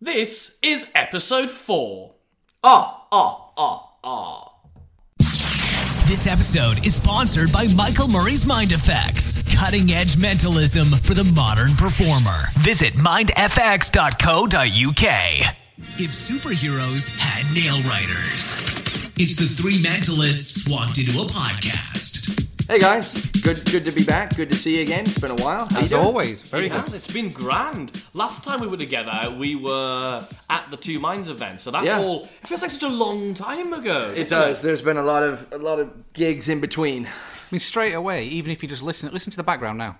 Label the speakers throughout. Speaker 1: This is episode four.
Speaker 2: Ah, ah, ah, ah.
Speaker 3: This episode is sponsored by Michael Murray's Mind Effects, cutting edge mentalism for the modern performer. Visit mindfx.co.uk. If superheroes had nail writers, it's the three mentalists walked into a podcast.
Speaker 2: Hey guys, good good to be back. Good to see you again. It's been a while. How you
Speaker 4: As
Speaker 2: doing? uh,
Speaker 4: always, very
Speaker 1: It
Speaker 4: good.
Speaker 1: has. It's been grand. Last time we were together, we were at the Two Minds event, so that's
Speaker 2: Yeah.
Speaker 1: all. It feels like such a long time ago.
Speaker 2: It does. There's been a lot of a lot of gigs in between.
Speaker 4: I mean, straight away, even if you just listen, listen to the background now.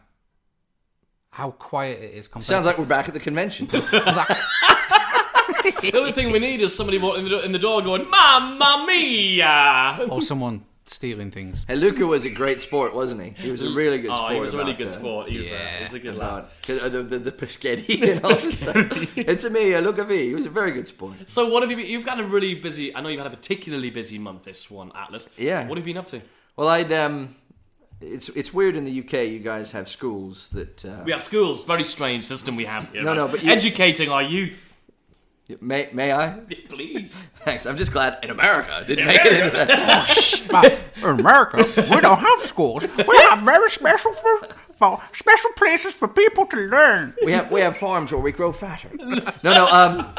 Speaker 4: How quiet it is compared.
Speaker 2: Sounds like we're back at the convention.
Speaker 1: The only thing we need is somebody walking in the, in the door going, Mamma mia!
Speaker 4: or someone stealing things.
Speaker 2: hey, Luca was a great sport, wasn't he? He was a really good sport.
Speaker 1: Oh, he was a really
Speaker 2: about,
Speaker 1: good
Speaker 2: uh,
Speaker 1: sport. He was, a, he was a good lad.
Speaker 2: about- 'cause, uh, the, the, the Peschetti and all that stuff. It's a me, a Luca V. He was a very good sport.
Speaker 1: So, what have you been? You've had a really busy, I know you've had a particularly busy month this one, Atlas.
Speaker 2: Yeah.
Speaker 1: What have you been up to?
Speaker 2: Well, I'd um, it's it's weird in the UK. You guys have schools that uh,
Speaker 1: We have schools, very strange system we have here.
Speaker 2: No, no, but you-
Speaker 1: Educating our youth.
Speaker 2: may may I?
Speaker 1: Please.
Speaker 2: Thanks. I'm just glad in America I didn't make it into that.
Speaker 4: In America, we don't have schools. We have very special for, for special places for people to learn.
Speaker 2: we have we have farms where we grow fatter. No, no. Um,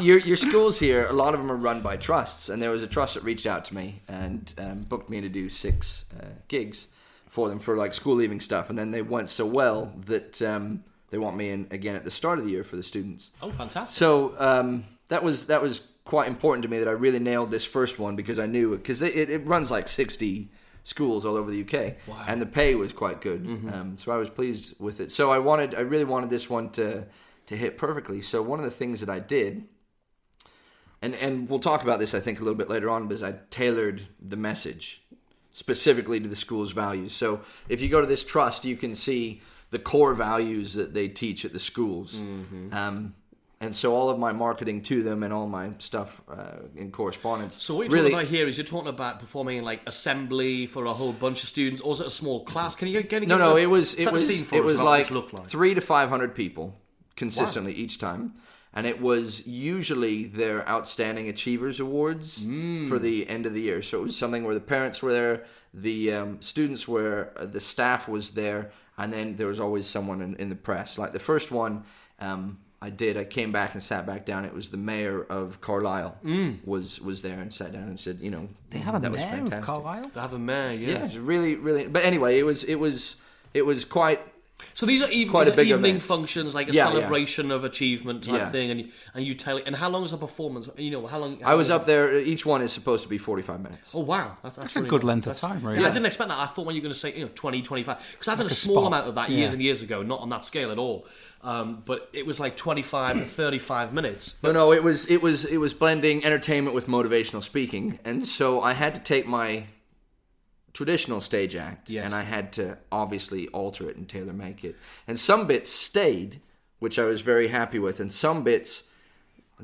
Speaker 2: your your schools here, a lot of them are run by trusts, and there was a trust that reached out to me and um, booked me to do six uh, gigs for them for like school leaving stuff, and then they went so well that um, they want me in again at the start of the year for the students.
Speaker 1: Oh, fantastic.
Speaker 2: So um, that was that was quite important to me that I really nailed this first one because I knew because it, it, it runs like sixty schools all over the UK, and the pay was quite good. Um, so I was pleased with it. So I wanted, I really wanted this one to to hit perfectly. So one of the things that I did. And, and we'll talk about this, I think, a little bit later on, because I tailored the message specifically to the school's values. So if you go to this trust, you can see the core values that they teach at the schools.
Speaker 1: Mm-hmm.
Speaker 2: Um, and so all of my marketing to them and all my stuff uh, in correspondence.
Speaker 1: So what you're
Speaker 2: really,
Speaker 1: talking about here is you're talking about performing in, like assembly for a whole bunch of students, or is it a small class? Can you can you
Speaker 2: no,
Speaker 1: give us
Speaker 2: no,
Speaker 1: a-
Speaker 2: it was
Speaker 1: set
Speaker 2: it
Speaker 1: the
Speaker 2: was
Speaker 1: scene for
Speaker 2: it
Speaker 1: us
Speaker 2: was
Speaker 1: about what
Speaker 2: like,
Speaker 1: this looked like.
Speaker 2: three to five hundred people consistently each time, and it was usually their outstanding achievers awards
Speaker 1: Hmm.
Speaker 2: for the end of the year. So it was something where the parents were there, the um, students were, uh, the staff was there, and then there was always someone in, in the press. Like the first one. Um, I did. I came back and sat back down. It was the mayor of Carlisle
Speaker 1: Hmm.
Speaker 2: was was there and sat down and said, you know, they
Speaker 4: Have a
Speaker 2: that was
Speaker 4: mayor of
Speaker 2: fantastic.
Speaker 4: Carlisle?
Speaker 1: They have a mayor, yeah.
Speaker 2: Yeah, it's really, really. But anyway, it was, it was, it was quite.
Speaker 1: So these are even
Speaker 2: Quite
Speaker 1: these
Speaker 2: a
Speaker 1: are
Speaker 2: big
Speaker 1: evening
Speaker 2: event.
Speaker 1: functions, like a
Speaker 2: Yeah, yeah.
Speaker 1: celebration of achievement type
Speaker 2: Yeah.
Speaker 1: thing, and you, and you tell and how long is a performance? You know how long? how
Speaker 2: I
Speaker 1: long
Speaker 2: was
Speaker 1: is
Speaker 2: up
Speaker 1: it?
Speaker 2: there. Each one is supposed to be forty-five minutes.
Speaker 1: Oh wow, that's, that's,
Speaker 4: a
Speaker 1: really
Speaker 4: good
Speaker 1: nice.
Speaker 4: length of
Speaker 1: That's-
Speaker 4: time, right?
Speaker 1: Yeah, I
Speaker 4: Yeah.
Speaker 1: didn't expect that. I thought when you were going to say you know 20, 25, because I did a
Speaker 4: a
Speaker 1: small
Speaker 4: spot.
Speaker 1: amount of that
Speaker 4: Yeah.
Speaker 1: years and years ago, not on that scale at all. Um, but it was like twenty five to thirty five minutes.
Speaker 2: No, no, it was, it was, it was blending entertainment with motivational speaking, and so I had to take my traditional stage act,
Speaker 1: Yes.
Speaker 2: and I had to obviously alter it and tailor make it. And some bits stayed, which I was very happy with, and some bits.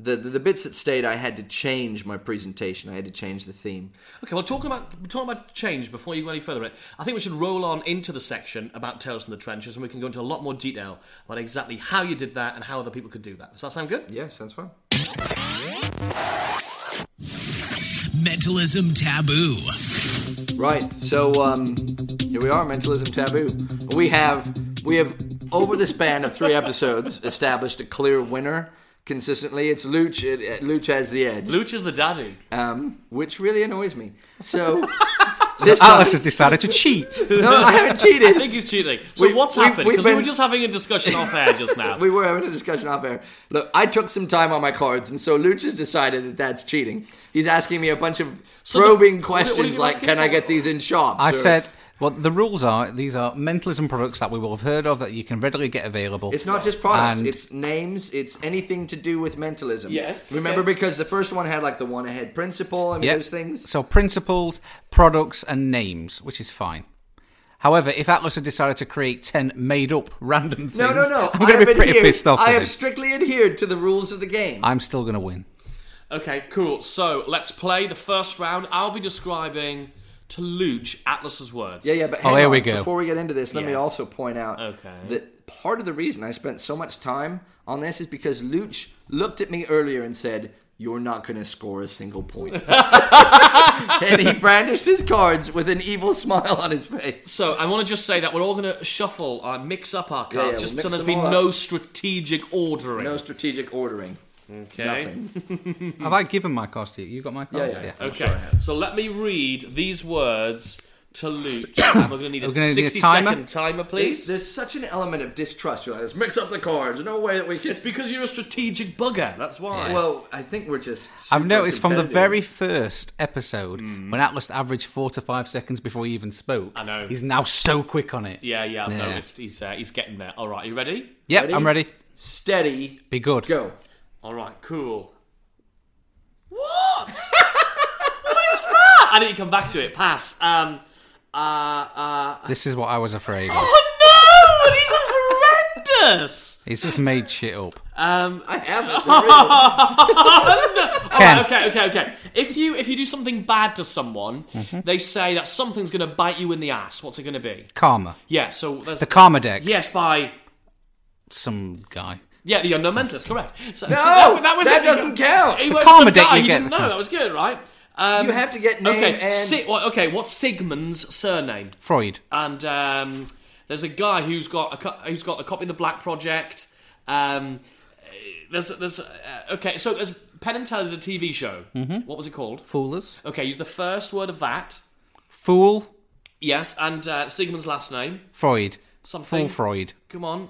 Speaker 2: The, the, the bits that stayed, I had to change my presentation. I had to change the theme.
Speaker 1: Okay, well, talking about talking about change before you go any further, I think we should roll on into the section about Tales from the Trenches, and we can go into a lot more detail about exactly how you did that and how other people could do that. Does that sound good?
Speaker 2: Yeah, sounds fun.
Speaker 3: Mentalism Taboo.
Speaker 2: Right. So um, here we are, mentalism taboo. We have we have over the span of three episodes established a clear winner consistently. It's Luch. It, it- Luch has the edge,
Speaker 1: Luch is the daddy.
Speaker 2: um, which really annoys me. So this time,
Speaker 4: Alice has decided to cheat.
Speaker 2: no, I haven't cheated.
Speaker 1: I think he's cheating. So
Speaker 2: We-
Speaker 1: what's
Speaker 2: we-
Speaker 1: happened?
Speaker 2: we've
Speaker 1: Because we
Speaker 2: been-
Speaker 1: were just having a discussion off air just now.
Speaker 2: we were having a discussion off air. Look, I took some time on my cards, and so Luch has decided that that's cheating. He's asking me a bunch of
Speaker 1: the-
Speaker 2: probing
Speaker 1: what- what did
Speaker 2: questions,
Speaker 1: you
Speaker 2: like,
Speaker 1: ask him?
Speaker 2: "Can I get these in shops?"
Speaker 4: I
Speaker 2: or-
Speaker 4: said, well, the rules are these are mentalism products that we will have heard of that you can readily get available.
Speaker 2: It's not just products.
Speaker 4: And-
Speaker 2: it's names. It's anything to do with mentalism.
Speaker 1: Yes,
Speaker 2: Remember,
Speaker 1: okay.
Speaker 2: because the first one had like the one ahead principle and
Speaker 4: Yep.
Speaker 2: those things.
Speaker 4: So principles, products, and names, which is fine. However, if Atlas had decided to create ten made-up random things,
Speaker 2: No, no, no.
Speaker 4: I'm going
Speaker 2: I
Speaker 4: to
Speaker 2: have
Speaker 4: be pretty
Speaker 2: adhered-
Speaker 4: pissed off.
Speaker 2: I
Speaker 4: with
Speaker 2: have
Speaker 4: him.
Speaker 2: strictly adhered to the rules of the game.
Speaker 4: I'm still going to win.
Speaker 1: Okay, cool. So let's play the first round. I'll be describing to Luch Atlas's words.
Speaker 2: yeah, yeah. But
Speaker 4: Oh,
Speaker 2: hang
Speaker 4: here
Speaker 2: on.
Speaker 4: we go.
Speaker 2: Before we get into this, let me
Speaker 1: Yes.
Speaker 2: also point out
Speaker 1: Okay.
Speaker 2: that part of the reason I spent so much time on this is because Luch looked at me earlier and said, You're not going to score a single point. and he brandished his cards with an evil smile on his face.
Speaker 1: So I want to just say that we're all going to shuffle and mix up our cards,
Speaker 2: Yeah, yeah, we'll
Speaker 1: just
Speaker 2: mix
Speaker 1: so there's
Speaker 2: them all
Speaker 1: been
Speaker 2: up.
Speaker 1: no strategic ordering.
Speaker 2: No strategic ordering.
Speaker 1: okay.
Speaker 2: Nothing.
Speaker 4: Have I given my cards to you? You got my cards?
Speaker 2: Hmm. yeah, yeah.
Speaker 1: Okay. So let me read these words to Luch. and we're going to need a
Speaker 4: We're gonna need a
Speaker 1: 60
Speaker 4: timer?
Speaker 1: second timer,
Speaker 2: There's,
Speaker 1: please.
Speaker 2: there's such an element of distrust. You're like, let's mix up the cards. No way that we can.
Speaker 1: It's because you're a strategic bugger. That's why.
Speaker 2: Well, I think we're just.
Speaker 4: I've
Speaker 2: super
Speaker 4: noticed from the
Speaker 2: competitive. Hmm.
Speaker 4: very first episode when Atlas averaged four to five seconds before he even spoke.
Speaker 1: I know.
Speaker 4: He's now so quick on it.
Speaker 1: yeah, yeah. I've
Speaker 4: Yeah.
Speaker 1: noticed. He's uh, he's getting there. All right. You ready?
Speaker 4: Yep,
Speaker 2: Ready?
Speaker 4: I'm ready.
Speaker 2: steady.
Speaker 4: Be good.
Speaker 2: Go.
Speaker 1: All right. Cool. What? what is that? I need to come back to it. Pass. Um. Uh. Uh.
Speaker 4: This is what I was afraid of.
Speaker 1: Oh no! These are horrendous.
Speaker 4: He's just made shit up.
Speaker 1: Um.
Speaker 2: I have it. the Oh,
Speaker 4: Ken.
Speaker 1: Okay, okay, okay. If you if you do something bad to someone,
Speaker 4: Mm-hmm.
Speaker 1: they say that something's going to bite you in the ass. What's it going to be?
Speaker 4: Karma.
Speaker 1: Yeah. So there's
Speaker 4: The karma deck.
Speaker 1: yes by
Speaker 4: Some guy.
Speaker 1: yeah the unknown mentalist. Correct. So, no,
Speaker 2: that doesn't count.
Speaker 1: He works
Speaker 4: karma
Speaker 1: some
Speaker 4: deck
Speaker 1: guy,
Speaker 4: you
Speaker 1: you
Speaker 4: get.
Speaker 1: didn't know that was good, right? Um,
Speaker 2: You have to get name
Speaker 1: okay.
Speaker 2: and-
Speaker 1: Si- well, okay. What's Sigmund's surname?
Speaker 4: Freud.
Speaker 1: and um, there's a guy who's got a co- who's got a copy of the Black Project. Um, eh, there's there's uh, okay, so there's Penn and Teller's a TV show.
Speaker 4: Mm-hmm.
Speaker 1: What was it called?
Speaker 4: Foolers.
Speaker 1: Okay, use the first word of that.
Speaker 4: Fool.
Speaker 1: Yes, and uh, Sigmund's last name.
Speaker 4: Freud. Fool
Speaker 1: Something.
Speaker 4: Freud.
Speaker 1: Come on.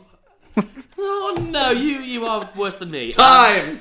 Speaker 1: oh no, you you are worse than me.
Speaker 2: time.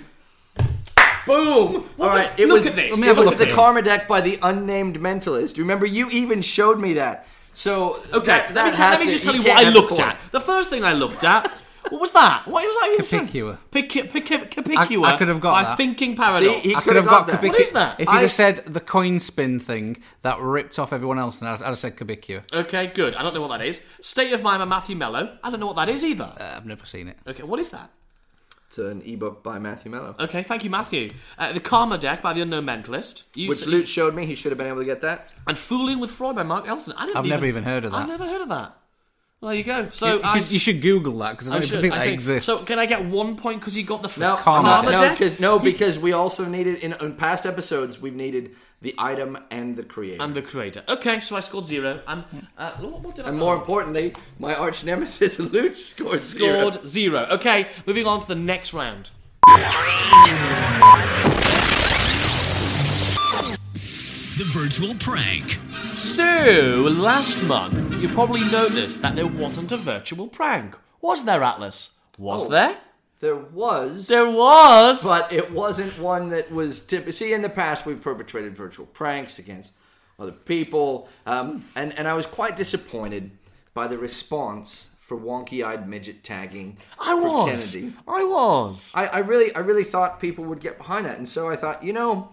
Speaker 1: Boom.
Speaker 2: All right, it
Speaker 1: look
Speaker 2: was
Speaker 1: at this.
Speaker 2: It
Speaker 4: have a
Speaker 2: was
Speaker 4: look at
Speaker 2: the
Speaker 4: this.
Speaker 2: karma deck by the unnamed mentalist. Remember, you even showed me that. So
Speaker 1: Okay,
Speaker 2: that,
Speaker 1: let, me,
Speaker 2: that
Speaker 1: just- let
Speaker 2: has
Speaker 1: me
Speaker 2: to-
Speaker 1: just tell you
Speaker 2: can't
Speaker 1: what I
Speaker 2: have the
Speaker 1: looked
Speaker 2: coin.
Speaker 1: at. The first thing I looked at, what was that? What was that? even said?
Speaker 4: Capicua.
Speaker 1: Pic- pic- Capicua.
Speaker 4: I- I could have got
Speaker 1: by
Speaker 4: that.
Speaker 1: Thinking
Speaker 2: See,
Speaker 1: Paradox.
Speaker 2: he
Speaker 4: I
Speaker 2: could have got, that.
Speaker 4: Kabiki-
Speaker 1: What is that?
Speaker 4: If you'd
Speaker 2: I-
Speaker 4: have said the coin spin thing that ripped off everyone else, then I'd, I'd have said Uh, Kabikua.
Speaker 1: Okay, good. I don't know what that is. State of Mind by Matthew Mello. I don't know what that is either.
Speaker 4: I've never seen it.
Speaker 1: okay, what is that?
Speaker 2: It's an ebook by Matthew Mello,
Speaker 1: Okay, thank you, Matthew. Uh, the Karma Deck by the Unknown Mentalist. You
Speaker 2: which
Speaker 1: s-
Speaker 2: Luke showed me. He should have been able to get that.
Speaker 1: and Fooling with Freud by Mark Elson. I didn't
Speaker 4: I've never even heard of
Speaker 1: I've
Speaker 4: that.
Speaker 1: never heard of that. Well, there you go. So
Speaker 4: you,
Speaker 1: I
Speaker 4: should,
Speaker 1: s-
Speaker 4: you should Google that because I
Speaker 1: I
Speaker 4: don't
Speaker 1: should,
Speaker 4: even think
Speaker 1: I
Speaker 4: that
Speaker 1: think-
Speaker 4: exists.
Speaker 1: So can I get one point because you got the f-
Speaker 2: No,
Speaker 1: Karma,
Speaker 4: Karma
Speaker 2: no,
Speaker 1: Deck
Speaker 2: because no, because we also needed in, in past episodes we've needed the item and the creator,
Speaker 1: and the creator? Okay, so I scored zero. And uh, what, what did I
Speaker 2: and more importantly, my arch nemesis Luch scored zero.
Speaker 1: scored zero. Okay, moving on to the next round.
Speaker 3: The virtual prank.
Speaker 1: So, last month, you probably noticed that there wasn't a virtual prank. Was there, Atlas? Was
Speaker 2: Oh.
Speaker 1: there?
Speaker 2: There was
Speaker 1: There was!
Speaker 2: but it wasn't one that was typical. See, in the past, we've perpetrated virtual pranks against other people, um, and and I was quite disappointed by the response for wonky-eyed midget tagging.
Speaker 1: I
Speaker 2: for
Speaker 1: was.
Speaker 2: Kennedy.
Speaker 1: I was.
Speaker 2: I, I really, I really thought people would get behind that, and so I thought, you know.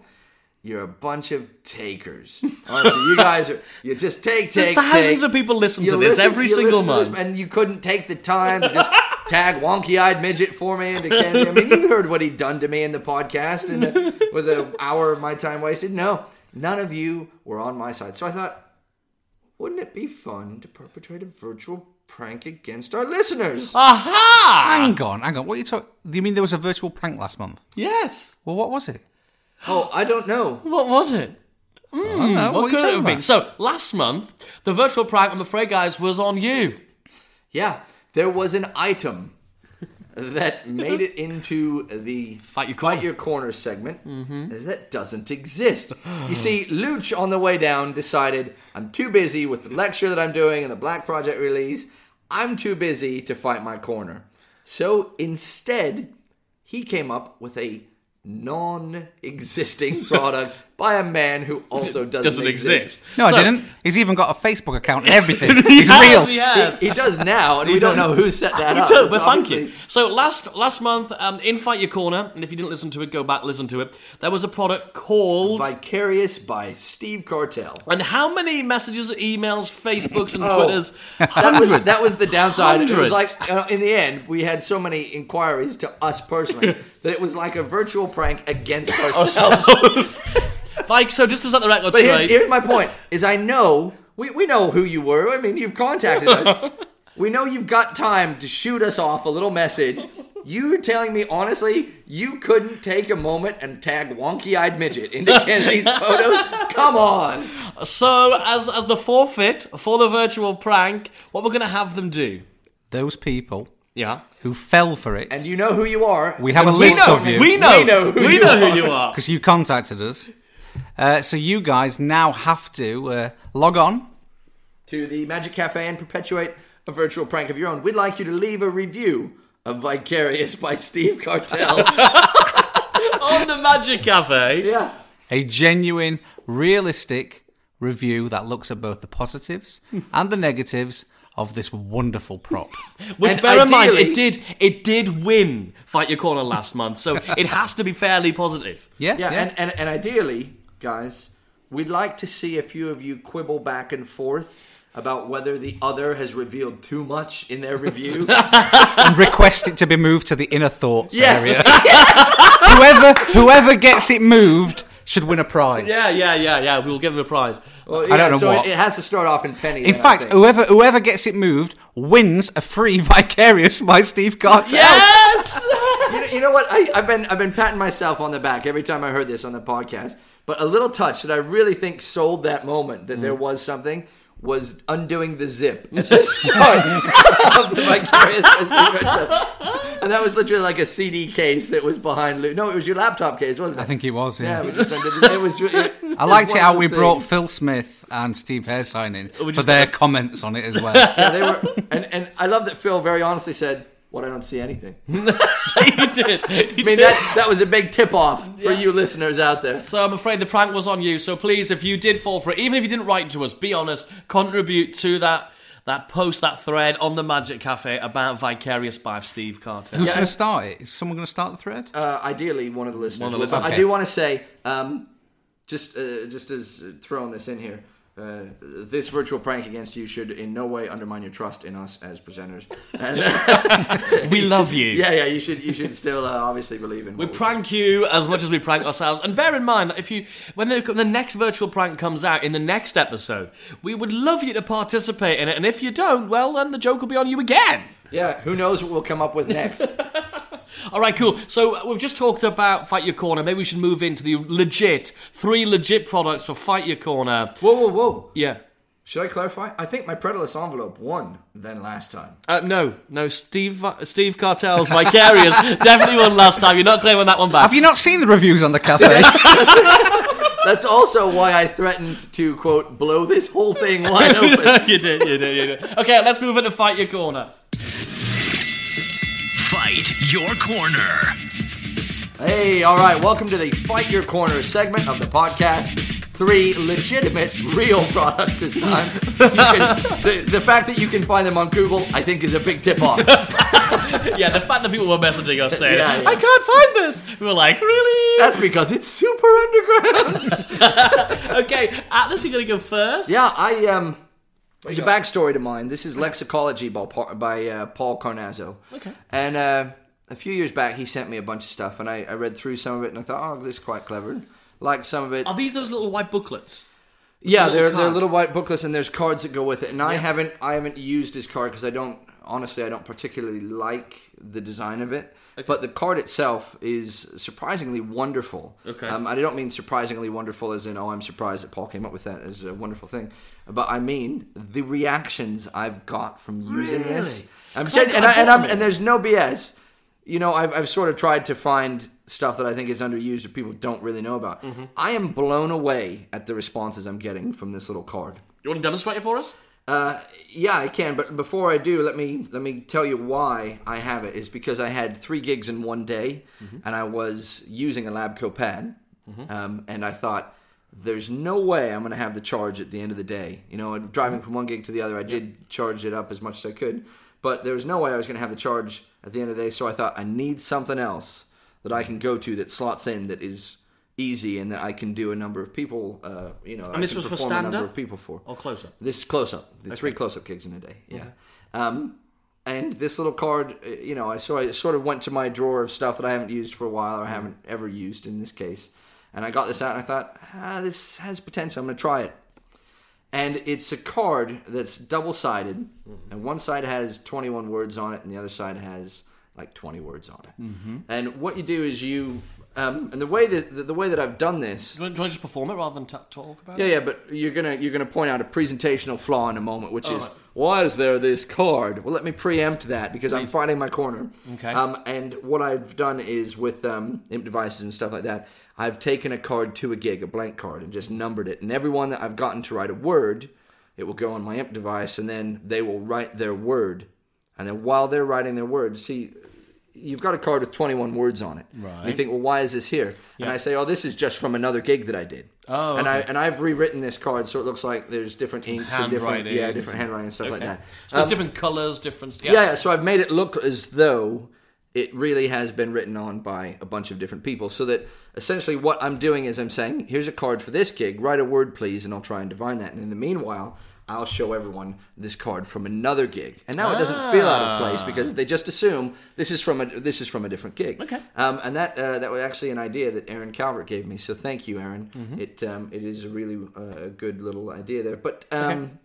Speaker 2: You're a bunch of takers. Aren't you? You guys are. You just take,
Speaker 1: There's
Speaker 2: take,
Speaker 1: thousands
Speaker 2: take.
Speaker 1: of people listen
Speaker 2: You
Speaker 1: to this
Speaker 2: listen-
Speaker 1: every
Speaker 2: you
Speaker 1: single
Speaker 2: listen to this,
Speaker 1: month.
Speaker 2: and you couldn't take the time to just tag wonky-eyed midget for me into Kennedy. I mean, you heard what he'd done to me in the podcast, and uh, with an hour of my time wasted. No, none of you were on my side. So I thought, wouldn't it be fun to perpetrate a virtual prank against our listeners?
Speaker 1: Aha!
Speaker 4: hang on, hang on. What are you talking? Do you mean there was a virtual prank last month?
Speaker 1: Yes.
Speaker 4: Well, what was it?
Speaker 2: Oh, I don't know.
Speaker 1: What was it?
Speaker 4: I don't know.
Speaker 1: Hmm, What,
Speaker 4: What are you
Speaker 1: could it
Speaker 4: talking
Speaker 1: have been?
Speaker 4: about?
Speaker 1: So, last month, the virtual prank, I'm afraid, guys, was on you.
Speaker 2: Yeah, there was an item that made it into the
Speaker 1: Fight your corner. Mm-hmm.
Speaker 2: Fight Your Corner segment that doesn't exist. You see, Luch on the way down decided I'm too busy with the lecture that I'm doing and the Black Project release. I'm too busy to fight my corner. So instead, he came up with a non-existing product by a man who also doesn't,
Speaker 1: Doesn't exist.
Speaker 4: No,
Speaker 1: So-
Speaker 4: I didn't. He's even got a Facebook account and everything. He's real.
Speaker 1: He has.
Speaker 2: He does now, and we don't know who set that
Speaker 1: We
Speaker 2: up.
Speaker 1: don't,
Speaker 2: It's
Speaker 1: but thank you.
Speaker 2: obviously-
Speaker 1: So last last month, um, in Fight Your Corner, and if you didn't listen to it, go back listen to it. There was a product called.
Speaker 2: Vicarious by Steve Cartel.
Speaker 1: and how many messages, emails, Facebooks, and
Speaker 2: Oh.
Speaker 1: Twitters?
Speaker 2: That was, that was the downside. It was
Speaker 1: Hundreds.
Speaker 2: like, uh, in the end, we had so many inquiries to us personally that it was like a virtual prank against ourselves.
Speaker 1: like so, just to set the record
Speaker 2: but here's,
Speaker 1: straight.
Speaker 2: here's my point, is I know, we, we know who you were. I mean, you've contacted us. We know you've got time to shoot us off a little message. You're telling me honestly, you couldn't take a moment and tag wonky-eyed midget into Kennedy's photos? Come on.
Speaker 1: So, as as the forfeit for the virtual prank, what we're going to have them do?
Speaker 5: Those people
Speaker 1: Yeah.
Speaker 5: who fell for it.
Speaker 2: And you know who you are.
Speaker 5: we have a
Speaker 2: And
Speaker 5: list
Speaker 1: know,
Speaker 5: of you.
Speaker 1: We know.
Speaker 2: We know who
Speaker 1: we
Speaker 2: you
Speaker 1: know
Speaker 2: are.
Speaker 1: who you are.
Speaker 5: because you contacted us. Uh, so you guys now have to uh, log on.
Speaker 2: to the Magic Cafe and perpetuate a virtual prank of your own. We'd like you to leave a review of Vicarious by Steve Cartell.
Speaker 1: On the Magic Cafe.
Speaker 2: yeah.
Speaker 5: A genuine, realistic review that looks at both the positives and the negatives of this wonderful prop.
Speaker 1: Which
Speaker 2: And
Speaker 1: bear in mind,
Speaker 2: ideally-
Speaker 1: it did it did win Fight Your Corner last month, so it has to be fairly positive.
Speaker 5: Yeah,
Speaker 2: Yeah, And, and, and ideally, guys, we'd like to see a few of you quibble back and forth about whether the other has revealed too much in their review.
Speaker 5: and request it to be moved to the inner thoughts area.
Speaker 2: yes.
Speaker 5: whoever whoever gets it moved should win a prize.
Speaker 1: Yeah, yeah, yeah, yeah. We'll give him a prize.
Speaker 2: Well,
Speaker 5: I don't know
Speaker 2: so
Speaker 5: what.
Speaker 2: It, it has to start off in penny.
Speaker 5: In fact, whoever whoever gets it moved wins a free Vicarious by Steve Carter.
Speaker 1: Yes.
Speaker 2: You know, you know what? I, I've been I've been patting myself on the back every time I heard this on the podcast. But a little touch that I really think sold that moment that there
Speaker 5: Mm.
Speaker 2: was something was undoing the zip at the start. of the Vicarious Pursuit of Time. and that was literally like a CD case that was behind Lou. No, it was your laptop case, wasn't it?
Speaker 5: I think it was.
Speaker 2: Yeah,
Speaker 5: Yeah.
Speaker 2: we just undid the- it was. ju- it-
Speaker 5: I liked
Speaker 2: was one
Speaker 5: it
Speaker 2: of
Speaker 5: how we
Speaker 2: those
Speaker 5: brought
Speaker 2: things.
Speaker 5: Phil Smith and Steve Hairsign in for
Speaker 1: just-
Speaker 5: their comments on it as well.
Speaker 2: Yeah, they were, and and I love that Phil very honestly said, "What I don't see anything." I
Speaker 1: you did. You
Speaker 2: mean
Speaker 1: did.
Speaker 2: that that was a big tip off for you listeners out there.
Speaker 1: So I'm afraid the prank was on you. So please, if you did fall for it, even if you didn't write to us, be honest, contribute to that that post, that thread on the Magic Cafe about Vicarious by Steve Carter.
Speaker 5: Who's going to start it? Is someone going to start the thread?
Speaker 2: Uh, ideally, one of the listeners.
Speaker 1: One of the
Speaker 2: will,
Speaker 1: listeners,
Speaker 2: but I
Speaker 1: okay.
Speaker 2: do want to say, um, just uh, just as uh, throwing this in here, uh, this virtual prank against you should in no way undermine your trust in us as presenters. And,
Speaker 1: we love you.
Speaker 2: yeah, yeah, you should you should still uh, obviously believe in.
Speaker 1: We
Speaker 2: what we
Speaker 1: prank you as much as we prank ourselves, and bear in mind that if you, when the, the next virtual prank comes out in the next episode, we would love you to participate in it. And if you don't, well, then the joke will be on you again.
Speaker 2: do. Yeah, who knows what we'll come up with next?
Speaker 1: All right, cool. So uh, we've just talked about Fight Your Corner. Maybe we should move into the legit three legit products for Fight Your Corner.
Speaker 2: whoa, whoa, whoa!
Speaker 1: Yeah.
Speaker 2: Should I clarify? I think my Predalis envelope won then last time.
Speaker 1: Uh, no, no, Steve uh, Steve Cartel's Vicarious definitely won last time. You're not claiming that one back.
Speaker 5: Have you not seen the reviews on the cafe?
Speaker 2: That's also why I threatened to quote blow this whole thing wide open.
Speaker 1: you did, you did, you did. Okay, let's move into Fight Your Corner.
Speaker 3: Fight your corner.
Speaker 2: Hey, all right, welcome to the Fight Your Corner segment of the podcast. Three legitimate, real products this time. You can, the, the fact that you can find them on Google, I think, is a big tip off.
Speaker 1: Yeah, the fact that people were messaging us saying,
Speaker 2: Yeah, yeah.
Speaker 1: I can't find this. We were like, really?
Speaker 2: That's because it's super underground.
Speaker 1: okay, Atlas, you're going to go first?
Speaker 2: Yeah, I um. There's a backstory to mine. This is Lexicology by, Pa- by uh, Paul Carnazzo. Okay. And uh, a few years back, he sent me a bunch of stuff, and I, I read through some of it, and I thought, oh, this is quite clever. Like some of it.
Speaker 1: Are these those little white booklets?
Speaker 2: Yeah, they're,
Speaker 1: little
Speaker 2: they're
Speaker 1: cards.
Speaker 2: little white booklets, and there's cards that go with it. And I haven't I haven't used this card because I don't honestly I don't particularly like the design of it. But the card itself is surprisingly wonderful.
Speaker 1: Okay.
Speaker 2: Um, I don't mean surprisingly wonderful as in oh I'm surprised that Paul came up with that as a wonderful thing, but I mean the reactions I've got from using this.
Speaker 1: Really?
Speaker 2: I'm
Speaker 1: 'Cause
Speaker 2: saying,
Speaker 1: I-
Speaker 2: and,
Speaker 1: I
Speaker 2: I, and,
Speaker 1: bought
Speaker 2: I'm,
Speaker 1: them
Speaker 2: and there's no BS. You know, I've, I've sort of tried to find stuff that I think is underused that people don't really know about. I am blown away at the responses I'm getting from this little card.
Speaker 1: You want to demonstrate it for us?
Speaker 2: Yeah, I can, but before I do, let me let me tell you why I have it. Is because I had three gigs in one day,
Speaker 1: Mm-hmm.
Speaker 2: and I was using a Labco pad, um, and I thought. There's no way I'm going to have the charge at the end of the day. You know, and driving
Speaker 1: Mm-hmm.
Speaker 2: from one gig to the other, I did charge it up as much as I could, but there was no way I was going to have the charge at the end of the day. So I thought I need something else that I can go to that slots in that is easy and that I can do a number of people. Uh, you know, and
Speaker 1: this was for
Speaker 2: a number
Speaker 1: stand-up?
Speaker 2: of people for
Speaker 1: Or closer?
Speaker 2: this is close up. The three close up gigs in a day. Yeah. Um, and this little card, uh, you know, I sort I sort of went to my drawer of stuff that I haven't used for a while or I haven't ever used in this case, and I got this out and I thought, ah, this has potential. I'm going to try it. And it's a card that's double sided, and one side has 21 words on it, and the other side has like 20 words on it. Mm-hmm. And what you do is you, um, and the way that the, the way that I've done this,
Speaker 1: Do you want, do you want to just perform it rather than t- talk about
Speaker 2: yeah,
Speaker 1: it?
Speaker 2: yeah, but you're gonna you're gonna point out a presentational flaw in a moment, which is why is there this card? Well, let me preempt that because I'm finding my corner.
Speaker 1: Okay.
Speaker 2: Um, and what I've done is with um, imp devices and stuff like that, I've taken a card to a gig, a blank card, and just numbered it. And everyone that I've gotten to write a word, it will go on my imp device, and then they will write their word. And then while they're writing their word, see, you've got a card with 21 words on it. Right. And you think, well, why is this here? And I say, oh, this is just from another gig that I did.
Speaker 1: Oh,
Speaker 2: and I
Speaker 1: okay.
Speaker 2: and I've rewritten this card so it looks like there's different inks and different yeah
Speaker 1: Handwriting.
Speaker 2: different handwriting and stuff like that.
Speaker 1: So there's different colours, different. Yeah.
Speaker 2: Um, Yeah. yeah, so I've made it look as though it really has been written on by a bunch of different people. So that essentially what I'm doing is I'm saying, here's a card for this gig, write a word please, and I'll try and divine that. And in the meanwhile, I'll show everyone this card from another gig. And now it doesn't feel out of place because they just assume this is from a this is from a different gig.
Speaker 1: Okay.
Speaker 2: Um, and that uh, that was actually an idea that Aaron Calvert gave me. So thank you, Aaron. It um, it is a really uh, good little idea there. But um,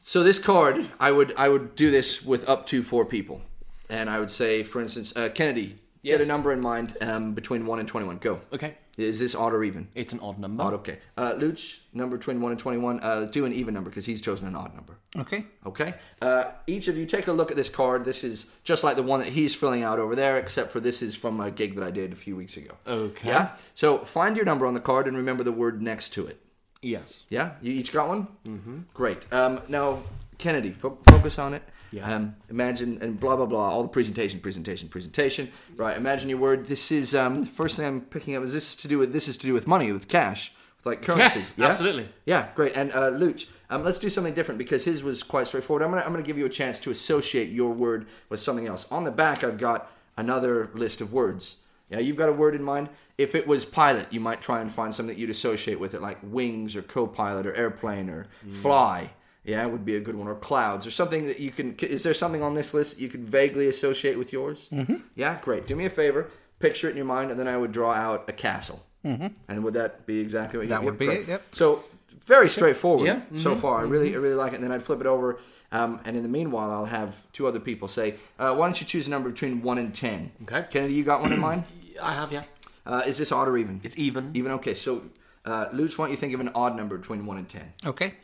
Speaker 2: so this card, I would I would do this with up to four people, and I would say, for instance, uh, Kennedy,
Speaker 1: Yes.
Speaker 2: get a number in mind um, between one and twenty-one. Go.
Speaker 1: Okay.
Speaker 2: Is this odd or even?
Speaker 1: It's an odd number.
Speaker 2: Odd. Okay. Uh, Luch, number between one and twenty-one. Uh, do an even number because he's chosen an odd number.
Speaker 5: Okay.
Speaker 2: Okay. Uh, each of you take a look at this card. This is just like the one that he's filling out over there, except for this is from a gig that I did a few weeks ago.
Speaker 1: Okay.
Speaker 2: Yeah. So find your number on the card and remember the word next to it.
Speaker 1: Yes.
Speaker 2: Yeah. You each got one. Mm-hmm. Great. Um, now, Kennedy, fo- focus on it.
Speaker 1: Yeah.
Speaker 2: Um, imagine and blah blah blah. All the presentation, presentation, presentation. Right. Imagine your word. This is um, first thing I'm picking up is this is to do with this is to do with money with cash with like currency.
Speaker 1: Yes, absolutely.
Speaker 2: Yeah, great. And uh, Luch, um, let's do something different because his was quite straightforward. I'm gonna I'm gonna give you a chance to associate your word with something else. On the back, I've got another list of words. Yeah, you've got a word in mind. If it was pilot, you might try and find something that you'd associate with it, like wings or co-pilot or airplane or
Speaker 5: Mm.
Speaker 2: fly. Yeah, would be a good one. Or clouds or something that you can. Is there something on this list that you could vaguely associate with yours? Mm-hmm. Yeah, great. Do me a favor. Picture it in your mind, and then I would draw out a castle. Mm-hmm. And would that be exactly what you
Speaker 5: That would be
Speaker 2: correct?
Speaker 5: it, yep.
Speaker 2: So very straightforward
Speaker 1: Yeah. mm-hmm,
Speaker 2: so far. I really, I really like it. And then I'd flip it over, um, and in the meanwhile, I'll have two other people say, uh, "Why don't you choose a number between one and ten?
Speaker 1: Okay.
Speaker 2: Kennedy, you got one in mind.
Speaker 1: I have, yeah.
Speaker 2: Uh, is this odd or even?
Speaker 1: It's even.
Speaker 2: even. Okay, so uh, Lutz, why don't you think of an odd number between one and ten,
Speaker 5: Okay.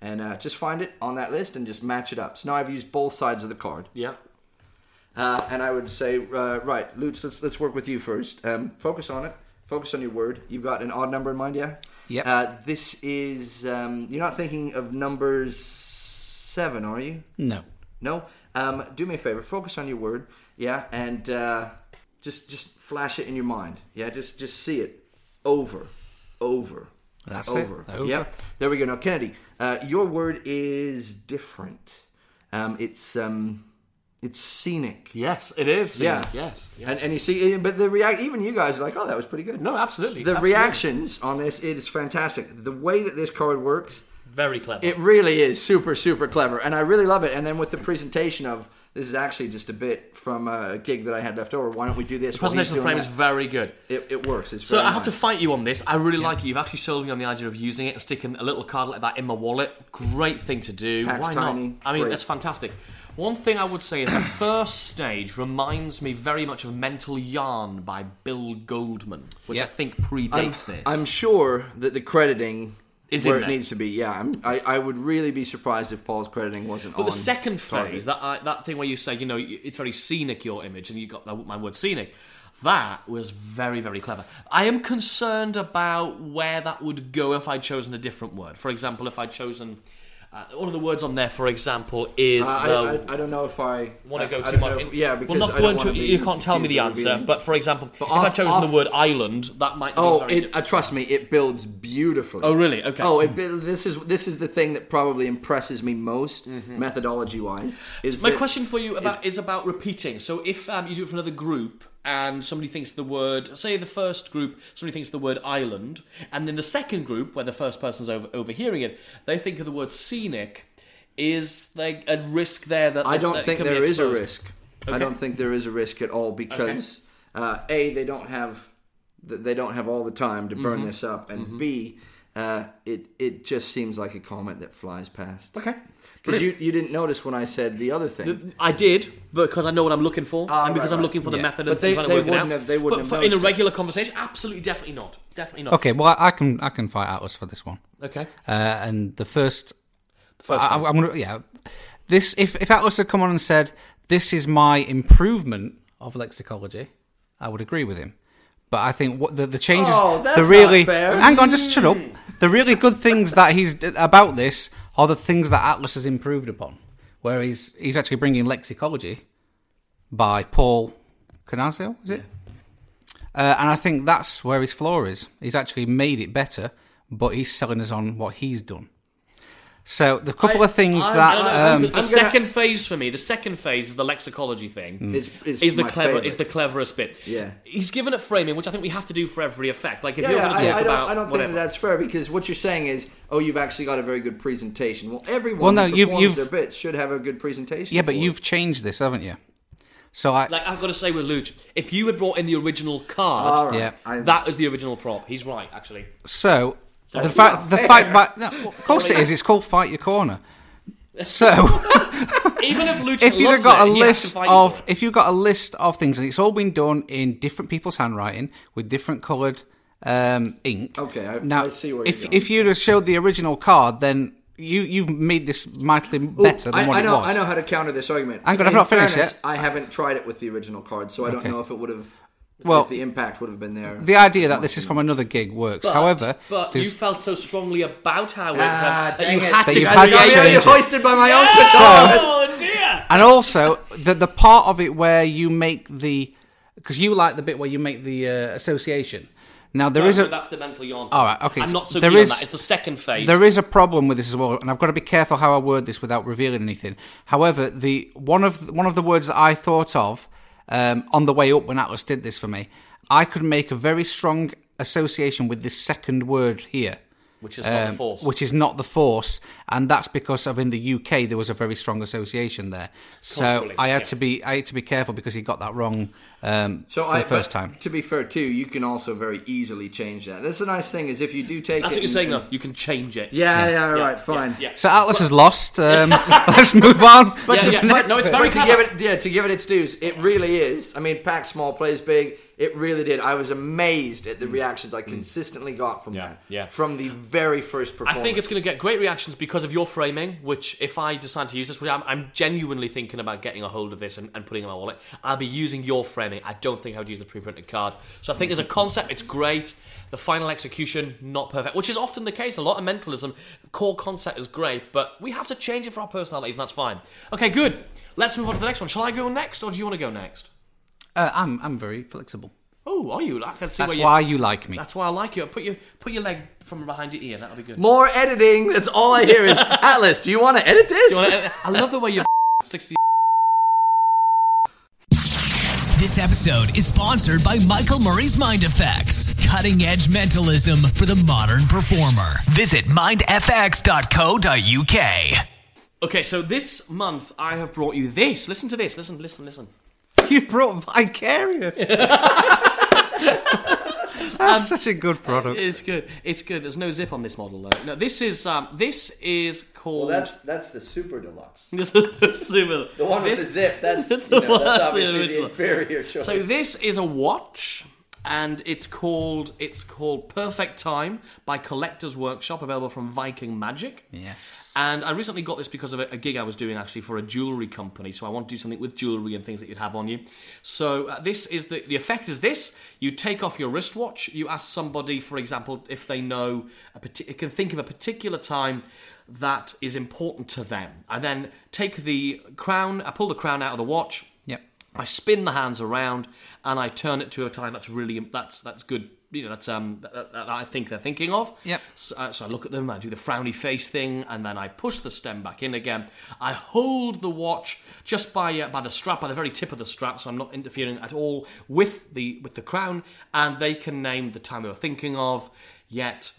Speaker 2: and uh, just find it on that list and just match it up. So now I've used both sides of the card.
Speaker 1: Yeah.
Speaker 2: Uh, and I would say, uh, right, Lutz, let's let's work with you first. Um, focus on it. Focus on your word. You've got an odd number in mind, yeah?
Speaker 5: Yep.
Speaker 2: Uh, this is. Um, you're not thinking of numbers seven, are you?
Speaker 5: No.
Speaker 2: No. Um, do me a favor. Focus on your word, yeah, and uh, just just flash it in your mind, yeah. Just just see it over, over.
Speaker 5: That's it.
Speaker 2: over.
Speaker 5: Over.
Speaker 2: Yep. There we go. Now, Kennedy, uh, your word is different. Um, it's um, it's scenic.
Speaker 1: Yes, it is.
Speaker 2: Yeah.
Speaker 1: Yes. yes.
Speaker 2: And, and you see, eh, but the react, even you guys are like, oh, that was pretty good.
Speaker 1: no, absolutely.
Speaker 2: the
Speaker 1: absolutely.
Speaker 2: reactions on this it is fantastic. The way that this card works,
Speaker 1: Very clever.
Speaker 2: it really is super super clever, and I really love it. And then with the presentation of this is actually just a bit from a gig that I had left over. Why don't we do this? while he's
Speaker 1: Presentation frame
Speaker 2: doing
Speaker 1: is
Speaker 2: that?
Speaker 1: very good.
Speaker 2: it, it works. It's
Speaker 1: So
Speaker 2: very
Speaker 1: I have to
Speaker 2: nice.
Speaker 1: fight you on this. I really like it. You've actually sold me on the idea of using it and sticking a little card like that in my wallet. Great thing to do.
Speaker 2: Packs
Speaker 1: Why
Speaker 2: tiny.
Speaker 1: not? I mean,
Speaker 2: Great.
Speaker 1: that's fantastic. One thing I would say is the first stage reminds me very much of Mental Yarn by Bill Goldman, which I
Speaker 5: Yeah.
Speaker 1: think predates
Speaker 2: I'm,
Speaker 1: this.
Speaker 2: I'm sure that the crediting
Speaker 1: Is in
Speaker 2: where it
Speaker 1: there.
Speaker 2: needs to be. Yeah, I'm, I I would really be surprised if Paul's crediting wasn't.
Speaker 1: But
Speaker 2: on
Speaker 1: the second
Speaker 2: target.
Speaker 1: phase, that I, that thing where you say, you know, you- it's very scenic your image, and you got that, my word scenic. That was very, very clever. I am concerned about where that would go if I'd chosen a different word. For example, if I'd chosen uh, one of the words on there, for example, is
Speaker 2: Uh, I,
Speaker 1: the.
Speaker 2: I, I- I don't know if I
Speaker 1: Want
Speaker 2: I-
Speaker 1: to go
Speaker 2: I
Speaker 1: too
Speaker 2: don't know
Speaker 1: much?
Speaker 2: if- yeah, because
Speaker 1: well, not
Speaker 2: I don't
Speaker 1: going
Speaker 2: wanna
Speaker 1: to.
Speaker 2: be
Speaker 1: You can't tell me the
Speaker 2: confused
Speaker 1: answer.
Speaker 2: or revealing.
Speaker 1: But for example, if
Speaker 2: off-
Speaker 1: I'd chosen the
Speaker 2: off-
Speaker 1: word island, that might.
Speaker 2: Oh,
Speaker 1: be very
Speaker 2: it, uh, trust me, it builds beautifully.
Speaker 1: Oh, really? Okay.
Speaker 2: Oh, it, bu- this is this is the thing that probably impresses me most, methodology wise. Is
Speaker 1: My
Speaker 2: that-
Speaker 1: question for you about is, about repeating. So if um, you do it for another group and somebody thinks the word, say the first group, somebody thinks the word island, and then the second group, where the first person's over, overhearing it, they think of the word scenic. Is there a risk there that
Speaker 2: I
Speaker 1: this-
Speaker 2: don't
Speaker 1: that
Speaker 2: think
Speaker 1: can be
Speaker 2: there is a
Speaker 1: exposed?
Speaker 2: risk. I don't think there is a risk at all because
Speaker 1: Mm-hmm.
Speaker 2: uh, a they don't have th- they don't have all the time to burn this up, and b Uh, it it just seems like a comment that flies past.
Speaker 1: Okay.
Speaker 2: Because you, you didn't notice when I said the other thing.
Speaker 1: I did because I know what I'm looking for,
Speaker 2: Ah,
Speaker 1: and because
Speaker 2: right,
Speaker 1: I'm
Speaker 2: right.
Speaker 1: looking for the
Speaker 2: Yeah.
Speaker 1: method
Speaker 2: But
Speaker 1: of
Speaker 2: they-
Speaker 1: trying
Speaker 2: they
Speaker 1: to work it
Speaker 2: wouldn't
Speaker 1: out.
Speaker 2: have- they wouldn't
Speaker 1: but for,
Speaker 2: have
Speaker 1: in a
Speaker 2: noticed it.
Speaker 1: regular conversation, absolutely, definitely not, definitely not.
Speaker 5: Okay, well, I, I can I can fight Atlas for this one.
Speaker 1: Okay.
Speaker 5: Uh, and the first,
Speaker 1: First
Speaker 5: I,
Speaker 1: ones.
Speaker 5: am gonna yeah. This if if Atlas had come on and said this is my improvement of lexicology, I would agree with him. But I think what the the changes,
Speaker 2: Oh, that's
Speaker 5: the really
Speaker 2: not fair. Hmm.
Speaker 5: hang on, just shut up. The really good things that he's about this are the things that Atlas has improved upon, where he's he's actually bringing lexicology by Paul Canazio, is it? Uh, and I think that's where his flaw is. He's actually made it better, but he's selling us on what he's done. So the couple
Speaker 2: I-
Speaker 5: of things
Speaker 2: I-
Speaker 5: that
Speaker 1: I don't know,
Speaker 5: um,
Speaker 1: the second phase for me, the second phase is the lexicology thing.
Speaker 2: It's- it's
Speaker 1: is the
Speaker 2: my
Speaker 1: clever
Speaker 2: favourite.
Speaker 1: is the cleverest bit.
Speaker 2: Yeah.
Speaker 1: He's given it framing, which I think we have to do for every effect. Like if
Speaker 2: yeah,
Speaker 1: you're
Speaker 2: yeah,
Speaker 1: going
Speaker 2: I,
Speaker 1: to talk
Speaker 2: I don't,
Speaker 1: about
Speaker 2: I don't think
Speaker 1: whatever.
Speaker 2: that that's fair because what you're saying is, oh, you've actually got a very good presentation. Well, everyone
Speaker 5: Well, no,
Speaker 2: who
Speaker 5: you've-
Speaker 2: performs
Speaker 5: you've-
Speaker 2: their bits should have a good presentation.
Speaker 5: yeah, but
Speaker 2: for it.
Speaker 5: you've changed this, haven't you? So I
Speaker 1: like I've got to say with Luch, if you had brought in the original card,
Speaker 2: All right.
Speaker 5: Yeah.
Speaker 2: I-
Speaker 1: that is the original prop. He's right, actually.
Speaker 5: so the
Speaker 2: That's
Speaker 5: fact
Speaker 2: not
Speaker 5: the
Speaker 2: fair.
Speaker 5: fight back. No, of course it is. It's called fight your corner. So.
Speaker 1: Even if Luch,
Speaker 5: if you'd have
Speaker 1: loves
Speaker 5: got
Speaker 1: it,
Speaker 5: a
Speaker 1: he has to
Speaker 5: list
Speaker 1: fight you
Speaker 5: of
Speaker 1: for it.
Speaker 5: if you've got a list of things and it's all been done in different people's handwriting with different coloured um, ink.
Speaker 2: Okay, I-
Speaker 5: now
Speaker 2: I see where
Speaker 5: if
Speaker 2: you're going.
Speaker 5: if you'd have showed the original card, then you you've made this mightily better
Speaker 2: I,
Speaker 5: than what
Speaker 2: I know,
Speaker 5: it was.
Speaker 2: I know how to counter this argument.
Speaker 5: Hang on, I've
Speaker 2: In
Speaker 5: not finished
Speaker 2: fairness,
Speaker 5: yet.
Speaker 2: I haven't tried it with the original card, so I don't
Speaker 5: Okay.
Speaker 2: know if it would have.
Speaker 5: Well,
Speaker 2: if the impact would have been there.
Speaker 5: The idea that this is from another gig works. However,
Speaker 1: but
Speaker 5: there's-
Speaker 1: you felt so strongly about how it
Speaker 2: Ah,
Speaker 1: that you
Speaker 2: dang it.
Speaker 1: had
Speaker 5: That
Speaker 1: to create
Speaker 5: you had to
Speaker 2: I'm
Speaker 5: change
Speaker 2: nearly
Speaker 5: it.
Speaker 2: hoisted by my own petard.
Speaker 1: Oh dear!
Speaker 5: and also the the part of it where you make the because you like the bit where you make the uh, association. Now there
Speaker 1: No,
Speaker 5: is
Speaker 1: no,
Speaker 5: a
Speaker 1: that's the mental yawn.
Speaker 5: All right, okay,
Speaker 1: I'm not so
Speaker 5: there
Speaker 1: keen
Speaker 5: is-
Speaker 1: on that. It's the second phase.
Speaker 5: There is a problem with this as well, and I've got to be careful how I word this without revealing anything. However, the one of one of the words that I thought of um, on the way up when Atlas did this for me, I could make a very strong association with this second word here,
Speaker 1: which is not the force.
Speaker 5: um, which is not the force, and that's because of in the UK there was a very strong association there. So
Speaker 1: Culturally,
Speaker 5: I had
Speaker 1: yeah.
Speaker 5: to be I had to be careful because he got that wrong um,
Speaker 2: So
Speaker 5: for
Speaker 2: I,
Speaker 5: the first
Speaker 2: but
Speaker 5: time.
Speaker 2: To be fair, too, you can also very easily change that. That's the nice thing is if you do take
Speaker 1: That's
Speaker 2: it.
Speaker 1: what you're
Speaker 2: and-
Speaker 1: saying, though. You can change it.
Speaker 2: Yeah, yeah,
Speaker 1: Yeah,
Speaker 2: right,
Speaker 1: yeah,
Speaker 2: fine.
Speaker 1: Yeah.
Speaker 5: So Atlas has lost. Um, let's move on.
Speaker 1: Yeah, yeah.
Speaker 2: But,
Speaker 1: No, it's
Speaker 2: but
Speaker 1: very
Speaker 2: to
Speaker 1: clever.
Speaker 2: give it, yeah, to give it its dues, it really is. I mean, pack small, plays big. It really did. I was amazed at the reactions I consistently got from
Speaker 1: Mm. Yeah,
Speaker 2: that.
Speaker 1: yeah.
Speaker 2: From the very first
Speaker 1: I
Speaker 2: performance.
Speaker 1: think it's going to get great reactions because of your framing. Which, if I decide to use this, which I'm, I'm genuinely thinking about getting a hold of this and, and putting it in my wallet, I'll be using your framing. I don't think I would use the pre-printed card. So I think as a concept, it's great. The final execution, not perfect, which is often the case. A lot of mentalism, core concept is great, but we have to change it for our personalities, and that's fine. Okay, good. Let's move on to the next one. Shall I go next, or do you want to go next?
Speaker 5: Uh, I'm I'm very flexible.
Speaker 1: Oh, are you? I can see
Speaker 5: That's
Speaker 1: where you.
Speaker 5: why you like me.
Speaker 1: That's why I like you. Put your put your leg from behind your ear. That'll be good.
Speaker 2: More editing. That's all I hear is Atlas. Do you want to edit this?
Speaker 1: You wanna- I love the way you. 60
Speaker 3: This episode is sponsored by Michael Murray's Mind Effects, cutting edge mentalism for the modern performer. Visit mindfx.co.uk.
Speaker 1: Okay, so this month I have brought you this. Listen to this. Listen, listen, listen.
Speaker 5: You've brought Vicarious. That's such a good product.
Speaker 1: It's good. It's good. There's no zip on this model though. No, this is um, this is called.
Speaker 2: that's the super deluxe.
Speaker 1: this is the super.
Speaker 2: The one with
Speaker 1: this-
Speaker 2: the zip. That's,
Speaker 1: That's
Speaker 2: you
Speaker 1: the
Speaker 2: know,
Speaker 1: one-
Speaker 2: that's
Speaker 1: that's the
Speaker 2: obviously the
Speaker 1: original.
Speaker 2: inferior choice.
Speaker 1: So this is a watch, and it's called it's called Perfect Time by Collectors Workshop, available from Viking Magic.
Speaker 5: Yes.
Speaker 1: And I recently got this because of a, a gig I was doing actually for a jewellery company. So I want to do something with jewellery and things that you'd have on you. So uh, this is the the effect is this: you take off your wristwatch, you ask somebody, for example, if they know a parti- can think of a particular time that is important to them, and then take the crown. I pull the crown out of the watch.
Speaker 5: Yep.
Speaker 1: I spin the hands around and I turn it to a time that's really that's that's good. You know, that's um that, that, that I think they're thinking of.
Speaker 5: Yep.
Speaker 1: So, uh, so I look at them. I do the frowny face thing, and then I push the stem back in again. I hold the watch just by uh, by the strap, by the very tip of the strap, so I'm not interfering at all with the with the crown. And they can name the time they were thinking of. Yet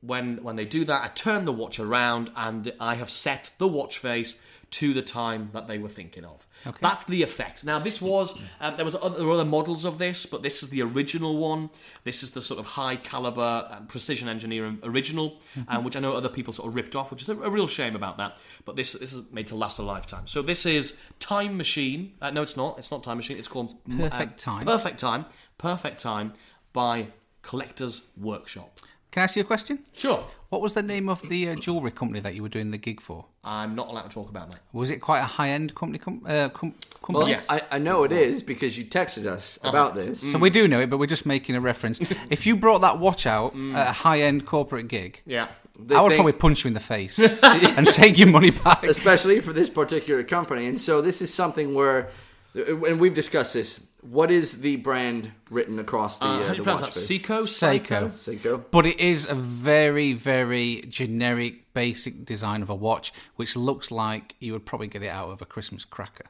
Speaker 1: when when they do that, I turn the watch around and I have set the watch face to the time that they were thinking of. That's the effect. Now, this was um, there was other, there were other models of this, but this is the original one. This is the sort of high caliber um, precision engineering original,
Speaker 5: Mm-hmm.
Speaker 1: um, which I know other people sort of ripped off, which is a, a real shame about that. But this this is made to last a lifetime. So this is Time Machine. Uh, no, it's not. It's not Time Machine. It's called mm,
Speaker 5: Perfect Time.
Speaker 1: Perfect Time. Perfect Time by Collectors Workshop.
Speaker 5: Can I ask you a question?
Speaker 1: Sure.
Speaker 5: What was the name of the uh, jewellery company that you were doing the gig for?
Speaker 1: I'm not allowed to talk about that.
Speaker 5: Was it quite a high end company? Com- uh, com- company?
Speaker 2: Well,
Speaker 1: Yes. Uh-huh. Mm.
Speaker 2: I, I know it is because you texted us about this.
Speaker 5: So we do know it, but we're just making a reference. if you brought that watch out at a high end corporate gig,
Speaker 1: Yeah.
Speaker 2: They
Speaker 5: I would
Speaker 2: think-
Speaker 5: probably punch you in the face and take your money back.
Speaker 2: especially for this particular company. And so this is something where, and we've discussed this. What is the brand written across the,
Speaker 1: Uh,
Speaker 2: uh,
Speaker 1: how do
Speaker 2: the
Speaker 1: you pronounce
Speaker 2: watch
Speaker 1: that?
Speaker 2: face?
Speaker 1: Seiko?
Speaker 5: Seiko.
Speaker 2: Seiko.
Speaker 5: But it is a very, very generic, basic design of a watch, which looks like you would probably get it out of a Christmas cracker.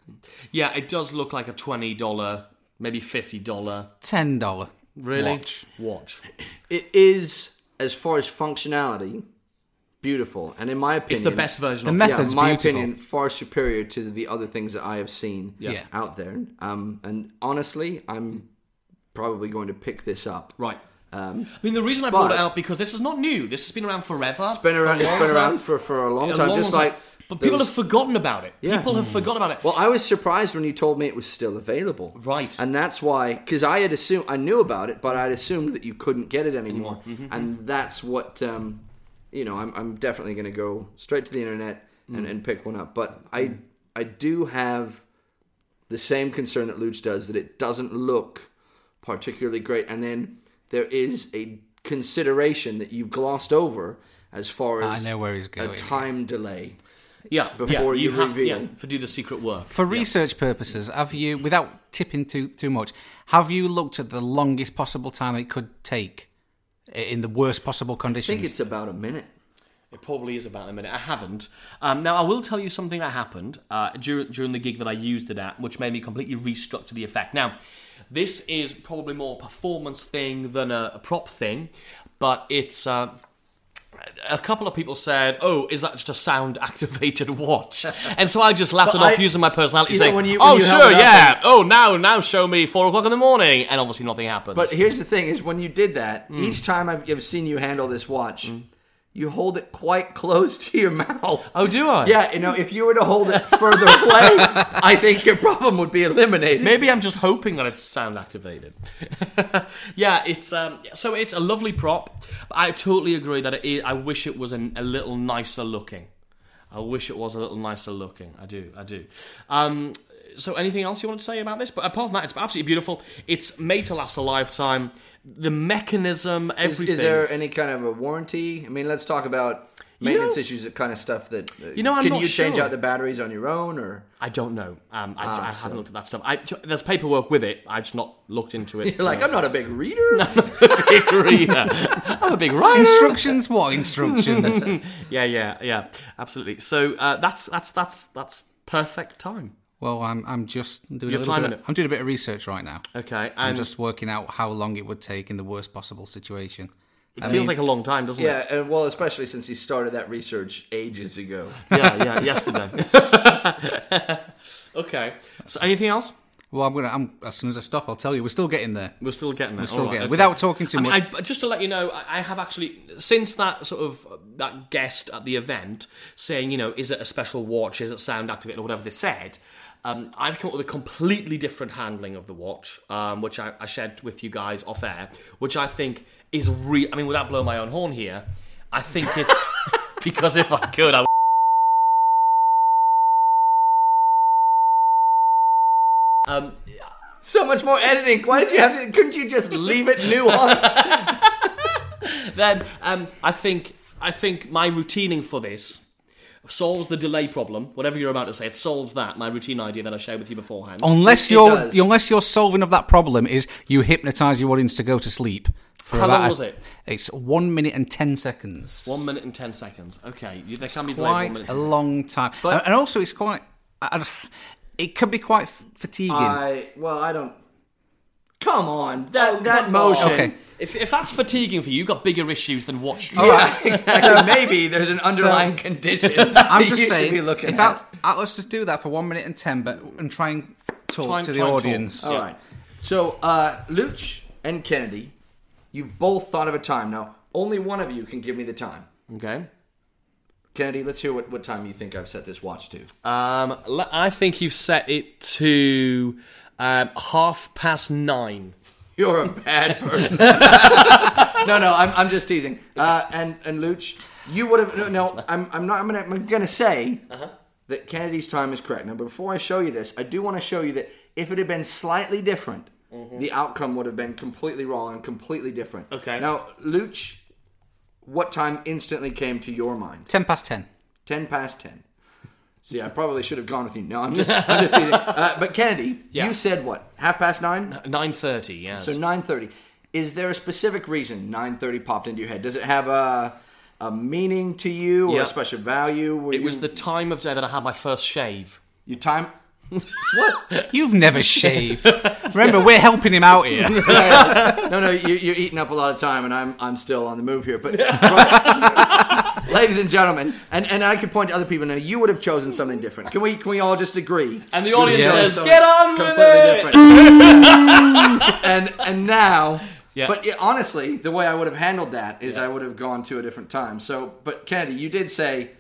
Speaker 1: Yeah, it does look like a twenty dollar, maybe fifty dollar
Speaker 5: Ten dollar
Speaker 1: really
Speaker 5: watch.
Speaker 1: Watch.
Speaker 2: It is, as far as functionality, beautiful, and in my opinion,
Speaker 1: It's the best version
Speaker 5: The
Speaker 1: of
Speaker 2: Yeah,
Speaker 5: method's
Speaker 2: in my
Speaker 5: beautiful.
Speaker 2: opinion, far superior to the other things that I have seen
Speaker 5: Yeah.
Speaker 2: out there. Um, and honestly, I'm probably going to pick this up.
Speaker 1: Right. I mean, the reason I brought
Speaker 2: Um, but-
Speaker 1: it out because this is not new. This has been around forever.
Speaker 2: It's been around.
Speaker 1: For a
Speaker 2: It's
Speaker 1: long
Speaker 2: been
Speaker 1: time.
Speaker 2: around for, for a long
Speaker 1: A
Speaker 2: time.
Speaker 1: long,
Speaker 2: just
Speaker 1: long
Speaker 2: like,
Speaker 1: time. but people
Speaker 2: those-
Speaker 1: have forgotten about it.
Speaker 2: Yeah. Hmm.
Speaker 1: People have forgotten about it.
Speaker 2: Well, I was surprised when you told me it was still available.
Speaker 1: Right.
Speaker 2: And that's why, because I had assumed, I knew about it, but I'd assumed that you couldn't get it anymore.
Speaker 5: Mm-hmm,
Speaker 2: And that's what, um, you know, I'm, I'm definitely going to go straight to the internet and,
Speaker 5: Mm.
Speaker 2: and pick one up. But I, I do have the same concern that Luch does that it doesn't look particularly great. And then there is a consideration that you've glossed over as far
Speaker 5: I
Speaker 2: as
Speaker 5: know where he's
Speaker 2: a
Speaker 5: going.
Speaker 2: time delay.
Speaker 1: yeah.
Speaker 2: before
Speaker 1: yeah,
Speaker 2: you
Speaker 1: have to, yeah,
Speaker 2: reveal.
Speaker 1: to do the secret work.
Speaker 5: For research purposes, have you, without tipping too too much, have you looked at the longest possible time it could take i- in the worst possible
Speaker 2: I think
Speaker 5: conditions?
Speaker 2: it's about a minute.
Speaker 1: It probably is about a minute. I haven't. Um, now, I will tell you something that happened uh, during, during the gig that I used it at, which made me completely restructure the effect. Now, this is probably more a performance thing than a, a prop thing, but it's. Uh, a couple of people said, "Oh, is that just a sound-activated watch?" and so I just laughed
Speaker 2: But
Speaker 1: it off
Speaker 2: I-
Speaker 1: using my personality,
Speaker 2: you know,
Speaker 1: saying,
Speaker 2: when you- when
Speaker 1: "Oh,
Speaker 2: you held
Speaker 1: sure,
Speaker 2: it up
Speaker 1: yeah.
Speaker 2: and-
Speaker 1: Oh, now, now show me four o'clock in the morning," and obviously nothing happens.
Speaker 2: But here's the thing: is when you did that,
Speaker 1: Mm.
Speaker 2: each time I've, I've seen you handle this watch, you hold it quite close to your mouth.
Speaker 1: oh, do I?
Speaker 2: Yeah, you know, if you were to hold it further away, I think your problem would be eliminated.
Speaker 1: Maybe I'm just hoping that it's sound activated. yeah, it's um, so it's a lovely prop. But I totally agree that it is, I wish it was an, a little nicer looking. I wish it was a little nicer looking. I do, I do. Um, so anything else you want to say about this? But apart from that, it's absolutely beautiful. It's made to last a lifetime. The mechanism,
Speaker 2: Is,
Speaker 1: everything.
Speaker 2: is there any kind of a warranty? I mean, let's talk about maintenance
Speaker 1: know-
Speaker 2: issues, the kind of stuff that. uh,
Speaker 1: You know, I'm
Speaker 2: can
Speaker 1: not
Speaker 2: you change
Speaker 1: sure.
Speaker 2: out the batteries on your own, or
Speaker 1: I don't know. Um, I,
Speaker 2: Ah,
Speaker 1: I haven't looked at that stuff. I, there's paperwork with it. I've just not looked into it.
Speaker 2: you're like, I'm not a big reader.
Speaker 1: big reader. I'm a big writer.
Speaker 5: instructions? What instructions?
Speaker 1: Yeah, yeah, yeah, absolutely. So uh, that's that's that's that's perfect time.
Speaker 5: well, I'm I'm just doing
Speaker 1: You're
Speaker 5: a little bit
Speaker 1: timing
Speaker 5: of-
Speaker 1: it.
Speaker 5: I'm doing a bit of research right now.
Speaker 1: Okay,
Speaker 5: I'm
Speaker 1: and
Speaker 5: just working out how long it would take in the worst possible situation.
Speaker 1: it feels like a long time, doesn't
Speaker 2: yeah,
Speaker 1: it?
Speaker 2: and well, especially since he started that research ages ago.
Speaker 1: Yeah, yeah, yesterday. okay. So anything else?
Speaker 5: Well, I'm gonna. I'm, as soon as I stop, I'll tell you. We're still getting there.
Speaker 1: We're still getting there. We're
Speaker 5: still getting- without talking too
Speaker 1: I mean,
Speaker 5: much.
Speaker 1: I, but just to let you know, I I have actually since that sort of uh, that guest at the event saying, you know, is it a special watch? Is it sound activated or whatever they said? Um, I've come up with a completely different handling of the watch, um, which I, I shared with you guys off air, which I think is real. I mean, without blowing my own horn here, I think it's because if I could, I. would Um,
Speaker 2: So much more editing. Why did you have to? Couldn't you just leave it nuanced?
Speaker 1: then um, I think I think my routining for this solves the delay problem. Whatever you're about to say, it solves that. My routine idea that I shared with you beforehand.
Speaker 5: Unless
Speaker 2: It
Speaker 5: your
Speaker 2: does.
Speaker 5: unless your solving of that problem is you hypnotise your audience to go to sleep. For
Speaker 1: How
Speaker 5: about
Speaker 1: long
Speaker 5: a-
Speaker 1: was it?
Speaker 5: It's one minute and ten seconds.
Speaker 1: One minute and ten seconds. Okay, you, there can be delayed. One
Speaker 5: quite
Speaker 1: minute.
Speaker 5: a
Speaker 1: and-
Speaker 5: long time, and, and also it's quite. I- I- it can be quite f- fatiguing.
Speaker 2: I well, I don't. Come on, that that
Speaker 1: come
Speaker 2: motion.
Speaker 5: Okay.
Speaker 1: If, if that's fatiguing for you, you've got bigger issues than watch.
Speaker 5: All right.
Speaker 2: exactly. Maybe there's an underlying condition.
Speaker 5: I'm
Speaker 2: that
Speaker 5: just
Speaker 2: you should
Speaker 5: saying,
Speaker 2: Be looking
Speaker 5: if
Speaker 2: at.
Speaker 5: At- Atlas just do that for one minute and ten, but and try and talk
Speaker 1: Try and-
Speaker 5: to the
Speaker 1: try and talk.
Speaker 5: audience.
Speaker 1: Oh.
Speaker 2: All right. So, uh, Luch and Kennedy, you've both thought of a time. Now, only one of you can give me the time.
Speaker 1: Okay.
Speaker 2: Kennedy, let's hear what, what time you think I've set this watch to.
Speaker 1: Um, le- I think you've set it to um, half past nine.
Speaker 2: You're a bad person. no, no, I'm, I'm just teasing. Uh, and and Luch, you would have no. no I'm, I'm not. I'm gonna I'm gonna say that Kennedy's time is correct. Now, before I show you this, I do want to show you that if it had been slightly different, the outcome would have been completely wrong and completely different.
Speaker 1: Okay.
Speaker 2: Now, Luch, what time instantly came to your mind?
Speaker 5: Ten past ten.
Speaker 2: Ten past ten. See, I probably should have gone with you. No, I'm just, I'm just teasing. Uh, but Kennedy,
Speaker 1: Yeah.
Speaker 2: you said what? Half past nine.
Speaker 1: Nine thirty. Yes.
Speaker 2: So nine thirty. Is there a specific reason nine thirty popped into your head? Does it have a a meaning to you or
Speaker 1: Yeah.
Speaker 2: a special value? Were
Speaker 1: it was
Speaker 2: you-
Speaker 1: the time of day that I had my first shave.
Speaker 2: your time.
Speaker 5: You've never shaved. Remember, we're helping him out here.
Speaker 2: no, no, you, you're eating up a lot of time, and I'm I'm still on the move here. But ladies and gentlemen, and, and I could point to other people. Now you would have chosen something different. Can we can we all just agree?
Speaker 1: And the audience
Speaker 5: Yeah.
Speaker 1: says,
Speaker 2: So
Speaker 1: "Get on with
Speaker 2: completely
Speaker 1: it."
Speaker 2: different. and and now,
Speaker 1: Yeah.
Speaker 2: but yeah, honestly, the way I would have handled that is I would have gone to a different time. So, but Kennedy, you did say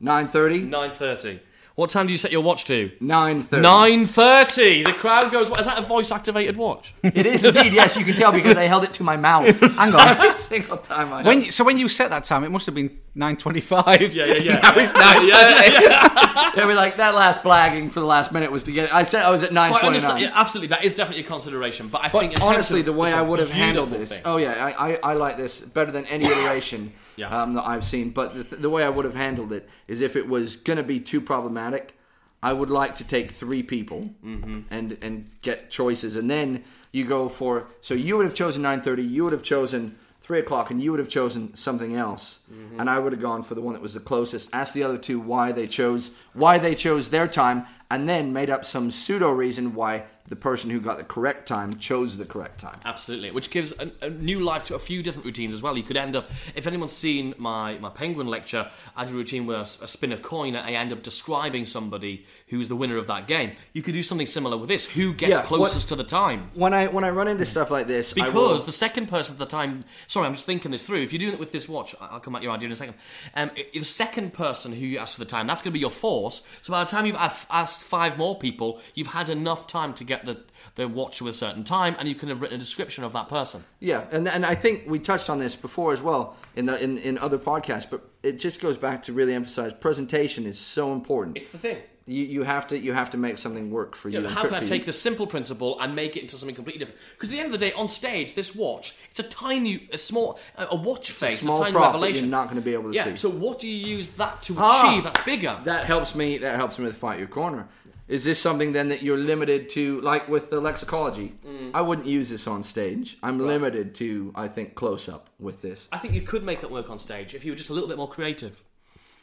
Speaker 2: nine thirty.
Speaker 1: Nine thirty. What time do you set your watch to?
Speaker 2: Nine thirty.
Speaker 1: Nine thirty. The crowd goes. What is that? A voice-activated watch?
Speaker 2: It is indeed. Yes, you can tell because I held it to my mouth
Speaker 5: Hang on.
Speaker 2: every single time. I
Speaker 5: When you- so when you set that time, it must have been nine twenty-five.
Speaker 1: Yeah, yeah, yeah.
Speaker 5: now it's nine.
Speaker 2: they were like that last blagging for the last minute was to get. I said I was at nine
Speaker 1: So I
Speaker 2: twenty
Speaker 1: understand.
Speaker 2: nine.
Speaker 1: Yeah, absolutely. That is definitely a consideration. But I think
Speaker 2: But
Speaker 1: in terms
Speaker 2: honestly,
Speaker 1: of-
Speaker 2: the way
Speaker 1: it's a
Speaker 2: I would have handled
Speaker 1: beautiful
Speaker 2: this.
Speaker 1: thing.
Speaker 2: Oh yeah, I, I, I like this better than any iteration
Speaker 1: Yeah.
Speaker 2: um, that I've seen. But the, th- the way I would have handled it is if it was going to be too problematic, I would like to take three people and and get choices, and then you go for. So you would have chosen nine thirty. You would have chosen. Three o'clock, and you would have chosen something else, and I would have gone for the one that was the closest. Asked the other two why they chose why they chose their time, and then made up some pseudo reason why the person who got the correct time chose the correct time.
Speaker 1: Absolutely, which gives a, a new life to a few different routines as well. You could end up, if anyone's seen my, my penguin lecture, I do a routine where I s- I spin a coin and I end up describing somebody who's the winner of that game. You could do something similar with this. Who gets
Speaker 2: Yeah,
Speaker 1: closest
Speaker 2: what-
Speaker 1: to the time?
Speaker 2: when I when I run into stuff like this, I will-
Speaker 1: Because the second person at the time, sorry, I'm just thinking this through. If you're doing it with this watch, I- I'll come back to your idea in a second. Um, i- the second person who you ask for the time, that's going to be your force. So by the time you've af- asked five more people, you've had enough time to get the, the watch to a certain time, and you can have written a description of that person.
Speaker 2: yeah, and and I think we touched on this before as well in the in, in other podcasts, but it just goes back to really emphasize presentation is so important.
Speaker 1: It's the thing.
Speaker 2: you you have to you have to make something work for you.
Speaker 1: Yeah,
Speaker 2: and
Speaker 1: how
Speaker 2: fit
Speaker 1: can I
Speaker 2: for you.
Speaker 1: take the simple principle and make it into something completely different? Because at the end of the day, on stage, this watch, it's a tiny, a small, a a watch face, it's a
Speaker 2: small
Speaker 1: tiny
Speaker 2: prop that you're
Speaker 1: revelation.
Speaker 2: not gonna be able to
Speaker 1: yeah,
Speaker 2: see.
Speaker 1: So what do you use that to
Speaker 2: Ah!
Speaker 1: achieve that's bigger?
Speaker 2: That helps me. That helps me with fight your corner. Is this something then that you're limited to, like with the lexicology?
Speaker 1: Mm.
Speaker 2: I wouldn't use this on stage. I'm limited to, I think, close up with this.
Speaker 1: I think you could make it work on stage if you were just a little bit more creative.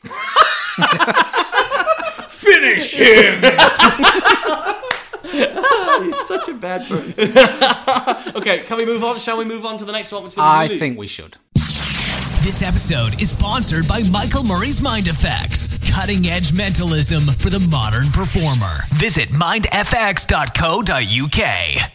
Speaker 1: Finish him.
Speaker 2: You're such a bad person.
Speaker 1: okay, can we move on? Shall we move on to the next one? Which is gonna
Speaker 5: I
Speaker 1: be Luke?
Speaker 5: think we should.
Speaker 3: This episode is sponsored by Michael Murray's Mind Effects, cutting edge mentalism for the modern performer. Visit mindfx.co.uk.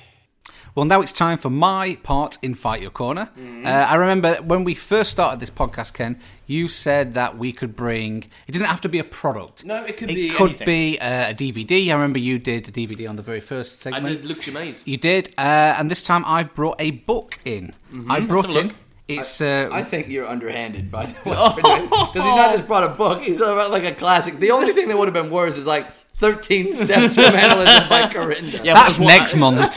Speaker 5: Well, now it's time for my part in Fight Your Corner.
Speaker 1: Mm-hmm.
Speaker 5: Uh, I remember when we first started this podcast, Ken, you said that we could bring. It didn't have to be a product.
Speaker 1: No, it could
Speaker 5: it
Speaker 1: be
Speaker 5: could
Speaker 1: anything.
Speaker 5: be uh, a DVD. I remember you did a DVD on the very first
Speaker 1: I
Speaker 5: segment.
Speaker 1: did Luke Germain's.
Speaker 5: You did, uh, and this time I've brought a book in. I brought
Speaker 1: Mm-hmm. Let's have a look.
Speaker 5: in. It's uh,
Speaker 2: I think you're underhanded, by the way. Because he's not just brought a book, he's brought like a classic. The only thing that would have been worse is like 13 Steps to Mentalism by Corinda.
Speaker 1: Yeah,
Speaker 5: That's
Speaker 1: what-
Speaker 5: next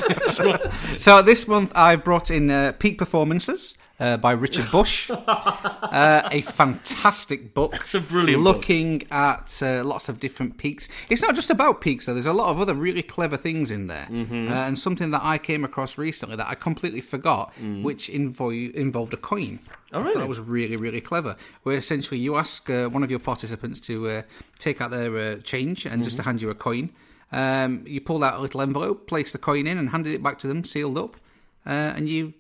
Speaker 5: month. so this month I've brought in uh, Peak Performances uh, by Richard Bush. uh, a fantastic book. It's
Speaker 1: a brilliant book.
Speaker 5: Looking at uh, lots of different peaks. It's not just about peaks though. There's a lot of other really clever things in there.
Speaker 1: Mm-hmm.
Speaker 5: Uh, and something that I came across recently that I completely forgot,
Speaker 1: Mm.
Speaker 5: which invo- involved a coin. Oh, really? that was really, really clever. Where essentially you ask uh, one of your participants to uh, take out their uh, change
Speaker 1: Mm-hmm.
Speaker 5: and just to hand you a coin. Um, you pull out a little envelope, place the coin in, and handed it back to them, sealed up, uh, and you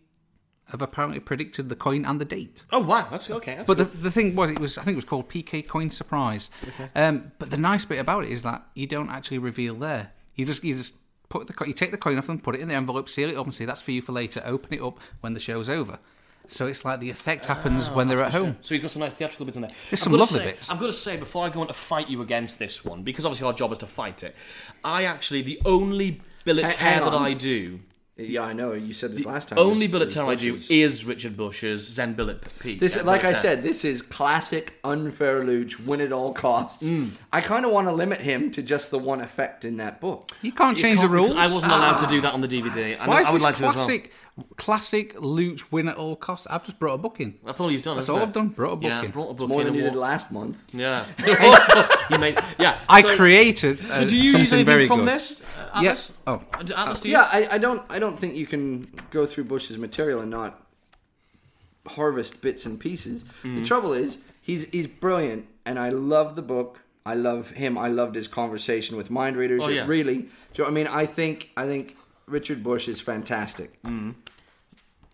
Speaker 5: have apparently predicted the coin and the date.
Speaker 1: Oh wow, that's okay. That's
Speaker 5: But the, the thing was, it was I think it was called PK Coin Surprise. Um, but the nice bit about it is that you don't actually reveal there. You just you just put the co- you take the coin off them, put it in the envelope, seal it up, and say that's for you for later. Open it up when the show's over. So it's like the effect happens
Speaker 1: Ah,
Speaker 5: when they're at home.
Speaker 1: So we've got some nice theatrical bits in there.
Speaker 5: There's
Speaker 1: I've
Speaker 5: some
Speaker 1: got to
Speaker 5: lovely
Speaker 1: say-
Speaker 5: bits.
Speaker 1: I've got to say, before I go on to fight you against this one, because obviously our job is to fight it, I actually, the only billet
Speaker 2: H-
Speaker 1: tear
Speaker 2: hang
Speaker 1: that
Speaker 2: on.
Speaker 1: I do,
Speaker 2: Yeah, I know. You said this last time.
Speaker 1: only
Speaker 2: This-
Speaker 1: billet
Speaker 2: this
Speaker 1: tear I do
Speaker 2: is-
Speaker 1: is Richard Bush's Zen Billet P.
Speaker 2: This,
Speaker 1: Zen
Speaker 2: like
Speaker 1: Billet
Speaker 2: I
Speaker 1: Tear.
Speaker 2: said, this is classic unfair luge, win at all costs.
Speaker 1: Mm.
Speaker 2: I kind of want to limit him to just the one effect in that book.
Speaker 5: You can't change
Speaker 1: Can't-
Speaker 5: the rules. Ah.
Speaker 1: I wasn't allowed to do that on the DVD. I, know-
Speaker 5: Why is
Speaker 1: I would
Speaker 5: this
Speaker 1: like to as well.
Speaker 5: classic, classic loot win at all costs? I've just brought a book in.
Speaker 1: That's all you've done.
Speaker 5: That's
Speaker 1: isn't
Speaker 5: all
Speaker 1: it?
Speaker 5: I've done, brought a book
Speaker 1: yeah,
Speaker 5: in.
Speaker 1: Brought a book
Speaker 2: More
Speaker 1: in
Speaker 2: than
Speaker 1: and
Speaker 2: you did
Speaker 1: wa-
Speaker 2: last month.
Speaker 1: Yeah. you made. Yeah.
Speaker 5: I
Speaker 1: so-
Speaker 5: created. uh,
Speaker 1: So do you
Speaker 5: something
Speaker 1: use
Speaker 5: very
Speaker 1: anything from
Speaker 5: good.
Speaker 1: this? uh,
Speaker 5: Yes.
Speaker 1: Atlas?
Speaker 5: Oh,
Speaker 1: Uh, Atlas, do you?
Speaker 2: Yeah, I, I don't. I don't think you can go through Bush's material and not harvest bits and pieces.
Speaker 1: Mm.
Speaker 2: The trouble is, he's he's brilliant, and I love the book. I love him. I loved his conversation with mind readers.
Speaker 1: Oh,
Speaker 2: It
Speaker 1: yeah.
Speaker 2: Really, do you know what I mean? I think I think Richard Bush is fantastic.
Speaker 1: Mm.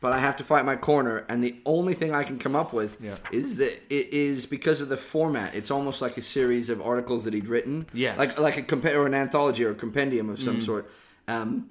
Speaker 2: But I have to fight my corner, and the only thing I can come up with is that it is because of the format. It's almost like a series of articles that he'd written,
Speaker 1: Yes. Mm.
Speaker 2: like like a compa- or an anthology or a compendium of some sort. Um,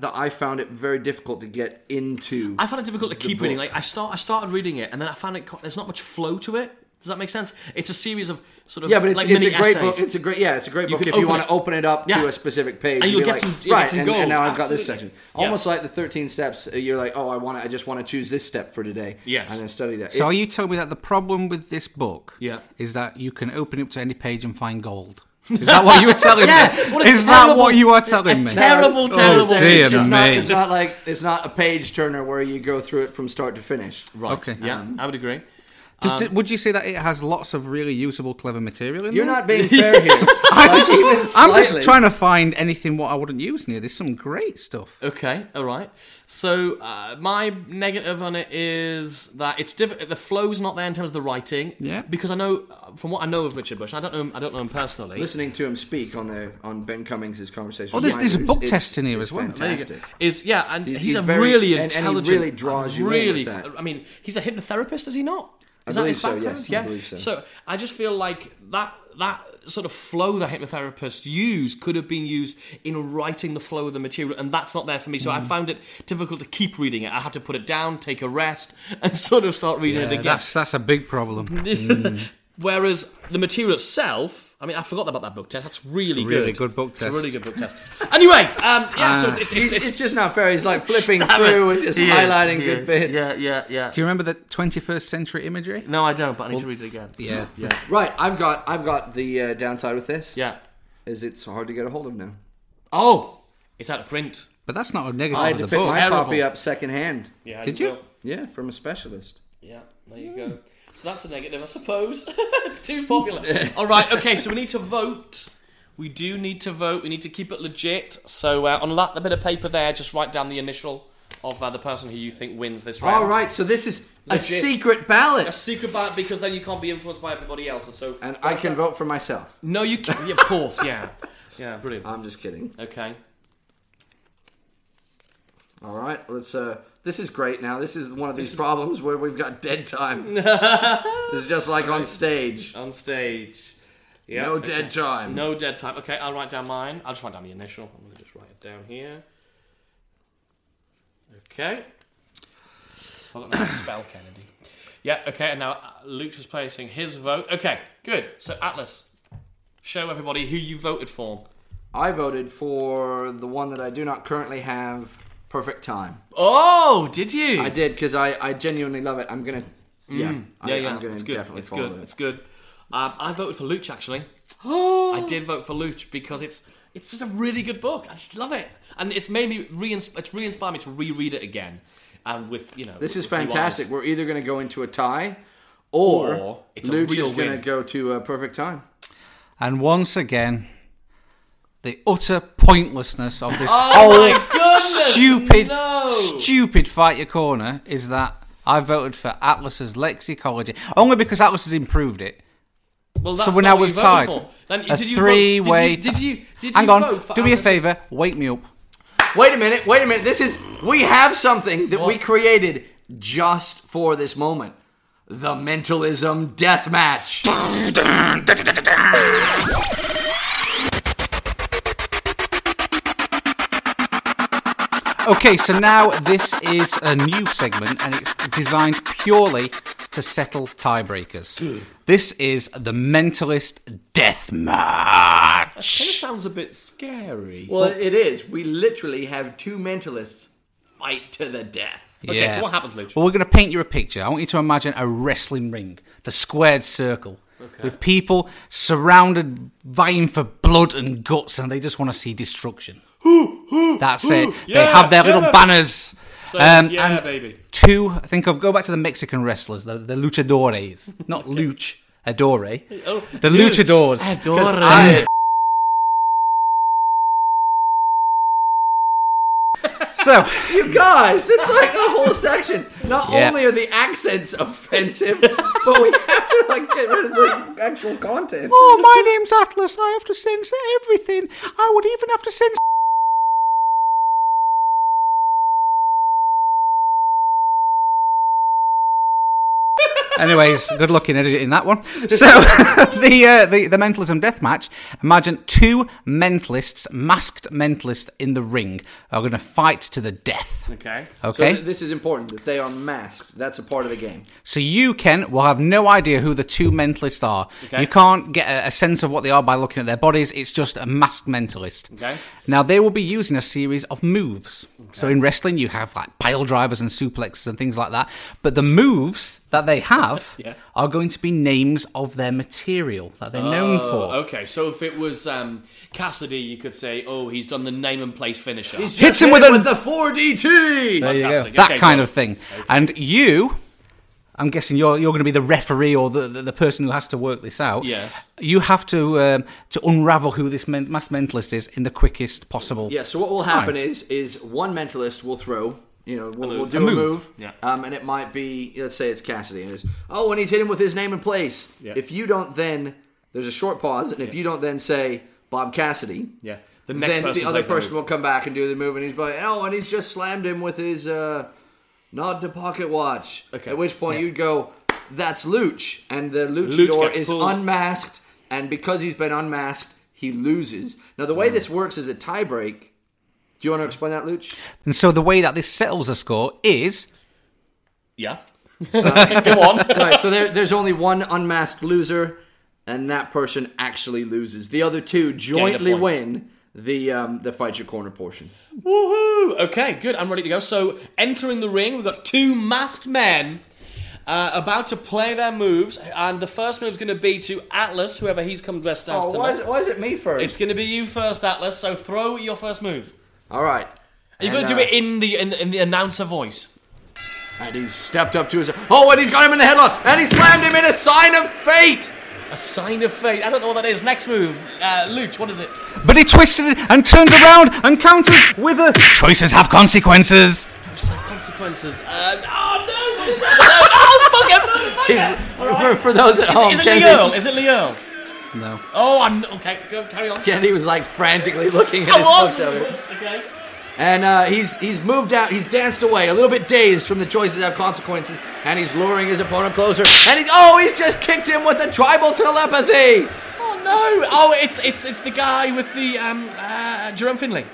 Speaker 2: that I found it very difficult to get into.
Speaker 1: I found it difficult to keep
Speaker 2: book.
Speaker 1: reading. Like I start, I started reading it, and then I found it. co- There's not much flow to it. Does that make sense? It's a series of sort of
Speaker 2: yeah, but it's,
Speaker 1: like
Speaker 2: it's a
Speaker 1: mini
Speaker 2: great
Speaker 1: essays.
Speaker 2: book. It's a great yeah, it's a great
Speaker 1: You
Speaker 2: book
Speaker 1: can
Speaker 2: if you
Speaker 1: open
Speaker 2: want
Speaker 1: it.
Speaker 2: to open it up
Speaker 1: Yeah.
Speaker 2: to a specific page
Speaker 1: And you'll
Speaker 2: be
Speaker 1: get
Speaker 2: like,
Speaker 1: some- you'll get
Speaker 2: right,
Speaker 1: some
Speaker 2: and,
Speaker 1: gold.
Speaker 2: and now I've got this
Speaker 1: Absolutely.
Speaker 2: section.
Speaker 1: Yeah.
Speaker 2: Almost like the thirteen steps. You're like, oh, I want to, I just want to choose this step for today.
Speaker 1: Yes.
Speaker 2: and then study that.
Speaker 5: So
Speaker 2: It-
Speaker 5: are you telling me that the problem with this book
Speaker 1: Yeah.
Speaker 5: is that you can open up to any page and find gold? Is that what you were telling
Speaker 1: Yeah,
Speaker 5: me?
Speaker 1: what a
Speaker 5: Is that
Speaker 1: terrible-
Speaker 5: what you are telling me?
Speaker 1: terrible,
Speaker 2: Oh,
Speaker 1: terrible.
Speaker 5: dear
Speaker 1: picture.
Speaker 2: it's not,
Speaker 5: me.
Speaker 2: it's not like it's not a page turner where you go through it from start to finish.
Speaker 1: Right.
Speaker 5: Okay.
Speaker 1: Yeah, I would agree.
Speaker 5: Does- d-
Speaker 1: Um,
Speaker 5: would you say that it has lots of really usable, clever material in
Speaker 2: You're
Speaker 5: there?
Speaker 2: not being fair here. Like, even
Speaker 5: I'm just
Speaker 2: slightly.
Speaker 5: trying to find anything what I wouldn't use near. There's some great stuff.
Speaker 1: Okay, all right. So uh, my negative on it is that it's diff- the flow's not there in terms of the writing.
Speaker 5: Yeah.
Speaker 1: Because I know uh, from what I know of Richard Bush, I don't know him, I don't know him personally.
Speaker 2: listening to him speak on the on Ben Cummings' conversation.
Speaker 5: Oh, there's-
Speaker 2: with
Speaker 5: there's a
Speaker 2: Miners,
Speaker 5: book
Speaker 2: it's-
Speaker 5: test in here
Speaker 2: it's
Speaker 5: as well. There you go.
Speaker 2: Fantastic.
Speaker 1: Is yeah, and he's,
Speaker 2: He's-
Speaker 1: a
Speaker 2: he's very-
Speaker 1: really
Speaker 2: and- and he
Speaker 1: intelligent.
Speaker 2: really draws you in with
Speaker 1: really,
Speaker 2: that.
Speaker 1: I mean, he's a hypnotherapist, is he not? Is
Speaker 2: I
Speaker 1: that his
Speaker 2: believe so,
Speaker 1: background?
Speaker 2: yes, I
Speaker 1: yeah.
Speaker 2: believe so.
Speaker 1: I just feel like that that sort of flow that hypnotherapists use could have been used in writing the flow of the material, and that's not there for me. So I
Speaker 2: Mm.
Speaker 1: found it difficult to keep reading it. I had to put it down, take a rest, and sort of start reading it
Speaker 5: Yeah,
Speaker 1: again.
Speaker 5: Uh, that's that's a big problem.
Speaker 2: Mm.
Speaker 1: Whereas the material itself, I mean, I forgot about that book test. That's really
Speaker 5: It's a
Speaker 1: good.
Speaker 5: really good book
Speaker 1: It's a
Speaker 5: test.
Speaker 1: really good book test. Anyway, um, yeah, so it's,
Speaker 2: It's,
Speaker 1: it's,
Speaker 2: it's
Speaker 1: it's
Speaker 2: just not fair. Ah. He's like flipping
Speaker 1: Damn it.
Speaker 2: through and just
Speaker 1: He is,
Speaker 2: highlighting
Speaker 1: he
Speaker 2: good
Speaker 1: is.
Speaker 2: bits.
Speaker 1: Yeah, yeah, yeah.
Speaker 5: Do you remember the 21st century imagery?
Speaker 1: No, I don't, but I need to read it again.
Speaker 5: Yeah.
Speaker 2: Right, I've got I've got the uh, downside with this.
Speaker 1: Yeah.
Speaker 2: is it's hard to get a hold of now.
Speaker 1: Oh, it's out of print.
Speaker 5: But that's not a negative
Speaker 2: I had
Speaker 5: of
Speaker 2: to
Speaker 5: Oh, the
Speaker 2: pick
Speaker 5: book.
Speaker 2: my
Speaker 1: Terrible.
Speaker 2: copy up secondhand.
Speaker 1: Yeah.
Speaker 5: Did you?
Speaker 1: will.
Speaker 2: Yeah, from a specialist.
Speaker 1: Yeah. There you go. So that's a negative, I suppose. it's too popular. All right. Okay. So we need to vote. We do need to vote. We need to keep it legit. So uh, on that bit of paper there, just write down the initial of uh, the person who you think wins this round.
Speaker 2: All right, so this is a
Speaker 1: Legit.
Speaker 2: secret
Speaker 1: A
Speaker 2: ballot,
Speaker 1: secret ballot because then you can't be influenced by everybody else. And so
Speaker 2: and I can vote for myself.
Speaker 1: no, you can. Yeah, of course. Yeah. Yeah. Brilliant.
Speaker 2: I'm just kidding.
Speaker 1: Okay.
Speaker 2: All right, let's. Uh, this is great. Now this is one of these problems where we've got dead time. this is just like on stage.
Speaker 1: On stage. Yeah.
Speaker 2: No dead time.
Speaker 1: No dead time. Okay, I'll write down mine. I'll just write down the initial. I'm going to just write it down here. Okay. I've got my spell, Kennedy. Yeah, okay, and now uh, Luke is placing his vote. Okay, good. So, Atlas, show everybody who you voted for.
Speaker 2: I voted for the one that I do not currently have. Perfect time.
Speaker 1: Oh, did you?
Speaker 2: I did because I, I genuinely love it. I'm gonna. Mm. Yeah, I,
Speaker 1: Yeah, yeah,
Speaker 2: I'm gonna
Speaker 1: it's good.
Speaker 2: definitely
Speaker 1: It's
Speaker 2: follow
Speaker 1: good.
Speaker 2: it.
Speaker 1: It's good. Um, I voted for Luch actually. I did vote for Luch because it's it's just a really good book. I just love it, and it's made me re it's re-inspired me to reread it again, and with you know
Speaker 2: This
Speaker 1: with
Speaker 2: is
Speaker 1: new eyes.
Speaker 2: fantastic. We're either gonna go into a tie, or,
Speaker 1: Or it's a
Speaker 2: Luch
Speaker 1: real
Speaker 2: is gonna
Speaker 1: win.
Speaker 2: go to a perfect time.
Speaker 5: And once again, the utter pointlessness of this
Speaker 1: Oh
Speaker 5: whole
Speaker 1: my goodness!
Speaker 5: stupid,
Speaker 1: No.
Speaker 5: stupid fight your corner is that I voted for Atlas's lexicology only because Atlas has improved it.
Speaker 1: well,
Speaker 5: So
Speaker 1: that's
Speaker 5: we're
Speaker 1: not
Speaker 5: now
Speaker 1: what
Speaker 5: we've
Speaker 1: you voted
Speaker 5: tied
Speaker 1: for. Then,
Speaker 5: a
Speaker 1: did you vote-
Speaker 5: three-way.
Speaker 1: Did you? Did you, did you
Speaker 5: Hang
Speaker 1: vote
Speaker 5: on,
Speaker 1: for
Speaker 5: do me a
Speaker 1: Atlas's-
Speaker 5: favour, wake me up.
Speaker 2: Wait a minute. Wait a minute. This is we have something that we
Speaker 1: What?
Speaker 2: created just for this moment. The mentalism death match.
Speaker 5: Okay, so now this is a new segment and it's designed purely to settle tiebreakers. This is the Mentalist Death Match.
Speaker 1: Kind of sounds a bit scary.
Speaker 2: Well, it is. We literally have two mentalists fight to the death.
Speaker 1: okay, so what happens, Luke?
Speaker 5: Well, we're going to paint you a picture. I want you to imagine a wrestling ring, the squared circle, with people surrounded, vying for blood and guts, and they just want to see destruction. That's it. they
Speaker 1: yeah,
Speaker 5: have their
Speaker 1: yeah.
Speaker 5: little banners.
Speaker 1: yeah,
Speaker 5: um, and
Speaker 1: baby.
Speaker 5: Two, I think of go back to the Mexican wrestlers, the, the luchadores, not luch. Adore.
Speaker 1: Oh,
Speaker 5: the luchadors.
Speaker 1: Adore.
Speaker 5: So,
Speaker 2: You guys, it's like a whole section. Not
Speaker 5: Yeah.
Speaker 2: only are the accents offensive, but we have to like get rid of the actual content.
Speaker 5: oh, my name's Atlas. I have to censor everything. I would even have to censor. Anyways, good luck in editing that one. So, the, uh, the the mentalism death match. Imagine two mentalists, masked mentalists, in the ring are going to fight to the death.
Speaker 1: Okay.
Speaker 5: Okay.
Speaker 2: So th- this is important that they are masked. That's a part of the game.
Speaker 5: So you, Ken, will have no idea who the two mentalists are.
Speaker 1: Okay.
Speaker 5: You can't get a, a sense of what they are by looking at their bodies. It's just a masked mentalist.
Speaker 1: Okay.
Speaker 5: Now they will be using a series of moves. So in wrestling, you have like pile drivers and suplexes and things like that. But the moves that they have
Speaker 1: Yeah.
Speaker 5: are going to be names of their material that they're known for.
Speaker 1: Okay, so if it was um, Cassidy, you could say, "Oh, he's done the name and place finisher."
Speaker 5: Hits
Speaker 2: Just
Speaker 5: him
Speaker 2: hit
Speaker 5: with
Speaker 2: it
Speaker 5: a-
Speaker 2: the 4DT.
Speaker 1: There you go. Fantastic.
Speaker 5: That
Speaker 1: Okay,
Speaker 5: kind
Speaker 1: go
Speaker 5: of
Speaker 1: on.
Speaker 5: thing. And you, I'm guessing you're you're going to be the referee or the, the the person who has to work this out.
Speaker 1: Yes.
Speaker 5: You have to um, to unravel who this men- mass mentalist is in the quickest possible.
Speaker 2: Yeah. So what will happen
Speaker 5: Fine.
Speaker 2: is is one mentalist will throw. You know, we'll, we'll
Speaker 1: move.
Speaker 2: do a
Speaker 1: A
Speaker 2: move,
Speaker 1: move. Yeah.
Speaker 2: um, and it might be, let's say it's Cassidy, and it's, oh, and he's hit him with his name and place.
Speaker 1: Yeah.
Speaker 2: If you don't then, there's a short pause, and if you don't then say Bob Cassidy,
Speaker 1: Yeah. The next
Speaker 2: then
Speaker 1: person
Speaker 2: the other
Speaker 1: plays that
Speaker 2: person
Speaker 1: move.
Speaker 2: will come back and do the move, and he's like, "Oh, and he's just slammed him with his uh, nod to pocket watch."
Speaker 1: Okay.
Speaker 2: At which point you'd go, "That's Luch," and the
Speaker 1: Luch
Speaker 2: luchador
Speaker 1: gets
Speaker 2: is
Speaker 1: pulled.
Speaker 2: unmasked, and because he's been unmasked, he loses. Now the way this works is a tiebreak. Do you want to explain that, Luch?
Speaker 5: And so the way that this settles a score is
Speaker 1: Yeah. Go on.
Speaker 2: All right, so there, there's only one unmasked loser, and that person actually loses. The other two jointly
Speaker 1: point.
Speaker 2: win the um, the fight your corner portion.
Speaker 1: Woohoo! Okay, good. I'm ready to go. So, entering the ring, we've got two masked men uh, about to play their moves, and the first move's going to be to Atlas, whoever he's come dressed as
Speaker 2: Oh, why
Speaker 1: tonight.
Speaker 2: is, why is it me first?
Speaker 1: It's going to be you first, Atlas. So, throw your first move.
Speaker 2: All right.
Speaker 1: You've got
Speaker 2: And,
Speaker 1: to do
Speaker 2: uh,
Speaker 1: it in the in, the- in the announcer voice.
Speaker 2: And he's stepped up to his. Oh, and he's got him in the headlock, and he slammed him in a sign of fate.
Speaker 1: A sign of fate. I don't know what that is. Next move, uh, Luch. What is it?
Speaker 5: but he twisted it and turned around and countered with a choices have consequences.
Speaker 1: Just like consequences. Uh, oh no! What is that? No, no, fuck it!
Speaker 2: He's- for, for those at home,
Speaker 1: Is, it
Speaker 2: Kenzie-
Speaker 1: Leo? Is it Leo?
Speaker 5: No.
Speaker 1: Oh, I'm okay. Go carry on.
Speaker 2: Kenzie was like frantically looking at his
Speaker 1: Go on.
Speaker 2: book cover.
Speaker 1: Okay.
Speaker 2: and uh, he's he's moved out. He's danced away, a little bit dazed from the choices that have consequences, and he's luring his opponent closer. And he's oh, he's just kicked him with a tribal telepathy.
Speaker 1: Oh no! Oh, it's it's it's the guy with the um uh, Jerome Finley.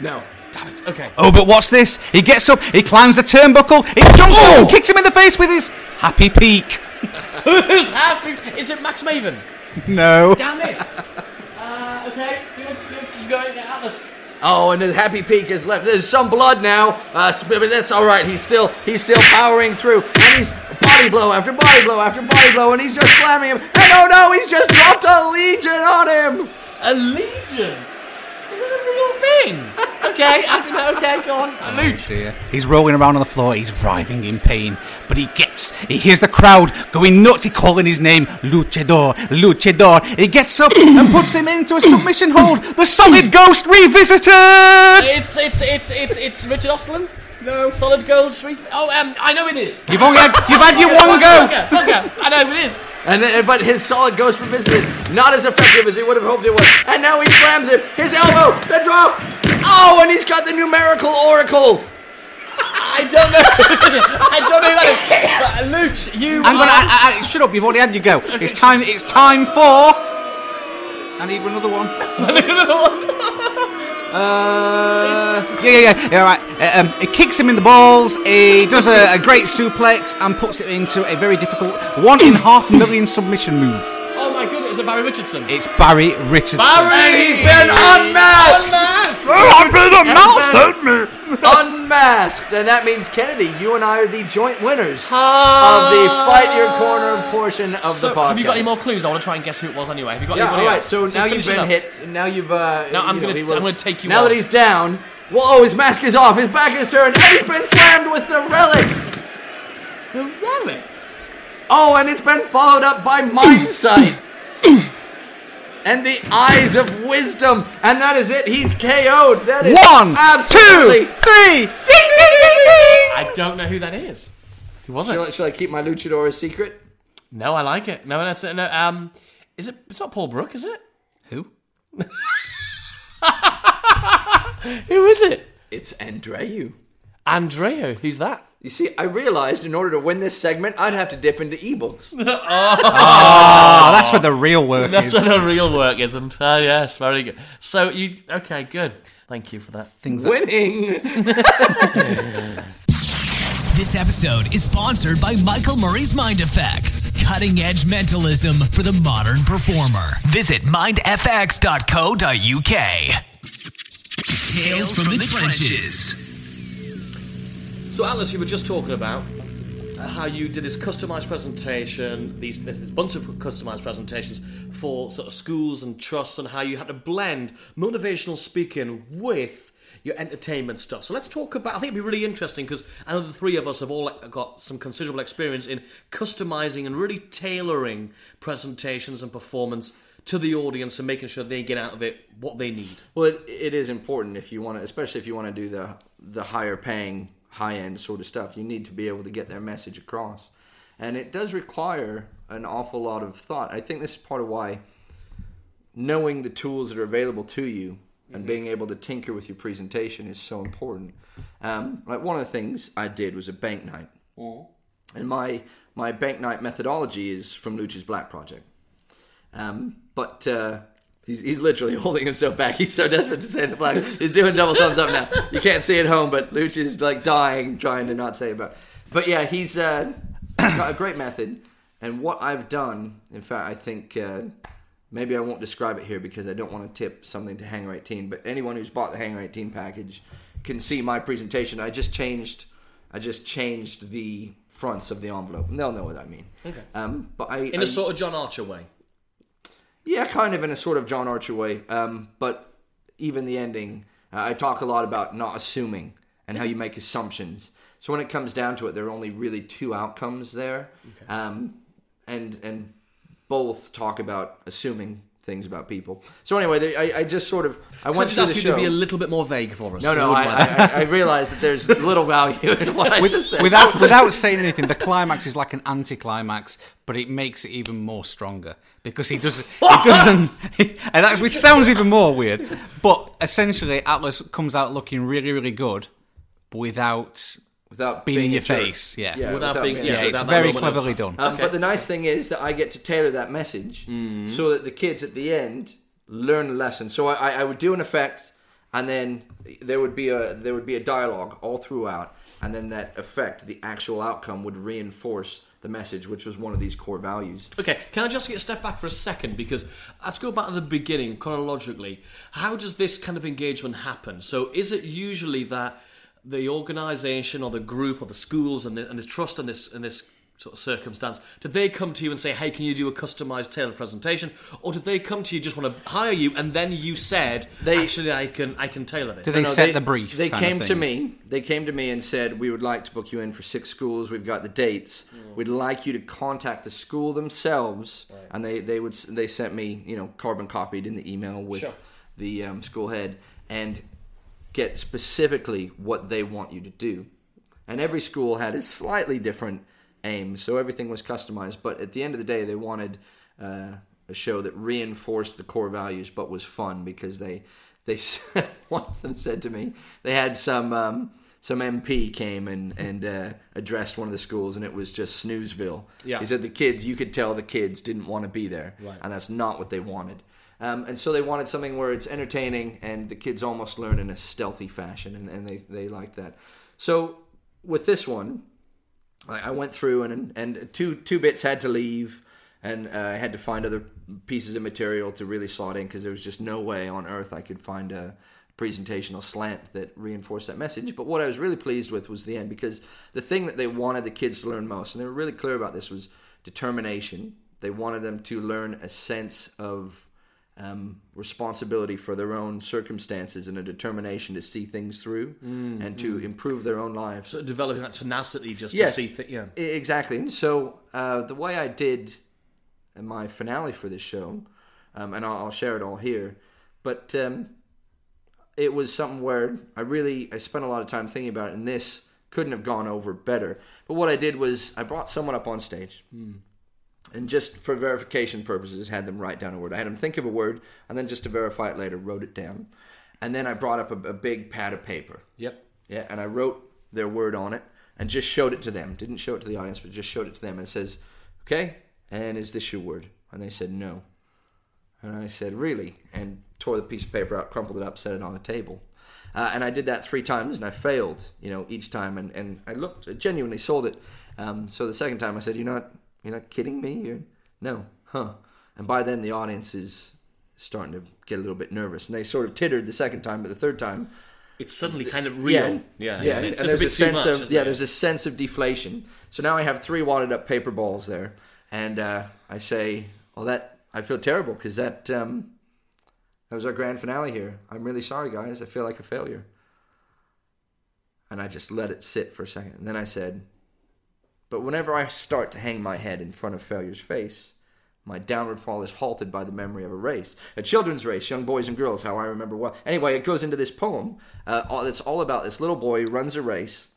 Speaker 2: No,
Speaker 1: Damn it. Okay.
Speaker 5: Oh, but what's this? He gets up, he climbs the turnbuckle, he jumps
Speaker 1: Oh!
Speaker 5: up and kicks him in the face with his happy peak.
Speaker 1: Who's happy? Is it Max Maven?
Speaker 5: No.
Speaker 1: Damn it! uh, okay. You, you, you go in Atlas.
Speaker 2: Oh, and his happy peak is left. There's some blood now, uh, sp- but that's all right. He's still he's still powering through, and he's body blow after body blow after body blow, and he's just slamming him. And oh no, he's just dropped a legion on him.
Speaker 1: A legion. Is it a real thing? okay. I don't know. Okay. Go on. Uh, Luch.
Speaker 5: He's rolling around on the floor, he's writhing in pain. But he gets, he hears the crowd going nuts, he calling his name, Luchador, Luchador. He gets up and puts him into a submission hold. The solid ghost revisited!
Speaker 1: It's it's it's it's it's Richard Ostland. No. Solid gold street. Oh, um, I know it is.
Speaker 5: You've only had, you've had your one go!
Speaker 1: Hugger, Hugger. I know it is.
Speaker 2: And then, but his solid ghost from visited, not as effective as he would have hoped it was. And now he slams him. His elbow, the drop. Oh, and he's got the numerical oracle.
Speaker 1: I don't know. I don't know uh,
Speaker 5: shut up. You've already had your go. It's time. It's time for. I need another one. Uh, yeah, yeah, yeah, yeah. Right. Uh, um, it kicks him in the balls. He does a, a great suplex and puts it into a very difficult one and a half million submission move.
Speaker 1: Oh my goodness, is it Barry Richardson?
Speaker 5: It's Barry Richardson.
Speaker 1: Barry!
Speaker 2: He's been unmasked!
Speaker 1: Unmasked!
Speaker 2: Unmasked! And that means, Kennedy, you and I are the joint winners of the Fight Your Corner portion of
Speaker 1: Ah. So,
Speaker 2: the podcast.
Speaker 1: have you got any more clues? I want to try and guess who it was anyway. Have you got
Speaker 2: Yeah,
Speaker 1: anybody
Speaker 2: all right.
Speaker 1: else?
Speaker 2: So, now you've
Speaker 1: finish it
Speaker 2: been
Speaker 1: up.
Speaker 2: hit. Now you've. Uh,
Speaker 1: Now I'm
Speaker 2: you know,
Speaker 1: gonna-
Speaker 2: he
Speaker 1: I'm gonna take you
Speaker 2: Now
Speaker 1: off.
Speaker 2: that he's down, whoa! His mask is off. His back is turned, and he's been slammed with the relic.
Speaker 1: The relic.
Speaker 2: Oh, and it's been followed up by mind sight. And the eyes of wisdom, and that is it. He's KO'd. That is
Speaker 5: One,
Speaker 2: absolutely.
Speaker 5: two, three. Ding, ding, ding, ding.
Speaker 1: I don't know who that is. Who was
Speaker 2: Shall I-
Speaker 1: it?
Speaker 2: shall I keep my luchador a secret?
Speaker 1: No, I like it. No, that's no. Um, is it? It's not Paul Brook, is it?
Speaker 5: Who?
Speaker 1: Who is it?
Speaker 2: It's Andreu.
Speaker 1: Andrea. Who's that?
Speaker 2: You see, I realized in order to win this segment, I'd have to dip into ebooks.
Speaker 5: Oh, that's where the real work
Speaker 1: That's
Speaker 5: is.
Speaker 1: what the real work, isn't? Oh yes, very good. So you okay? Good. Thank you for that.
Speaker 5: Things that-
Speaker 2: Winning.
Speaker 3: This episode is sponsored by Michael Murray's Mind Effects, cutting edge mentalism for the modern performer. Visit mindfx.co.uk. Tales from the trenches.
Speaker 1: So Atlas, you were just talking about how you did this customized presentation, these this, this bunch of customized presentations for sort of schools and trusts, and how you had to blend motivational speaking with your entertainment stuff. So let's talk about. I think it'd be really interesting because I know the three of us have all got some considerable experience in customizing and really tailoring presentations and performance to the audience and making sure they get out of it what they need.
Speaker 2: Well, it, it is important if you want to, especially if you want to do the the higher paying, high end sort of stuff. You need to be able to get their message across, and it does require an awful lot of thought. I think this is part of why knowing the tools that are available to you and being able to tinker with your presentation is so important. Um, like one of the things I did was a bank night, and my my bank night methodology is from Lucha's Black Project. Um, but uh, he's, he's literally holding himself back. He's so desperate to say the black. He's doing double thumbs up now. You can't see at home, but Luch is like dying trying to not say about. But yeah, he's uh, got a great method. And what I've done, in fact, I think uh, maybe I won't describe it here because I don't want to tip something to Hanger 18. But anyone who's bought the Hanger 18 package can see my presentation. I just changed. I just changed the fronts of the envelope, and they'll know what I mean. Okay. Um, but I
Speaker 1: In
Speaker 2: I,
Speaker 1: a sort of John Archer way.
Speaker 2: yeah, kind of in a sort of John Archer way. Um, but even the ending, uh, I talk a lot about not assuming and how you make assumptions. So when it comes down to it, there are only really two outcomes there, um, and and both talk about assuming things about people. So anyway, they, I, I just sort of I
Speaker 1: Can I
Speaker 2: went
Speaker 1: just
Speaker 2: through
Speaker 1: ask
Speaker 2: the
Speaker 1: you
Speaker 2: show.
Speaker 1: to be a little bit more vague for us?
Speaker 2: no, no, I, I, I- I realize that there's little value in what I just said.
Speaker 5: without without saying anything, the climax is like an anticlimax, but it makes it even more stronger because he doesn't. He doesn't, and that, which sounds even more weird. But essentially, Atlas comes out looking really, really good, but without.
Speaker 2: without
Speaker 5: being in
Speaker 2: a
Speaker 5: your
Speaker 2: jerk.
Speaker 5: face, yeah. Without
Speaker 1: being-
Speaker 2: a
Speaker 1: yeah,
Speaker 5: Yeah,
Speaker 2: jerk.
Speaker 1: without
Speaker 5: it's
Speaker 1: that
Speaker 5: very
Speaker 1: moment of-
Speaker 5: cleverly done.
Speaker 2: Um, But the nice thing is that I get to tailor that message so that the kids at the end learn a lesson. So I, I, I would do an effect, and then there would be a there would be a dialogue all throughout, and then that effect, the actual outcome, would reinforce the message, which was one of these core values.
Speaker 1: Okay, can I just get a step back for a second? Because let's go back to the beginning chronologically. How does this kind of engagement happen? So, is it usually that the organisation or the group or the schools and the, and the trust in this in this sort of circumstance, did they come to you and say, "Hey, can you do a customised tailored presentation?" Or did they come to you just want to hire you, and then you said,
Speaker 2: They-
Speaker 1: "Actually, I can I can tailor this."
Speaker 5: Do they
Speaker 2: No,
Speaker 5: set the brief?
Speaker 2: They
Speaker 5: kind of
Speaker 2: came to
Speaker 5: thing?
Speaker 2: me. They came to me and said, "We would like to book you in for six schools. We've got the dates. We'd like you to contact the school themselves." And they they would s- they sent me you know carbon copied in the email with the um, school head and get specifically what they want you to do. And every school had a slightly different aim, so everything was customized. But at the end of the day, they wanted uh, a show that reinforced the core values, but was fun because they they one of them said to me they had some um, some MP came and and uh, addressed one of the schools, and it was just snoozeville.
Speaker 1: Yeah.
Speaker 2: he said the kids, you could tell the kids didn't want to be there, right. and that's not what they wanted. Um, and so they wanted something where it's entertaining and the kids almost learn in a stealthy fashion, and, and they they like that. So with this one, I, I went through and and two two bits had to leave, and uh, I had to find other pieces of material to really slot in because there was just no way on earth I could find a presentational slant that reinforced that message. But what I was really pleased with was the end because the thing that they wanted the kids to learn most, and they were really clear about this, was determination. They wanted them to learn a sense of um, responsibility for their own circumstances and a determination to see things through and to improve their own lives.
Speaker 1: Sort of developing that tenacity just
Speaker 2: Yes.
Speaker 1: to see things. Yeah.
Speaker 2: E- Exactly. And so uh, the way I did uh, my finale for this show, um, and I'll, I'll share it all here, but um, it was something where I really I spent a lot of time thinking about it, and this couldn't have gone over better. But what I did was I brought someone up on stage. And just for verification purposes, had them write down a word. I had them think of a word, and then just to verify it later, wrote it down. And then I brought up a, a big pad of paper.
Speaker 1: Yep.
Speaker 2: Yeah, and I wrote their word on it and just showed it to them. Didn't show it to the audience, but just showed it to them and it says, "Okay, and is this your word?" And they said, "No." And I said, "Really?" And tore the piece of paper out, crumpled it up, set it on the table. Uh, and I did that three times, and I failed, you know, each time. And, and I looked, I genuinely sold it. Um, so the second time, I said, "You're not, you're not kidding me? You're no, huh?" And by then, the audience is starting to get a little bit nervous, and they sort of tittered the second time, but the third time,
Speaker 1: It's suddenly kind of real. Yeah.
Speaker 2: yeah.
Speaker 1: isn't it? It's just a
Speaker 2: and there's
Speaker 1: bit
Speaker 2: a,
Speaker 1: too
Speaker 2: sense
Speaker 1: much.
Speaker 2: of
Speaker 1: isn't
Speaker 2: yeah,
Speaker 1: it?
Speaker 2: there's a sense of deflation. So now I have three wadded up paper balls there, and uh, I say, "Well, that I feel terrible because that um, that was our grand finale here. I'm really sorry, guys. I feel like a failure." And I just let it sit for a second, and then I said, "But whenever I start to hang my head in front of failure's face." My downward fall is halted by the memory of a race, a children's race, young boys and girls, how I remember well. Anyway, it goes into this poem. Uh, all, it's all about this little boy who runs a race,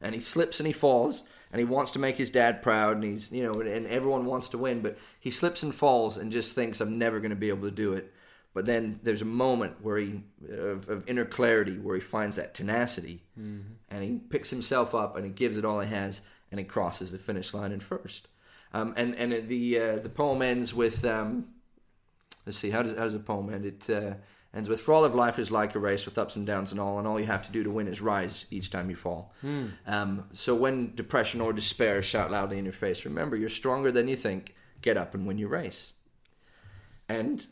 Speaker 2: and he slips and he falls, and he wants to make his dad proud, and he's you know, and, and everyone wants to win, but he slips and falls and just thinks I'm never going to be able to do it. But then there's a moment where he of, of inner clarity where he finds that tenacity, and he picks himself up and he gives it all he has, and he crosses the finish line in first. Um, and and the uh, the poem ends with um, let's see how does how does the poem end? It uh, ends with for all of life is like a race with ups and downs and all, and all you have to do to win is rise each time you fall. Um, so when depression or despair shout loudly in your face, remember you're stronger than you think. Get up and win your race. And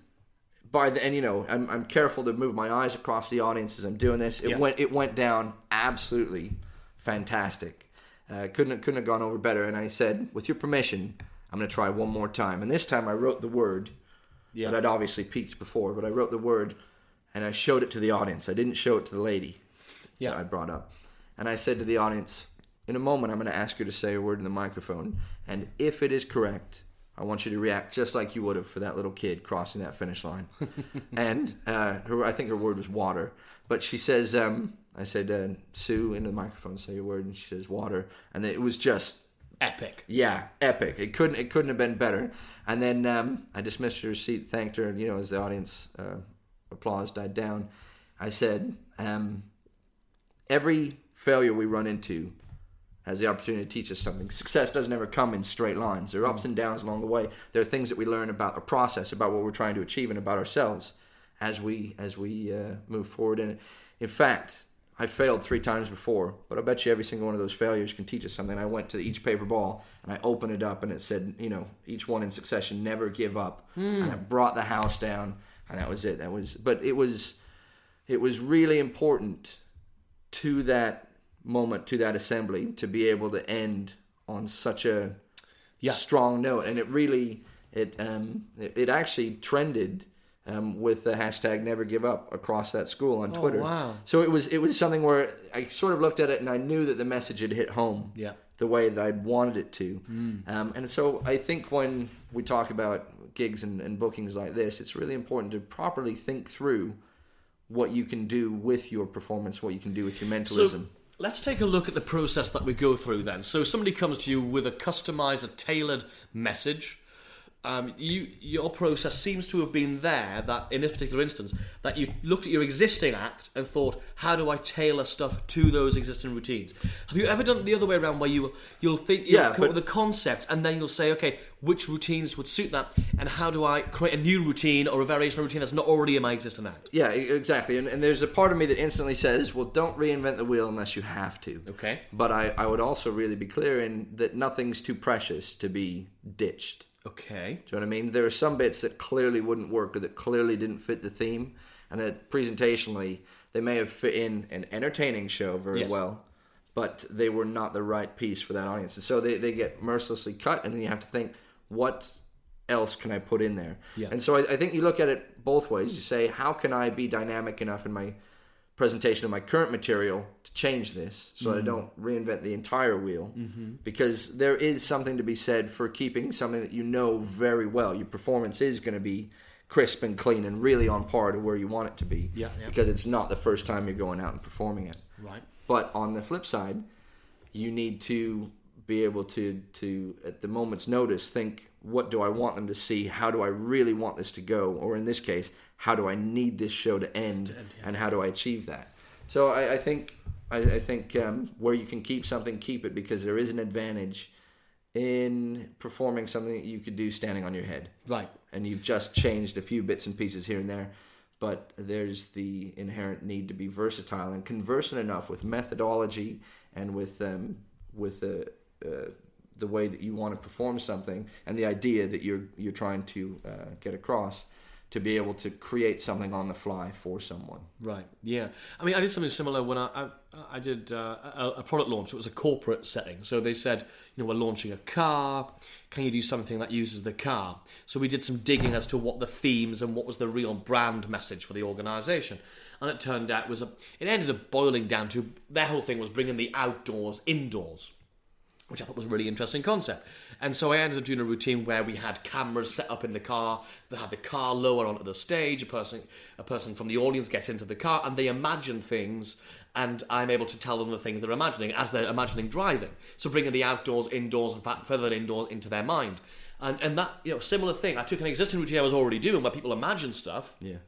Speaker 2: by the and you know I'm, I'm careful to move my eyes across the audience as I'm doing this. It went it went down absolutely fantastic. Uh, couldn't couldn't have gone over better. And I said, with your permission, I'm going to try one more time. And this time I wrote the word
Speaker 1: Yeah.
Speaker 2: that I'd obviously peaked before, but I wrote the word and I showed it to the audience. I didn't show it to the lady
Speaker 1: Yeah.
Speaker 2: that I brought up. And I said to the audience, in a moment, I'm going to ask you to say a word in the microphone. And if it is correct, I want you to react just like you would have for that little kid crossing that finish line. and uh, her, I think her word was water. But she says, um, I said, uh, Sue, into the microphone, say your word. And she says, water. And it was just
Speaker 1: epic.
Speaker 2: yeah, epic. It couldn't it couldn't have been better. And then um, I dismissed her seat, thanked her, and you know, as the audience uh, applause died down, I said, um, "Every failure we run into has the opportunity to teach us something. Success doesn't ever come in straight lines. There are ups and downs along the way. There are things that we learn about the process, about what we're trying to achieve, and about ourselves as we as we uh, move forward. And in fact, I failed three times before, but I bet you every single one of those failures can teach us something. I went to each paper ball and I opened it up, and it said, you know, each one in succession, never give up. And I brought the house down, and that was it. That was, but it was, it was really important to that moment, to that assembly, to be able to end on such a strong note, and it really it um it, it actually trended um, with the hashtag Never Give Up across that school on Twitter.
Speaker 1: Oh, wow.
Speaker 2: So it was it was something where I sort of looked at it and I knew that the message had hit home.
Speaker 1: Yeah. Mm.
Speaker 2: The way that I'd wanted it to, um, and so I think when we talk about gigs and, and bookings like this, it's really important to properly think through what you can do with your performance, what you can do with your mentalism.
Speaker 1: So let's take a look at the process that we go through then. So somebody comes to you with a customized, a tailored message. um, you your process seems to have been there that in this particular instance that you looked at your existing act and thought, how do I tailor stuff to those existing routines? Have you ever done it the other way around where you you'll think you'll
Speaker 2: Yeah,
Speaker 1: come up
Speaker 2: but-
Speaker 1: with a concept and then you'll say, okay, which routines would suit that, and how do I create a new routine or a variation of routine that's not already in my existing act?
Speaker 2: Yeah, e- exactly. And, and there's a part of me that instantly says, well, don't reinvent the wheel unless you have to.
Speaker 1: Okay.
Speaker 2: But I, I would also really be clear in that nothing's too precious to be ditched.
Speaker 1: Okay.
Speaker 2: Do you know what I mean? There are some bits that clearly wouldn't work or that clearly didn't fit the theme, and that presentationally they may have fit in an entertaining show very
Speaker 1: Yes.
Speaker 2: well, but they were not the right piece for that audience. And so they, they get mercilessly cut, and then you have to think, what else can I put in there?
Speaker 1: Yeah.
Speaker 2: And so I, I think you look at it both ways. You say, how can I be dynamic enough in my presentation of my current material to change this so
Speaker 1: Mm-hmm.
Speaker 2: I don't reinvent the entire wheel because there is something to be said for keeping something that you know very well. Your performance is going to be crisp and clean and really on par to where you want it to be
Speaker 1: Yeah, yeah.
Speaker 2: because it's not the first time you're going out and performing it.
Speaker 1: Right.
Speaker 2: But on the flip side, you need to be able to to at the moment's notice think what do I want them to see? How do I really want this to go? Or in this case, how do I need this show to end? And how do I achieve that? So I, I think I, I think um, where you can keep something, keep it because there is an advantage in performing something that you could do standing on your head.
Speaker 1: Right.
Speaker 2: And you've just changed a few bits and pieces here and there, but there's the inherent need to be versatile and conversant enough with methodology and with um, with the uh, the way that you want to perform something and the idea that you're you're trying to uh, get across to be able to create something on the fly for someone.
Speaker 1: Right. Yeah. I mean, I did something similar when I I, I did uh, a, a product launch. It was a corporate setting, so they said, you know, we're launching a car. Can you do something that uses the car? So we did some digging as to what the themes and what was the real brand message for the organisation, and it turned out was a, it ended up boiling down to their whole thing was bringing the outdoors indoors which I thought was a really interesting concept. And so I ended up doing a routine where we had cameras set up in the car that had the car lower onto the stage. A person, a person from the audience gets into the car and they imagine things, and I'm able to tell them the things they're imagining as they're imagining driving. So bringing the outdoors, indoors, and fa- further indoors into their mind. And, and that you know similar thing. I took an existing routine I was already doing where people imagine stuff,
Speaker 2: Yeah.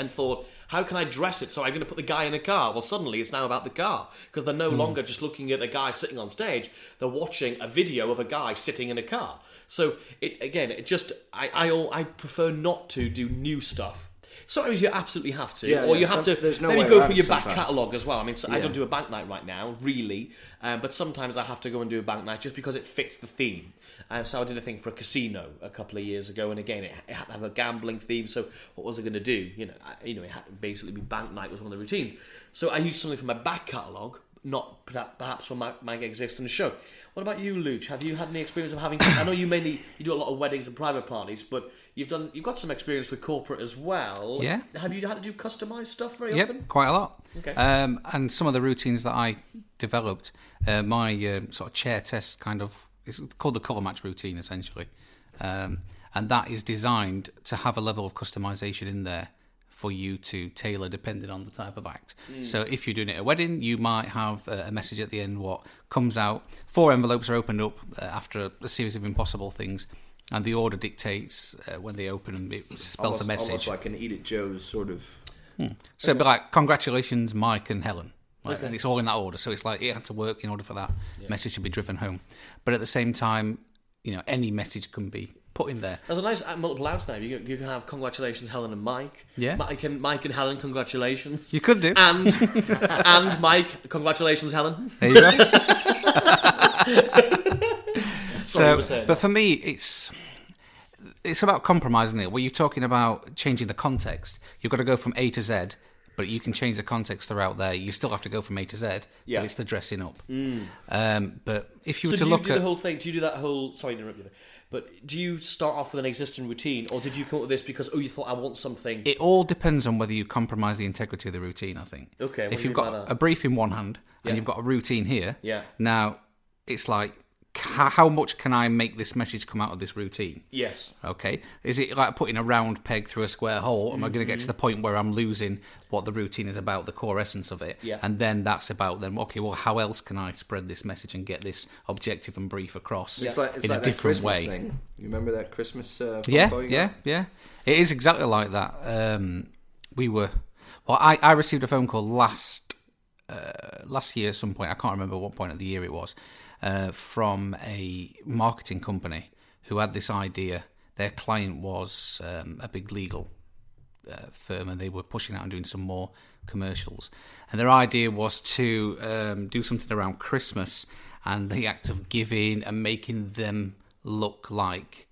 Speaker 1: and thought, how can I dress it? So I'm going to put the guy in a car. Well, suddenly it's now about the car because they're no
Speaker 2: Hmm.
Speaker 1: longer just looking at the guy sitting on stage. They're watching a video of a guy sitting in a car. So it again, it just I I, al- I prefer not to do new stuff. Sometimes you absolutely have to,
Speaker 2: Yeah,
Speaker 1: or
Speaker 2: yeah,
Speaker 1: you have
Speaker 2: some-
Speaker 1: to
Speaker 2: there's no
Speaker 1: maybe
Speaker 2: way
Speaker 1: go
Speaker 2: around
Speaker 1: for
Speaker 2: it
Speaker 1: your back
Speaker 2: sometimes.
Speaker 1: catalogue as well. I mean, so I don't do a bank night right now, really, um, but sometimes I have to go and do a bank night just because it fits the theme. Um, so I did a thing for a casino a couple of years ago, and again, it, it had to have a gambling theme. So what was I going to do? You know, I, you know, it had to basically be bank night was one of the routines. So I used something from my back catalogue. Not per- perhaps from my, my existing show. What about you, Luch? Have you had any experience of having? I know you mainly you do a lot of weddings and private parties, but you've done you've got some experience with corporate as well.
Speaker 5: Yeah.
Speaker 1: Have you had to do customized stuff very
Speaker 5: Yep,
Speaker 1: often?
Speaker 5: quite a lot.
Speaker 1: Okay.
Speaker 5: Um, and some of the routines that I developed, uh, my um, sort of chair test kind of, it's called the colour match routine essentially. Um, and that is designed to have a level of customization in there for you to tailor depending on the type of act.
Speaker 1: Hmm.
Speaker 5: So if you're doing it at a wedding, you might have uh, a message at the end what comes out. Four envelopes are opened up uh, after a series of impossible things. And the order dictates uh, when they open and it spells
Speaker 2: Almost,
Speaker 5: a message.
Speaker 2: almost like an Eat It Joe's sort of.
Speaker 5: So it'd be like, congratulations, Mike and Helen. Like, And it's all in that order. So it's like it had to work in order for that message to be driven home. But at the same time, you know, any message can be put in there.
Speaker 1: There's a nice uh, multiple outs now. You can, you can have congratulations, Helen and Mike.
Speaker 5: Yeah.
Speaker 1: Mike and Mike and Helen, congratulations.
Speaker 5: You could do.
Speaker 1: And and Mike, congratulations, Helen.
Speaker 5: There you go.
Speaker 1: Sorry, you
Speaker 5: so,
Speaker 1: were saying.
Speaker 5: but for me, it's it's about compromising it. Where you're talking about changing the context, you've got to go from A to Z, but you can change the context throughout there. You still have to go from A to Z,
Speaker 1: Yeah. Mm.
Speaker 5: but it's the dressing up. Um, but if you
Speaker 1: so
Speaker 5: were to
Speaker 1: do you
Speaker 5: look
Speaker 1: do
Speaker 5: at
Speaker 1: the whole thing? Do you do that whole? Sorry to interrupt you. There, but do you start off with an existing routine, or did you come up with this because oh you thought I want something?
Speaker 5: It all depends on whether you compromise the integrity of the routine. I think.
Speaker 1: Okay, what do
Speaker 5: If
Speaker 1: you
Speaker 5: you've
Speaker 1: mean by
Speaker 5: got
Speaker 1: that?
Speaker 5: a brief in one hand and you've got a routine here,
Speaker 1: Yeah.
Speaker 5: Now it's like, how, how much can I make this message come out of this routine?
Speaker 1: Yes.
Speaker 5: Okay, is it like putting a round peg through a square hole? Am I going to
Speaker 1: Mm-hmm.
Speaker 5: get to the point where I'm losing what the routine is about, the core essence of it?
Speaker 1: Yeah.
Speaker 5: And then that's about then, okay, well, how else can I spread this message and get this objective and brief across
Speaker 2: It's like, it's
Speaker 5: in
Speaker 2: like
Speaker 5: a
Speaker 2: that
Speaker 5: different
Speaker 2: Christmas
Speaker 5: way?
Speaker 2: thing. You remember that Christmas? Uh,
Speaker 5: Yeah,
Speaker 2: photo you got?
Speaker 5: yeah, yeah. It is exactly like that. Um, we were well. I, I received a phone call last uh, last year at some point. I can't remember what point of the year it was. Uh, from a marketing company who had this idea. Their client was um, a big legal uh, firm, and they were pushing out and doing some more commercials. And their idea was to um, do something around Christmas and the act of giving and making them look like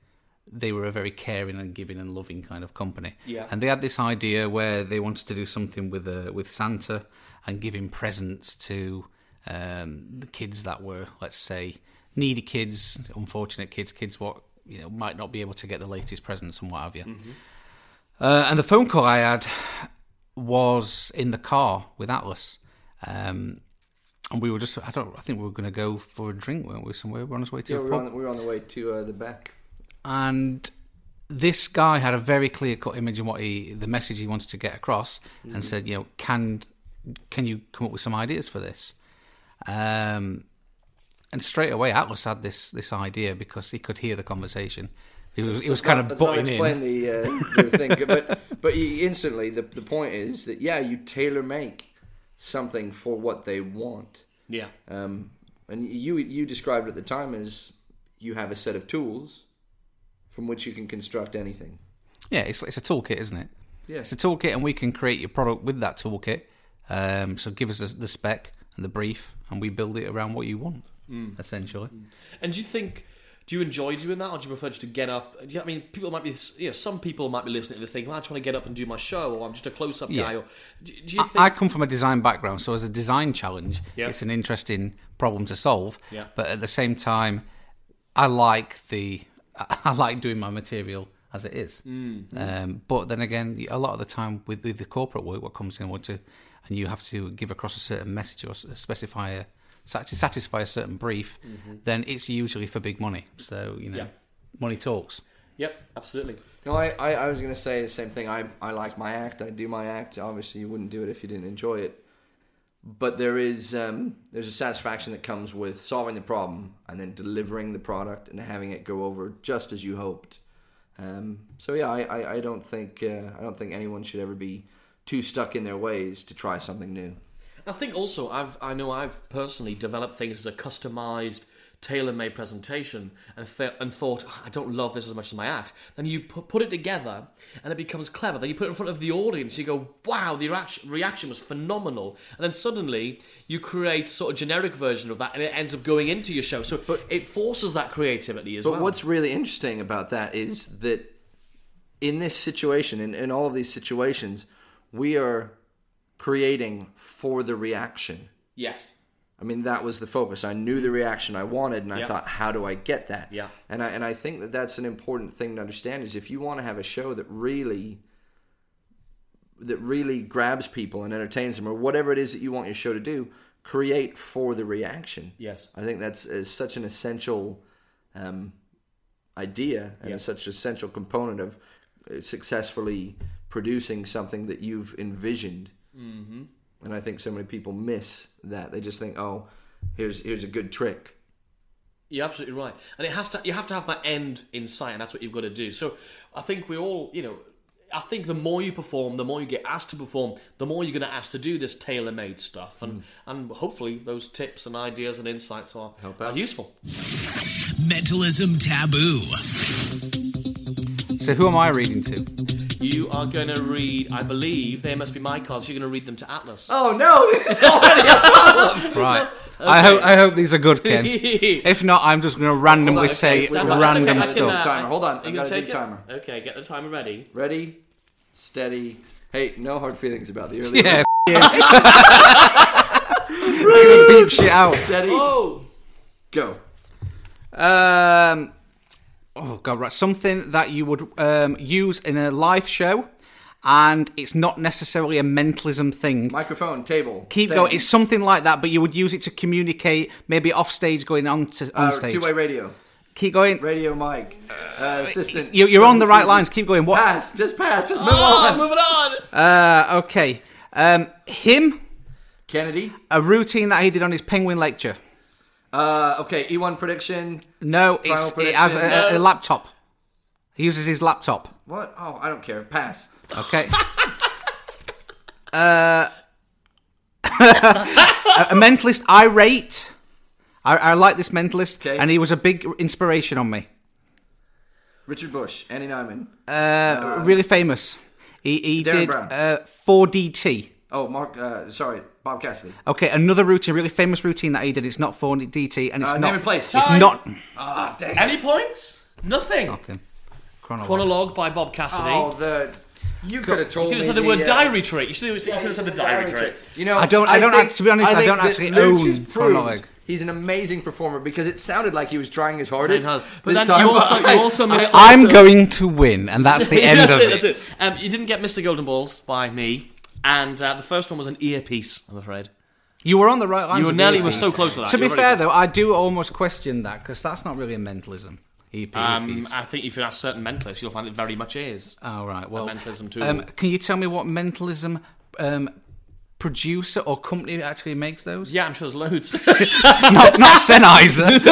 Speaker 5: they were a very caring and giving and loving kind of company.
Speaker 1: Yeah.
Speaker 5: And they had this idea where they wanted to do something with uh, with Santa and giving presents to um, the kids that were, let's say, needy kids, unfortunate kids, kids what you know might not be able to get the latest presents and what have you. Uh, and the phone call I had was in the car with Atlas. Um, and we were just, I don't, I think we were going to go for a drink, weren't we? Somewhere, we're on our way to
Speaker 2: Yeah,
Speaker 5: a
Speaker 2: we were,
Speaker 5: pub
Speaker 2: on, we were on the way to uh, the back.
Speaker 5: and this guy had a very clear cut image of what he the message he wanted to get across
Speaker 2: Mm-hmm.
Speaker 5: and said you know can can you come up with some ideas for this um and straight away atlas had this this idea because he could hear the conversation he was he was kind of
Speaker 2: Let's not
Speaker 5: butting
Speaker 2: explain
Speaker 5: in
Speaker 2: the, uh, the thing, but but you instantly the the point is that yeah, you tailor make something for what they want.
Speaker 1: Yeah.
Speaker 5: Uh.
Speaker 2: Um, and you you described at the time as you have a set of tools from which you can construct anything.
Speaker 5: yeah it's it's a toolkit isn't it
Speaker 2: Yeah.
Speaker 5: it's a toolkit and we can create your product with that toolkit um so give us the, the spec and the brief and we build it around what you want essentially
Speaker 1: And do you think? Do you enjoy doing that, or do you prefer just to get up? do you- I mean, people might be, you know, some people might be listening to this thinking, well, I just want to get up and do my show, or I'm just a close-up
Speaker 5: Yeah.
Speaker 1: guy. Or do, do you
Speaker 5: I,
Speaker 1: think?
Speaker 5: I come from a design background, so as a design challenge,
Speaker 1: Yeah.
Speaker 5: it's an interesting problem to solve.
Speaker 1: Yeah.
Speaker 5: But at the same time, I like the I I like doing my material as it is.
Speaker 1: Mm-hmm.
Speaker 5: Um, but then again, a lot of the time with, with the corporate work, what comes in, what to, and you have to give across a certain message or s- specify a sat- to satisfy a certain brief, then it's usually for big money. So you know,
Speaker 1: Mm-hmm. Yeah.
Speaker 5: money talks.
Speaker 1: yep, absolutely.
Speaker 2: No, I, I, I was going to say the same thing. I, I like my act. I do my act. Obviously, you wouldn't do it if you didn't enjoy it. But there is um, there's a satisfaction that comes with solving the problem and then delivering the product and having it go over just as you hoped. Um, so yeah, I, I, I don't think uh, I don't think anyone should ever be too stuck in their ways to try something new.
Speaker 1: I think also I've I know I've personally developed things as a customized, tailor-made presentation, and th- and thought "Ah, I don't love this as much as my act. Then you put, put it together, and it becomes clever. Then you put it in front of the audience. You go, wow, the reaction, reaction was phenomenal. And then suddenly you create sort of generic version of that, and it ends up going into your show. So it forces that creativity as
Speaker 2: But
Speaker 1: well.
Speaker 2: what's really interesting about that is that in this situation, in, in all of these situations, we are creating for the reaction.
Speaker 1: yes,
Speaker 2: I mean, that was the focus. I knew the reaction I wanted, and I
Speaker 1: Yeah.
Speaker 2: thought, how do I get that?
Speaker 1: Yeah.
Speaker 2: And I and I think that that's an important thing to understand is if you want to have a show that really that really grabs people and entertains them, or whatever it is that you want your show to do, create for the reaction.
Speaker 1: Yes.
Speaker 2: I think that's is such an essential um, idea and
Speaker 1: Yeah.
Speaker 2: is such an essential component of uh, successfully producing something that you've envisioned
Speaker 5: Mm-hmm.
Speaker 2: and I think so many people miss that. They just think, "Oh, here's here's a good trick."
Speaker 1: You're absolutely right, and it has to. You have to have that end in sight, and that's what you've got to do. So, I think we all, you know, I think the more you perform, the more you get asked to perform, the more you're going to ask to do this tailor-made stuff, and
Speaker 2: Hmm.
Speaker 1: and hopefully those tips and ideas and insights are, are useful.
Speaker 3: Mentalism Taboo.
Speaker 5: So who am I reading to?
Speaker 1: You are going to read, I believe, they must be my cards. You're going to read them to Atlas.
Speaker 2: Oh no! This is already a problem.
Speaker 5: Right. I hope I hope these are good, Ken.
Speaker 1: Stand
Speaker 5: If not, I'm just going to randomly
Speaker 2: Hold on,
Speaker 5: say
Speaker 2: okay, stand
Speaker 1: by. That's
Speaker 5: random
Speaker 1: okay, I can,
Speaker 5: stuff.
Speaker 1: uh,
Speaker 2: Timer, hold on.
Speaker 1: you
Speaker 2: I've
Speaker 1: can
Speaker 2: got a big
Speaker 1: take it?
Speaker 2: timer.
Speaker 1: Okay, get the timer ready.
Speaker 2: Ready, steady. Hey, no hard feelings about the early.
Speaker 5: yeah, f- you. you beep shit out.
Speaker 2: Steady.
Speaker 1: Oh,
Speaker 2: Go.
Speaker 5: Um, oh god, right. Something that you would um, use in a live show, and it's not necessarily a mentalism thing.
Speaker 2: Microphone, table.
Speaker 5: Keep
Speaker 2: stand.
Speaker 5: going. It's something like that, but you would use it to communicate, maybe off stage, going on to on
Speaker 2: Uh,
Speaker 5: stage.
Speaker 2: two-way radio.
Speaker 5: Keep going.
Speaker 2: Radio mic. Uh, assistant.
Speaker 5: You- You're on the right
Speaker 2: Assistant.
Speaker 5: lines. Keep going. What? Oh,
Speaker 2: Pass. Just pass. Just move
Speaker 1: Ah,
Speaker 2: on.
Speaker 1: moving on.
Speaker 5: Uh, okay. Um, him.
Speaker 2: Kennedy.
Speaker 5: A routine that he did on his Penguin lecture.
Speaker 2: Uh, okay. E1 prediction.
Speaker 5: No, it's,
Speaker 2: Final
Speaker 5: it has
Speaker 2: prediction.
Speaker 5: a, a laptop. He uses his laptop.
Speaker 2: What? Oh, I don't care. Pass.
Speaker 5: Okay. uh, a, a mentalist irate. I, I like this mentalist,
Speaker 2: Okay.
Speaker 5: and he was a big inspiration on me.
Speaker 2: Richard Bush. Annie Nyman.
Speaker 5: Uh, really famous. He, he
Speaker 2: Darren
Speaker 5: did
Speaker 2: Brown.
Speaker 5: uh, 4DT.
Speaker 2: Oh, Mark. Uh, sorry, Bob Cassidy.
Speaker 5: Okay, another routine, really famous routine that he did. It's not 4DT, and it's
Speaker 2: Uh,
Speaker 5: not.
Speaker 2: name and place.
Speaker 5: It's
Speaker 1: Time.
Speaker 5: not.
Speaker 2: Ah, dang. it.
Speaker 1: Any points? Nothing.
Speaker 5: Nothing. Chronologue.
Speaker 1: Monologue by Bob Cassidy.
Speaker 2: Oh, the. You could have told
Speaker 1: you could
Speaker 2: me.
Speaker 1: have said the word
Speaker 2: uh,
Speaker 1: diary trick. You should have you could have said the diary trick.
Speaker 2: You know,
Speaker 5: I don't- I don't act- to be honest, I
Speaker 2: think
Speaker 5: don't
Speaker 2: that
Speaker 5: actually
Speaker 2: Lurch
Speaker 5: own
Speaker 2: has proved
Speaker 5: Prologue.
Speaker 2: He's an amazing performer because it sounded like he was trying his hardest.
Speaker 1: But
Speaker 2: this
Speaker 1: then
Speaker 2: time,
Speaker 1: you also,
Speaker 2: but
Speaker 1: you also missed.
Speaker 5: I'm going to win, and that's the end
Speaker 1: that's
Speaker 5: of
Speaker 1: it,
Speaker 5: it.
Speaker 1: That's it. Um, you didn't get Mr. Golden Balls by me, and uh, the first one was an earpiece. I'm afraid.
Speaker 5: You were on the E right line.
Speaker 1: You and Nelly were so close to that.
Speaker 5: To be
Speaker 1: You're
Speaker 5: fair,
Speaker 1: really-
Speaker 5: though, I do almost question that because that's not really a mentalism. E EP.
Speaker 1: um,
Speaker 5: piece.
Speaker 1: I think if you ask certain mentalists, you'll find it very much is.
Speaker 5: All right. Well,
Speaker 1: mentalism tool.
Speaker 5: Um, can you tell me what mentalism um, producer or company that actually makes those?
Speaker 1: Yeah, I'm sure there's loads.
Speaker 5: Oh, not, not Sennheiser.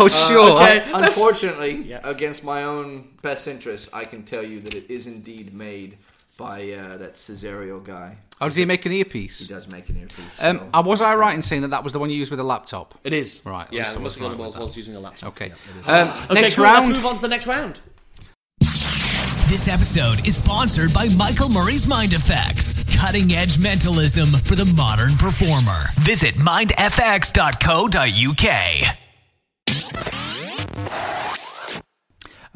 Speaker 5: oh, sure.
Speaker 2: unfortunately, against my own best interest, I can tell you that it is indeed made by uh, that Cesario guy.
Speaker 5: Oh, does he make an earpiece?
Speaker 2: He does make an earpiece.
Speaker 5: Um,
Speaker 2: so-
Speaker 5: I was I right in saying that that was the one you used with a laptop?
Speaker 1: it is
Speaker 5: Right,
Speaker 1: Yeah,
Speaker 5: so what's
Speaker 1: Mr. Golden
Speaker 5: wrong with
Speaker 1: Balls was
Speaker 5: that?
Speaker 1: using a laptop.
Speaker 5: Okay. um,
Speaker 1: Okay,
Speaker 5: next
Speaker 1: cool,
Speaker 5: round.
Speaker 1: Let's move on to the next round.
Speaker 3: This episode is sponsored by Michael Murray's Mind Effects, cutting edge mentalism for the modern performer. Visit mindfx.co.uk.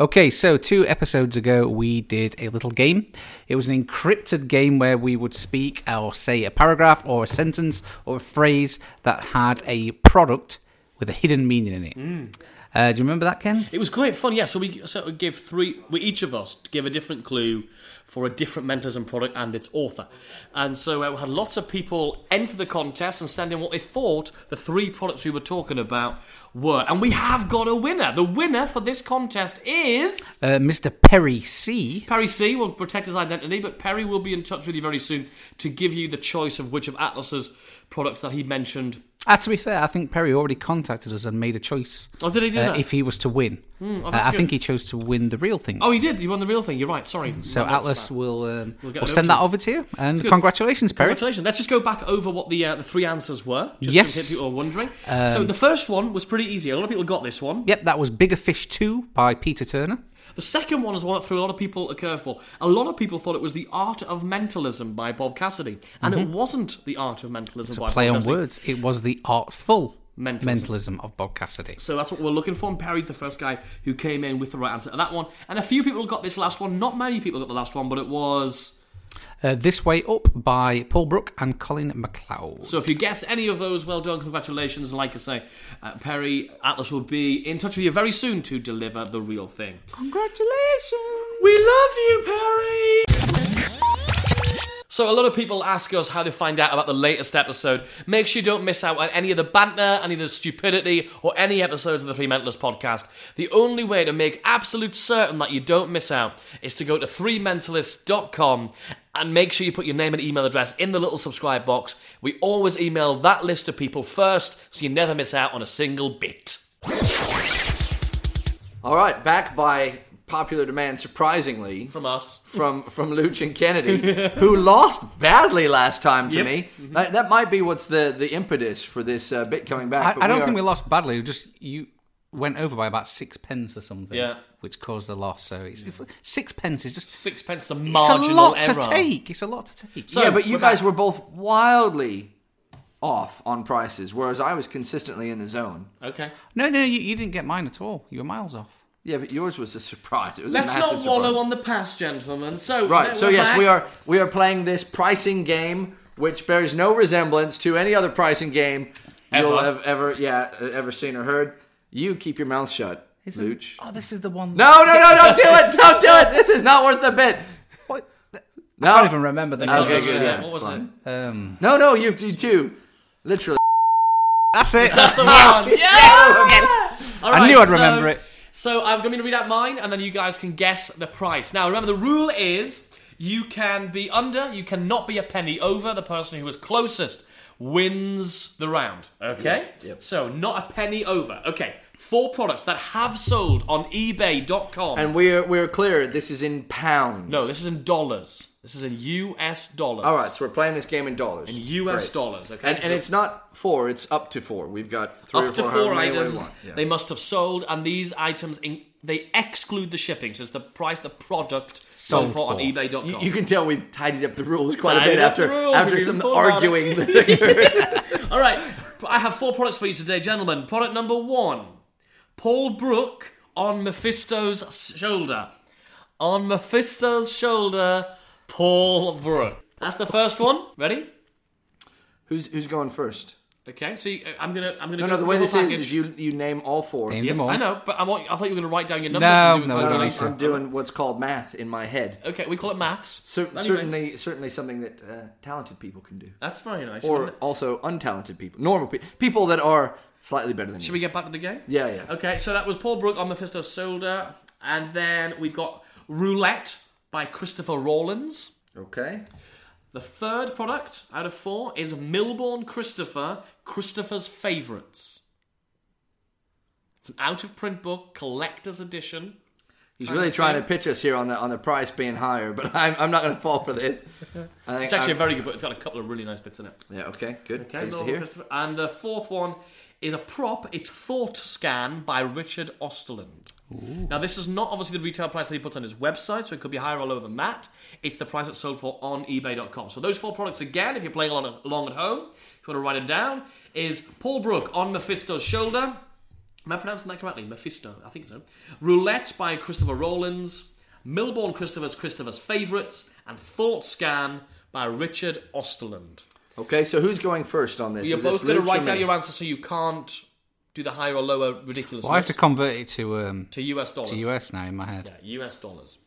Speaker 5: Okay, so two episodes ago, we did a little game. It was an encrypted game where we would speak or say a paragraph or a sentence or a phrase that had a product with a hidden meaning in it.
Speaker 1: Mm.
Speaker 5: Uh, do you remember that, Ken?
Speaker 1: It was great fun, yeah. So we so we gave three. We each of us gave a different clue for a different mentalism product and its author, and so uh, we had lots of people enter the contest and send in what they thought the three products we were talking about were. And we have got a winner. The winner for this contest is
Speaker 5: Uh, Mr. Perry C.
Speaker 1: Perry C. Will protect his identity, but Perry will be in touch with you very soon to give you the choice of which of Atlas's products that he mentioned.
Speaker 5: Ah, to be fair, I think Perry already contacted us and made a choice
Speaker 1: Oh, did he do
Speaker 5: uh,
Speaker 1: that? Mm, oh,
Speaker 5: if he was to win. Uh,
Speaker 1: that's
Speaker 5: I
Speaker 1: good.
Speaker 5: think he chose to win the real thing.
Speaker 1: Oh, he did. He won the real thing. You're right. Sorry.
Speaker 5: so
Speaker 1: My notes
Speaker 5: Atlas
Speaker 1: are bad.
Speaker 5: will um, will
Speaker 1: get a
Speaker 5: send
Speaker 1: note
Speaker 5: that
Speaker 1: to-
Speaker 5: over to you. And
Speaker 1: good.
Speaker 5: congratulations, Perry.
Speaker 1: Congratulations. Let's just go back over what the uh, the three answers were. Just In
Speaker 5: Yes. Um,
Speaker 1: case people are wondering. so the first one was pretty easy. A lot of people got this one.
Speaker 5: Yep, that was Bigger Fish 2 by Peter Turner.
Speaker 1: The second one is one that threw a lot of people a curveball. A lot of people thought it was the art of mentalism by Bob Cassidy, and it wasn't the art of mentalism by
Speaker 5: Mm-hmm. play
Speaker 1: Bob
Speaker 5: on
Speaker 1: Cassidy.
Speaker 5: words. It was the artful
Speaker 1: Mentalism.
Speaker 5: mentalism, of Bob Cassidy.
Speaker 1: So that's what we're looking for. And Perry's the first guy who came in with the right answer to that one. And a few people got this last one. Not many people got the last one, but it was.
Speaker 5: Uh, this Way Up by Paul Brook and Colin McLeod.
Speaker 1: So if you guessed any of those, well done, congratulations. And like I say, uh, Perry Atlas will be in touch with you very soon to deliver the real thing.
Speaker 5: Congratulations!
Speaker 1: We love you, Perry! So, a lot of people ask us how they find out about the latest episode. Make sure you don't miss out on any of the banter, any of the stupidity, or any episodes of the Three Mentalists podcast. The only way to make absolute certain that you don't miss out is to go to threementalists.com and make sure you put your name and email address in the little subscribe box. We always email that list of people first, so you never miss out on a single bit.
Speaker 2: All right, back by popular demand, surprisingly,
Speaker 1: From us.
Speaker 2: from from Luch and Kennedy, who lost badly last time to
Speaker 1: Yep.
Speaker 2: me.
Speaker 5: Mm-hmm.
Speaker 2: That, that might be what's the the impetus for this uh, bit coming back.
Speaker 5: I,
Speaker 2: but
Speaker 5: I don't
Speaker 2: are-
Speaker 5: think we lost badly. We Just you went over by about six pence or something.
Speaker 1: Yeah.
Speaker 5: Which caused the loss. So it's, if- six pence is just
Speaker 1: Six pence is a
Speaker 5: it's a
Speaker 1: marginal
Speaker 5: lot
Speaker 1: error.
Speaker 5: to take. It's a lot to take.
Speaker 1: So-
Speaker 2: yeah, but you
Speaker 1: we're back.
Speaker 2: guys were both wildly off on prices, whereas I was consistently in the zone.
Speaker 5: Uh,
Speaker 1: Okay.
Speaker 5: no, no, you, you didn't get mine at all. You were miles off.
Speaker 2: Yeah, but yours was a surprise. It was
Speaker 1: Let's
Speaker 2: a
Speaker 1: not
Speaker 2: massive
Speaker 1: wallow
Speaker 2: surprise.
Speaker 1: on the past, gentlemen. So
Speaker 2: Right.
Speaker 1: we're
Speaker 2: So yes,
Speaker 1: back.
Speaker 2: we are we are playing this pricing game, which bears no resemblance to any other pricing game you'll
Speaker 1: Ever.
Speaker 2: have ever yeah uh, ever seen or heard. You keep your mouth shut, Luch.
Speaker 5: Oh, this is the one.
Speaker 2: No, no, no, don't do it! Don't do it! This is not worth the bit.
Speaker 5: What?
Speaker 2: No,
Speaker 5: I can't even remember the name.
Speaker 2: Okay,
Speaker 5: of it.
Speaker 2: good, yeah,
Speaker 1: what was
Speaker 2: fine.
Speaker 1: it?
Speaker 5: Um,
Speaker 2: no, no, you, you too. Literally.
Speaker 5: that's it.
Speaker 1: Ah, All
Speaker 5: I
Speaker 1: right,
Speaker 5: knew I'd
Speaker 1: so-
Speaker 5: remember it.
Speaker 1: So uh, I'm going to read out mine, and then you guys can guess the price. Now, remember, the rule is you can be under, you cannot be a penny over. The person who is closest wins the round. Okay? So, not a penny over. Okay. Four products that have sold on eBay.com.
Speaker 2: And we're we're clear. This is in pounds.
Speaker 1: no, this is in dollars. This is in US dollars.
Speaker 2: All right, so we're playing this game in dollars. In
Speaker 1: US dollars, okay?
Speaker 2: And, and
Speaker 1: So-
Speaker 2: it's not four; it's up to four. We've got three or
Speaker 1: up to
Speaker 2: four,
Speaker 1: four
Speaker 2: however many we
Speaker 1: items
Speaker 2: want. Yeah.
Speaker 1: they must have sold, and these items in, they exclude the shipping, so it's the price the product sold,
Speaker 5: Sold
Speaker 1: for on
Speaker 5: for.
Speaker 1: eBay.com.
Speaker 2: You, you can tell we've tidied up the rules quite a
Speaker 1: Tidied
Speaker 2: bit
Speaker 1: up the
Speaker 2: after
Speaker 1: rules,
Speaker 2: after
Speaker 1: we've
Speaker 2: some
Speaker 1: thought about
Speaker 2: arguing.
Speaker 1: All right, I have four products for you today, gentlemen. Product number one: Paul Brook on Mephisto's shoulder. On Mephisto's shoulder, Paul Brook. That's the first one. Ready?
Speaker 2: who's who's going first?
Speaker 1: Okay, so you, uh, I'm gonna I'm gonna go
Speaker 2: No, no.
Speaker 1: through
Speaker 2: The way
Speaker 1: whole
Speaker 2: this is
Speaker 1: package.
Speaker 2: is you you name all four.
Speaker 5: Name
Speaker 1: Yes,
Speaker 5: them all.
Speaker 1: I know, but I, want, I thought you were gonna write down your numbers.
Speaker 5: No,
Speaker 1: and do it
Speaker 5: no,
Speaker 1: with
Speaker 5: we
Speaker 2: No,
Speaker 5: don't
Speaker 2: I'm,
Speaker 5: need
Speaker 1: calculation.
Speaker 5: to.
Speaker 2: I'm doing what's called math in my head.
Speaker 1: Okay, we call it maths.
Speaker 2: Cer-
Speaker 1: Anyway.
Speaker 2: certainly, certainly something that uh, talented people can do,
Speaker 1: That's very nice.
Speaker 2: or also untalented people, normal people, people that are slightly better than
Speaker 1: Should
Speaker 2: you.
Speaker 1: we get back to the game?
Speaker 2: Yeah, yeah.
Speaker 1: Okay, so that was Paul Brook on Mephisto Solder. And then we've got Roulette by Christopher Rawlins.
Speaker 2: Okay.
Speaker 1: The third product out of four is Milbourne Christopher, Christopher's Favourites. It's an out of print book, collector's edition.
Speaker 2: He's really trying to pitch us here on the on the price being higher, but I'm, I'm not going to fall for this. I think
Speaker 1: It's actually a
Speaker 2: I'm-
Speaker 1: very good book. It's got a couple of really nice bits in it.
Speaker 2: yeah. Okay, good.
Speaker 1: Okay,
Speaker 2: Pleased to
Speaker 1: Milbourne
Speaker 2: hear.
Speaker 1: Christopher. And the fourth one is a prop. It's Thought Scan by Richard Osterland. Now, this is not obviously the retail price that he puts on his website, so it could be higher or lower than that. It's the price that's sold for on eBay.com. So, those four products again, if you're playing along, along at home, if you want to write them down, is Paul Brook on Mephisto's shoulder. Am I pronouncing that correctly? Mephisto, I think so. Roulette by Christopher Rawlins. Milbourne Christopher's Christopher's Favourites. And Thought Scan by Richard Osterland.
Speaker 2: Okay, so who's going first on this?
Speaker 1: You're
Speaker 2: Is this
Speaker 1: both going to
Speaker 2: Luch or
Speaker 1: write down
Speaker 2: me?
Speaker 1: your answer so you can't do the higher or lower ridiculous
Speaker 5: Well, I have to convert it to um,
Speaker 1: to US dollars.
Speaker 5: to US now in my head.
Speaker 1: Yeah, US dollars.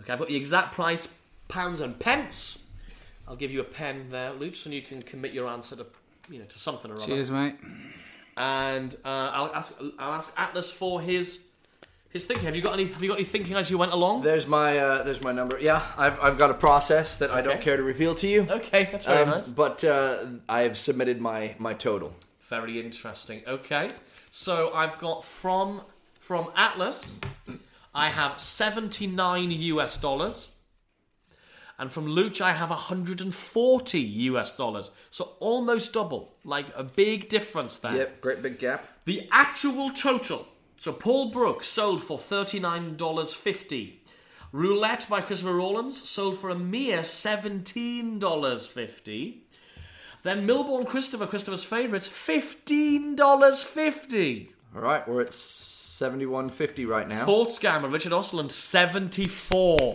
Speaker 1: Okay, I've got the exact price, pounds and pence. I'll give you a pen there, Luch, and you can commit your answer to you know to something or other.
Speaker 5: Cheers, mate.
Speaker 1: And uh, I'll ask I'll ask Atlas for his his thinking. Have you got any Have you got any thinking as you went along?
Speaker 2: There's my uh, there's my number. Yeah, I've, I've got a process that I don't
Speaker 1: Okay.
Speaker 2: care to reveal to you.
Speaker 1: Okay, that's very
Speaker 2: Um,
Speaker 1: nice.
Speaker 2: But uh, I've submitted my my total.
Speaker 1: Very interesting. Okay, so I've got from from Atlas, I have seventy nine US dollars, and from Luch I have hundred and forty US dollars. So almost double, like a big difference there.
Speaker 2: Yep, great big gap.
Speaker 1: The actual total. So Paul Brooks sold for $39.50. Roulette by Christopher Rawlins sold for a mere $17.50. Then Milbourne Christopher, Christopher's favourites, $15.50.
Speaker 2: All right, we're at seventy one fifty right now.
Speaker 1: Thought scammer Richard Osland, 74
Speaker 2: Oh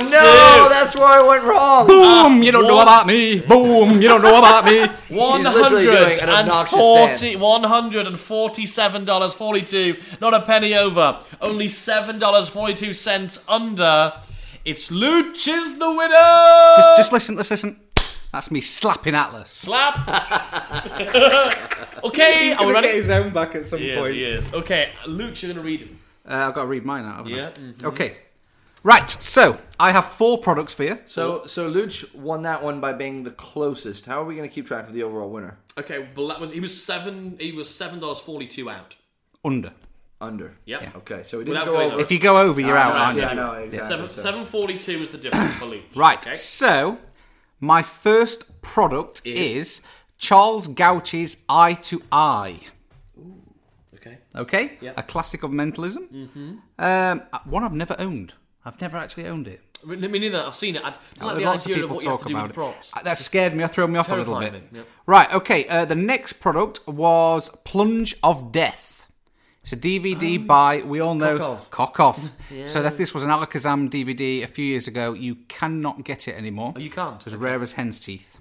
Speaker 2: no, that's where I went wrong.
Speaker 5: Boom! You don't know about me. Boom! You don't know about me.
Speaker 2: literally doing an obnoxious
Speaker 1: 140, $147.42, not a penny over, only $7.42 under. It's Luch is the winner!
Speaker 5: Just, just listen. Let's listen. That's me slapping Atlas.
Speaker 1: slap. okay, are we ready?
Speaker 5: his own back at some
Speaker 1: Yes, he is. Okay, Luch, you're going to read.
Speaker 5: Uh, I've got to read mine out. haven't I?
Speaker 1: Yeah, mhm.
Speaker 5: Okay. Right. So I have four products for you.
Speaker 2: So so Luch won that one by being the closest. How are we going to keep track of the overall winner?
Speaker 1: Okay, well that was he was seven. He was seven dollars forty-two out.
Speaker 5: Under.
Speaker 2: Under.
Speaker 1: Yep. Yeah.
Speaker 2: Okay, so we didn't
Speaker 1: Without
Speaker 2: go
Speaker 1: going
Speaker 2: over.
Speaker 1: over.
Speaker 5: If you go over,
Speaker 1: Ah,
Speaker 5: you're out,
Speaker 2: Right,
Speaker 5: aren't you?
Speaker 2: yeah, I know, exactly.
Speaker 1: Seven
Speaker 2: so-
Speaker 1: seven forty-two is the difference for Luch.
Speaker 5: Right.
Speaker 1: Okay.
Speaker 5: So, my first product is, Charles Gouch's Eye to Eye.
Speaker 1: Okay.
Speaker 5: Okay, a classic of mentalism.
Speaker 1: Mm-hmm.
Speaker 5: Um, one I've never owned. I've never actually owned it.
Speaker 1: Me neither. I've seen it. I don't like the
Speaker 5: Lots of
Speaker 1: idea of
Speaker 5: people
Speaker 1: what you have to
Speaker 5: talk
Speaker 1: do with
Speaker 5: about
Speaker 1: the props.
Speaker 5: it. Uh, That scared me. I threw me off a little
Speaker 1: Terrified
Speaker 5: bit.
Speaker 1: me, yep.
Speaker 5: Right. Okay. Uh, the next product was Plunge of Death. It's a DVD
Speaker 1: Oh.
Speaker 5: by we all know
Speaker 1: Kokov.
Speaker 5: Kokov. So that this was an Alakazam DVD a few years ago. You cannot get it anymore.
Speaker 1: Oh, you can't? Mm-hmm.
Speaker 5: It's as rare as hen's teeth.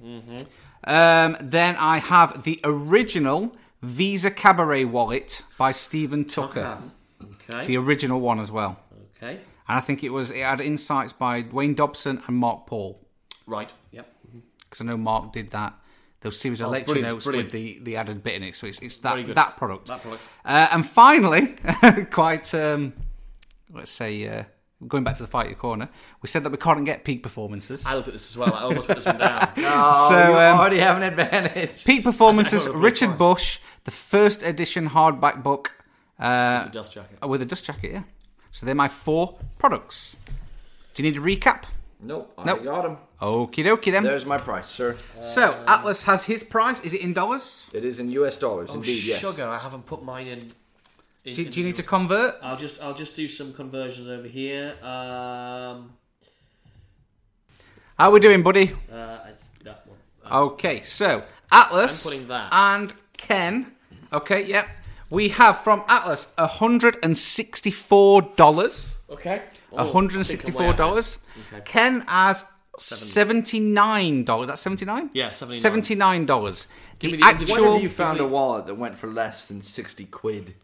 Speaker 5: Um, then I have the original Visa Cabaret wallet by Stephen Tucker.
Speaker 1: Ah, Okay.
Speaker 5: The original one as well.
Speaker 1: Okay.
Speaker 5: and I think it was it had insights by Wayne Dobson and Mark Paul
Speaker 1: Right. Yep.
Speaker 5: because I know Mark did that. Those series of lecture
Speaker 1: Oh, brilliant,
Speaker 5: notes
Speaker 1: brilliant.
Speaker 5: with the, the added bit in it, so it's, it's
Speaker 1: Very
Speaker 5: that
Speaker 1: good.
Speaker 5: that product.
Speaker 1: That product.
Speaker 5: Uh, and finally, quite um, let's say uh, going back to the fight your corner, we said that we couldn't get peak performances.
Speaker 1: I looked at this as well. I almost put this one down.
Speaker 2: Oh,
Speaker 5: So,
Speaker 2: you
Speaker 5: um,
Speaker 2: already have an advantage.
Speaker 5: Peak performances:
Speaker 1: Probably
Speaker 5: Richard
Speaker 1: twice.
Speaker 5: Bush, the first edition hardback book
Speaker 1: The dust jacket.
Speaker 5: uh, with a dust jacket. Yeah, so they're my four products. Do you need a recap?
Speaker 2: Nope, I
Speaker 5: Nope.
Speaker 2: got him.
Speaker 5: Okie dokie then.
Speaker 2: There's my price, sir.
Speaker 5: so Atlas has his price. Is it in dollars?
Speaker 2: It is in U.S. dollars, indeed. Yes.
Speaker 1: Sugar. I haven't put mine in. in-
Speaker 5: Do, do you
Speaker 1: in-
Speaker 5: need to convert?
Speaker 6: I'll just I'll just do some conversions over here. Um,
Speaker 5: How we doing, buddy?
Speaker 6: uh, it's that one.
Speaker 5: Okay, so Atlas
Speaker 1: I'm putting that.
Speaker 5: and Ken. Okay, yep. We have from Atlas hundred and sixty-four dollars.
Speaker 1: Okay. Oh,
Speaker 5: hundred and sixty-four dollars. Ken has seventy-nine dollars. That's seventy-nine.
Speaker 1: Yeah, 79.
Speaker 5: Seventy-nine dollars.
Speaker 1: me
Speaker 5: The
Speaker 1: the individual-
Speaker 5: actual.
Speaker 2: You found a wallet that went for less than sixty quid.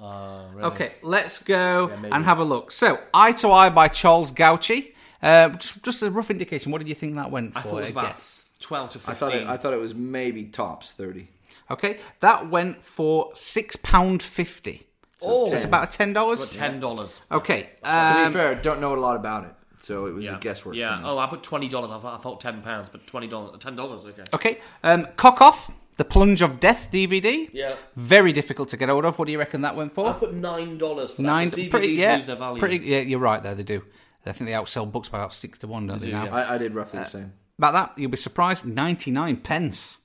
Speaker 5: Okay, let's go and have a look. So, Eye to Eye by Charles Gouchy. Uh, just, just a rough indication. What did you think that went for?
Speaker 1: I thought it was about
Speaker 5: guess?
Speaker 1: twelve to
Speaker 2: I thought
Speaker 1: fifteen.
Speaker 2: it, I thought it was maybe tops thirty.
Speaker 5: Okay, that went for six pound fifty. Oh, that's about ten dollars.
Speaker 1: Ten dollars.
Speaker 5: Okay,
Speaker 2: To
Speaker 5: um,
Speaker 2: be fair, don't know a lot about it, so it was a guesswork.
Speaker 1: Yeah.
Speaker 2: for me.
Speaker 1: Oh, I put twenty dollars. I thought I thought ten pounds, but twenty dollars. Ten dollars. Okay.
Speaker 5: okay. Um, Cock off the plunge of death DVD.
Speaker 1: Yeah.
Speaker 5: very difficult to get hold of. What do you reckon that went
Speaker 1: I
Speaker 5: for?
Speaker 1: put nine dollars for
Speaker 5: Nine.
Speaker 1: that. 'cause DVDs
Speaker 5: pretty, yeah,
Speaker 1: lose their value.
Speaker 5: pretty. Yeah, you're right. There they do. I think they outsell books by about six to one, don't they? now
Speaker 2: I, I did roughly the same.
Speaker 5: about that, you'll be surprised. Ninety nine pence.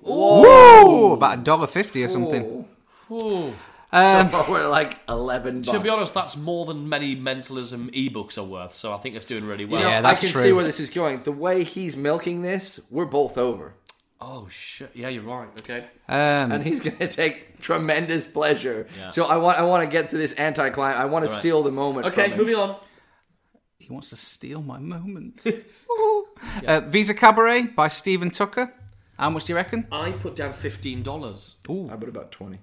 Speaker 5: Whoa! About a dollar fifty or something.
Speaker 1: Ooh.
Speaker 2: We're like eleven. Bucks.
Speaker 1: To be honest, that's more than many mentalism ebooks are worth. So I think it's doing really well.
Speaker 5: Yeah,
Speaker 2: I
Speaker 5: that's
Speaker 2: can
Speaker 5: true.
Speaker 2: see where this is going. The way he's milking this, we're both over,
Speaker 1: Oh shit! Yeah, you're right. Okay.
Speaker 5: Um,
Speaker 2: and he's going to take tremendous pleasure. So I want, I want to get to this anti-climb. I want to steal the moment.
Speaker 1: Okay,
Speaker 2: from him.
Speaker 1: moving on.
Speaker 5: He wants to steal my moment. Ooh. uh, Visa Cabaret by Stephen Tucker. How much do you reckon?
Speaker 1: I put down fifteen dollars.
Speaker 2: I put about twenty.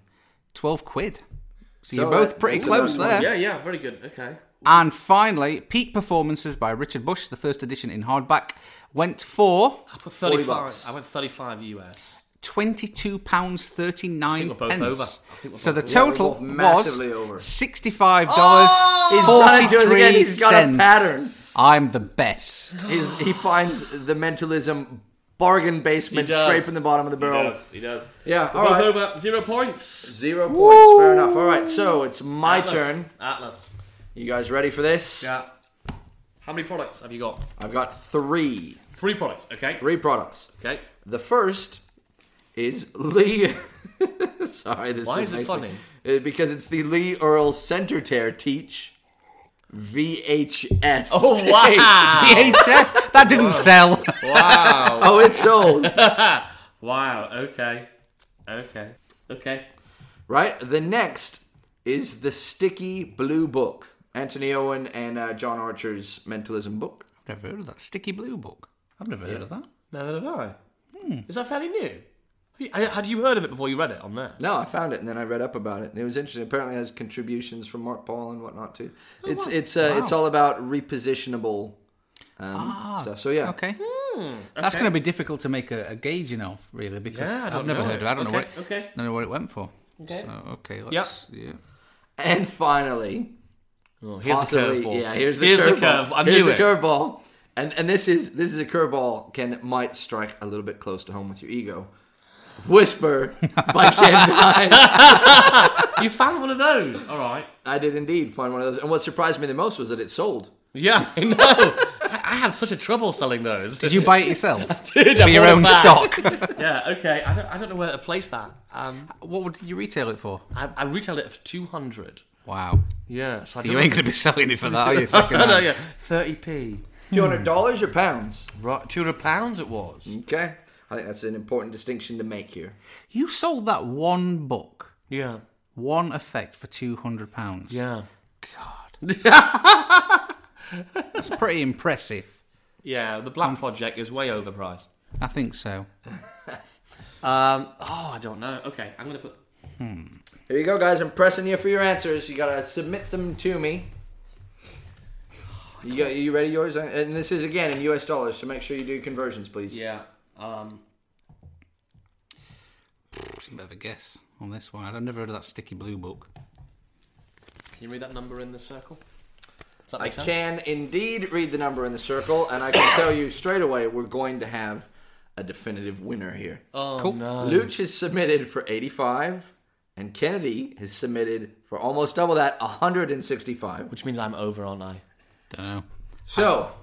Speaker 5: 12 quid. So, uh,
Speaker 2: So
Speaker 5: you're both
Speaker 2: that-
Speaker 5: pretty
Speaker 2: that's
Speaker 5: close
Speaker 2: another
Speaker 5: there.
Speaker 1: Yeah, yeah, very good. Okay.
Speaker 5: And finally, Peak Performances by Richard Bush, the first edition in hardback, went for
Speaker 1: I put thirty-five.
Speaker 2: bucks.
Speaker 1: I went thirty-five US.
Speaker 5: £22.39.
Speaker 1: I think we're both
Speaker 5: pence.
Speaker 1: over. I think we're
Speaker 5: so the
Speaker 1: both
Speaker 5: total
Speaker 2: both
Speaker 5: was
Speaker 2: massively over.
Speaker 5: $65.43.
Speaker 2: He's done
Speaker 1: Oh,
Speaker 2: it to us again. He's got a pattern.
Speaker 5: I'm the best.
Speaker 2: He's, he finds the mentalism bargain basement
Speaker 6: He does.
Speaker 2: scraping the bottom of the
Speaker 6: He
Speaker 2: barrel.
Speaker 6: does. He does.
Speaker 2: Yeah, all
Speaker 6: Both
Speaker 2: right.
Speaker 6: over zero points.
Speaker 2: Zero points. Fair enough. All right, so it's my
Speaker 6: Atlas.
Speaker 2: turn.
Speaker 6: Atlas.
Speaker 2: You guys ready for this?
Speaker 1: Yeah. How many products have you got?
Speaker 2: I've got three,
Speaker 1: Three products. Okay.
Speaker 2: three products.
Speaker 1: Okay.
Speaker 2: The first is Lee. Sorry, this
Speaker 1: Why is it
Speaker 2: amazing.
Speaker 1: funny?
Speaker 2: Uh, because it's the Lee Earl Center Tear Teach VHS.
Speaker 1: Oh
Speaker 2: tape.
Speaker 1: wow!
Speaker 5: VHS. That didn't sell.
Speaker 1: wow!
Speaker 2: Oh, it's sold.
Speaker 6: Wow. Okay. Okay. Okay.
Speaker 2: right. The next is the Sticky Blue Book, Anthony Owen and uh, John Archer's mentalism book.
Speaker 5: Never heard of that sticky blue book. I've never heard of that.
Speaker 1: Neither have I. Is that fairly new? Have you- I- Had you heard of it before you read it on there?
Speaker 2: No, I found it and then I read up about it and it was interesting. Apparently, it has contributions from Mark Paul and whatnot too. it's it's uh, it's all about repositionable um, stuff. So yeah,
Speaker 5: Okay.
Speaker 1: Hmm.
Speaker 5: That's going to be difficult to make a, a gauging of, really, because
Speaker 1: Yeah, I
Speaker 5: I've
Speaker 1: don't
Speaker 5: never
Speaker 1: know.
Speaker 5: heard of it. I don't know
Speaker 1: Okay,
Speaker 5: what.
Speaker 6: okay.
Speaker 5: I don't know what it went for. Okay. So, okay. Let's, yeah.
Speaker 2: And finally,
Speaker 1: Oh, here's
Speaker 2: possibly,
Speaker 1: the curveball.
Speaker 2: yeah, here's the
Speaker 1: here's
Speaker 2: curveball.
Speaker 1: the curve. I
Speaker 2: here's
Speaker 1: knew
Speaker 2: the
Speaker 1: it.
Speaker 2: curveball. And and this is this is a curveball, Ken, that might strike a little bit close to home with your ego. Whisper by Ken Dine.
Speaker 6: You found one of those. All right.
Speaker 2: I did indeed find one of those. And what surprised me the most was that it sold.
Speaker 1: Yeah, I know. I, I had such a trouble selling those.
Speaker 5: Did you buy it yourself
Speaker 1: Did I
Speaker 5: for your
Speaker 1: bought it
Speaker 5: own
Speaker 1: back.
Speaker 5: stock?
Speaker 6: Yeah. Okay.
Speaker 1: I don't, I don't know where to place that. Um,
Speaker 5: what would you retail it for?
Speaker 1: I, I retailed it for two hundred.
Speaker 5: Wow.
Speaker 1: Yeah, so, I
Speaker 5: You
Speaker 1: don't-
Speaker 5: ain't going to be selling it for that, are you?
Speaker 1: I know,
Speaker 5: Secondhand?
Speaker 1: yeah, thirty p.
Speaker 2: Two hundred dollars or pounds?
Speaker 1: Right, two hundred pounds it was.
Speaker 2: Okay. I think that's an important distinction to make here.
Speaker 5: You sold that one book,
Speaker 1: Yeah,
Speaker 5: one effect for two hundred pounds.
Speaker 1: yeah,
Speaker 5: God. That's pretty impressive.
Speaker 1: yeah. The Black Project is way overpriced.
Speaker 5: I think so.
Speaker 1: Um, oh, I don't know.
Speaker 6: No. Okay. I'm gonna put.
Speaker 2: Here you go, guys. I'm pressing you for your answers. You gotta submit them to me. You got you ready yours? And this is again in US dollars, so make sure you do conversions, please.
Speaker 6: Yeah. Um,
Speaker 5: Just a bit of a guess on this one. I've never heard of that sticky blue book.
Speaker 1: Can you read that number in the circle? Does that
Speaker 2: I
Speaker 1: make sense?
Speaker 2: can indeed read the number in the circle, and I can tell you straight away we're going to have a definitive winner here.
Speaker 1: Oh no!
Speaker 2: Luch has submitted for 85, and Kennedy has submitted for almost double that, 165.
Speaker 1: Which means I'm over, aren't I?
Speaker 5: Don't know.
Speaker 2: So,
Speaker 1: Oh.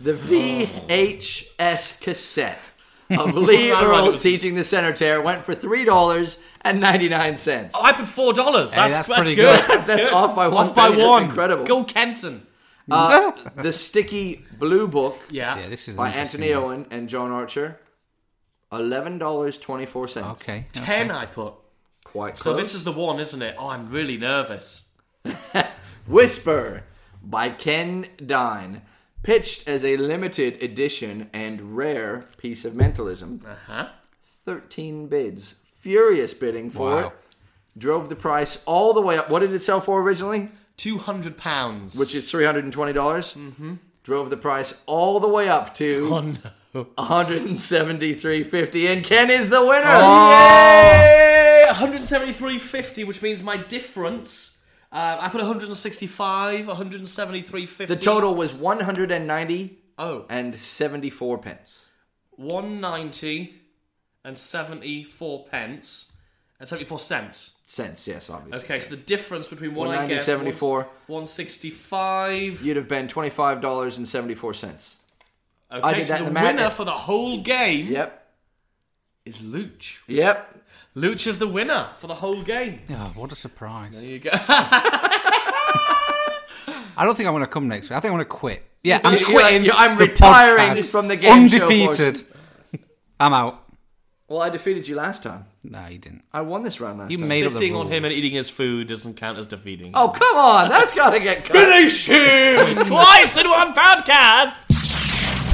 Speaker 2: the VHS cassette of Lee
Speaker 1: Right, right, it
Speaker 2: Earl
Speaker 1: was-
Speaker 2: teaching the center tear went for $3.99.
Speaker 1: Oh, I put four dollars. that's,
Speaker 5: that's
Speaker 1: that's
Speaker 5: pretty
Speaker 1: good.
Speaker 5: good.
Speaker 1: That's,
Speaker 2: That's
Speaker 1: good.
Speaker 2: off by one
Speaker 1: Off by
Speaker 2: penny. That's
Speaker 1: one.
Speaker 2: incredible.
Speaker 1: Go Kenton.
Speaker 2: Uh, the Sticky Blue Book
Speaker 1: Yeah.
Speaker 5: Yeah, this is an
Speaker 2: by
Speaker 5: interesting
Speaker 2: Anthony
Speaker 5: one.
Speaker 2: Owen and John Archer. Eleven dollars twenty four cents.
Speaker 5: Okay.
Speaker 1: Ten I put.
Speaker 2: quite
Speaker 1: So
Speaker 2: close.
Speaker 1: this is the one, isn't it? Oh, I'm really nervous.
Speaker 2: Whisper by Ken Dine, pitched as a limited edition and rare piece of mentalism.
Speaker 1: Huh?
Speaker 2: Thirteen bids, furious bidding for
Speaker 5: Wow.
Speaker 2: it. Drove the price all the way up. What did it sell for originally?
Speaker 1: Two hundred pounds.
Speaker 2: Which is three hundred and twenty dollars. Mm-hmm. Drove the price all the way up to
Speaker 1: Oh, no.
Speaker 2: 173.50, and Ken is the winner.
Speaker 5: Oh!
Speaker 1: Yay! 173.50, which means my difference. Uh, I put 165, 173.50.
Speaker 2: The total was 190
Speaker 1: Oh,
Speaker 2: and 74 pence.
Speaker 1: 190 and 74 pence and 74 cents.
Speaker 2: Cents, yes, obviously.
Speaker 1: Okay, so the difference between what I
Speaker 2: 190,
Speaker 1: guess
Speaker 2: 74.
Speaker 1: 165.
Speaker 2: You'd have been $25.74.
Speaker 1: Okay,
Speaker 2: did
Speaker 1: so the
Speaker 2: that in the math.
Speaker 1: winner for the whole game
Speaker 2: Yep.
Speaker 1: is Luch.
Speaker 2: Yep.
Speaker 1: Luch is the winner for the whole game.
Speaker 5: Yeah, what a surprise.
Speaker 1: There you go.
Speaker 5: I don't think I want to come next week. I think I want to quit. Yeah, I'm
Speaker 2: You're like,
Speaker 5: quitting.
Speaker 2: "You're- I'm
Speaker 5: the
Speaker 2: retiring
Speaker 5: podcast.
Speaker 2: from the game show
Speaker 5: Undefeated. I'm out.
Speaker 2: Well, I defeated you last time.
Speaker 5: No, you didn't.
Speaker 2: I won this round last
Speaker 5: You
Speaker 2: time.
Speaker 5: made up the
Speaker 1: Sitting on him and
Speaker 5: rules.
Speaker 1: eating his food doesn't count as defeating.
Speaker 2: Oh, come on. That's got to get cut.
Speaker 1: Twice in one podcast!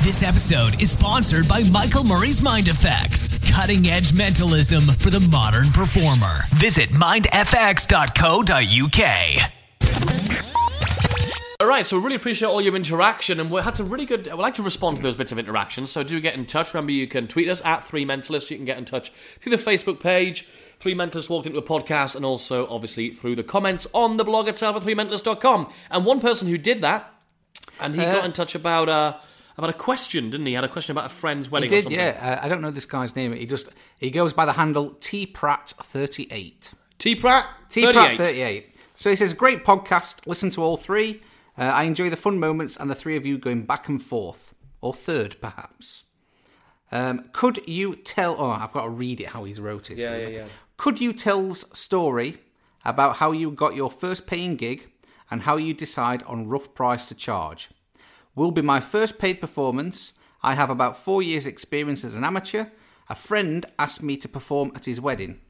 Speaker 3: This episode is sponsored by Michael Murray's Mind Effects, cutting edge mentalism for the modern performer. Visit mindfx.co.uk.
Speaker 1: All right, so we really appreciate all your interaction, and we had some really good. We like to respond to those bits of interaction, so do get in touch. Remember, you can tweet us at Three Mentalists. You can get in touch through the Facebook page, Three Mentalists Walked Into a Podcast, and also obviously through the comments on the blog itself at ThreeMentalists.com. And one person who did that, and he got in touch about uh, about a question, didn't he? He Had a question about a friend's wedding. or
Speaker 5: Did
Speaker 1: something.
Speaker 5: yeah? Uh, I don't know this guy's name. He just he goes by the handle T Pratt thirty eight.
Speaker 1: T Pratt.
Speaker 5: T
Speaker 1: 38.
Speaker 5: Pratt 38. So he says, great podcast. Listen to all three. Uh, I enjoy the fun moments and the three of you going back and forth, or third perhaps. Um, could you tell? Oh, I've got to read it how he's wrote it. Yeah, yeah, yeah. Could you tell's story about how you got your first paying gig and how you decide on rough price to charge? Will be my first paid performance. I have about four years' experience as an amateur. A friend asked me to perform at his wedding.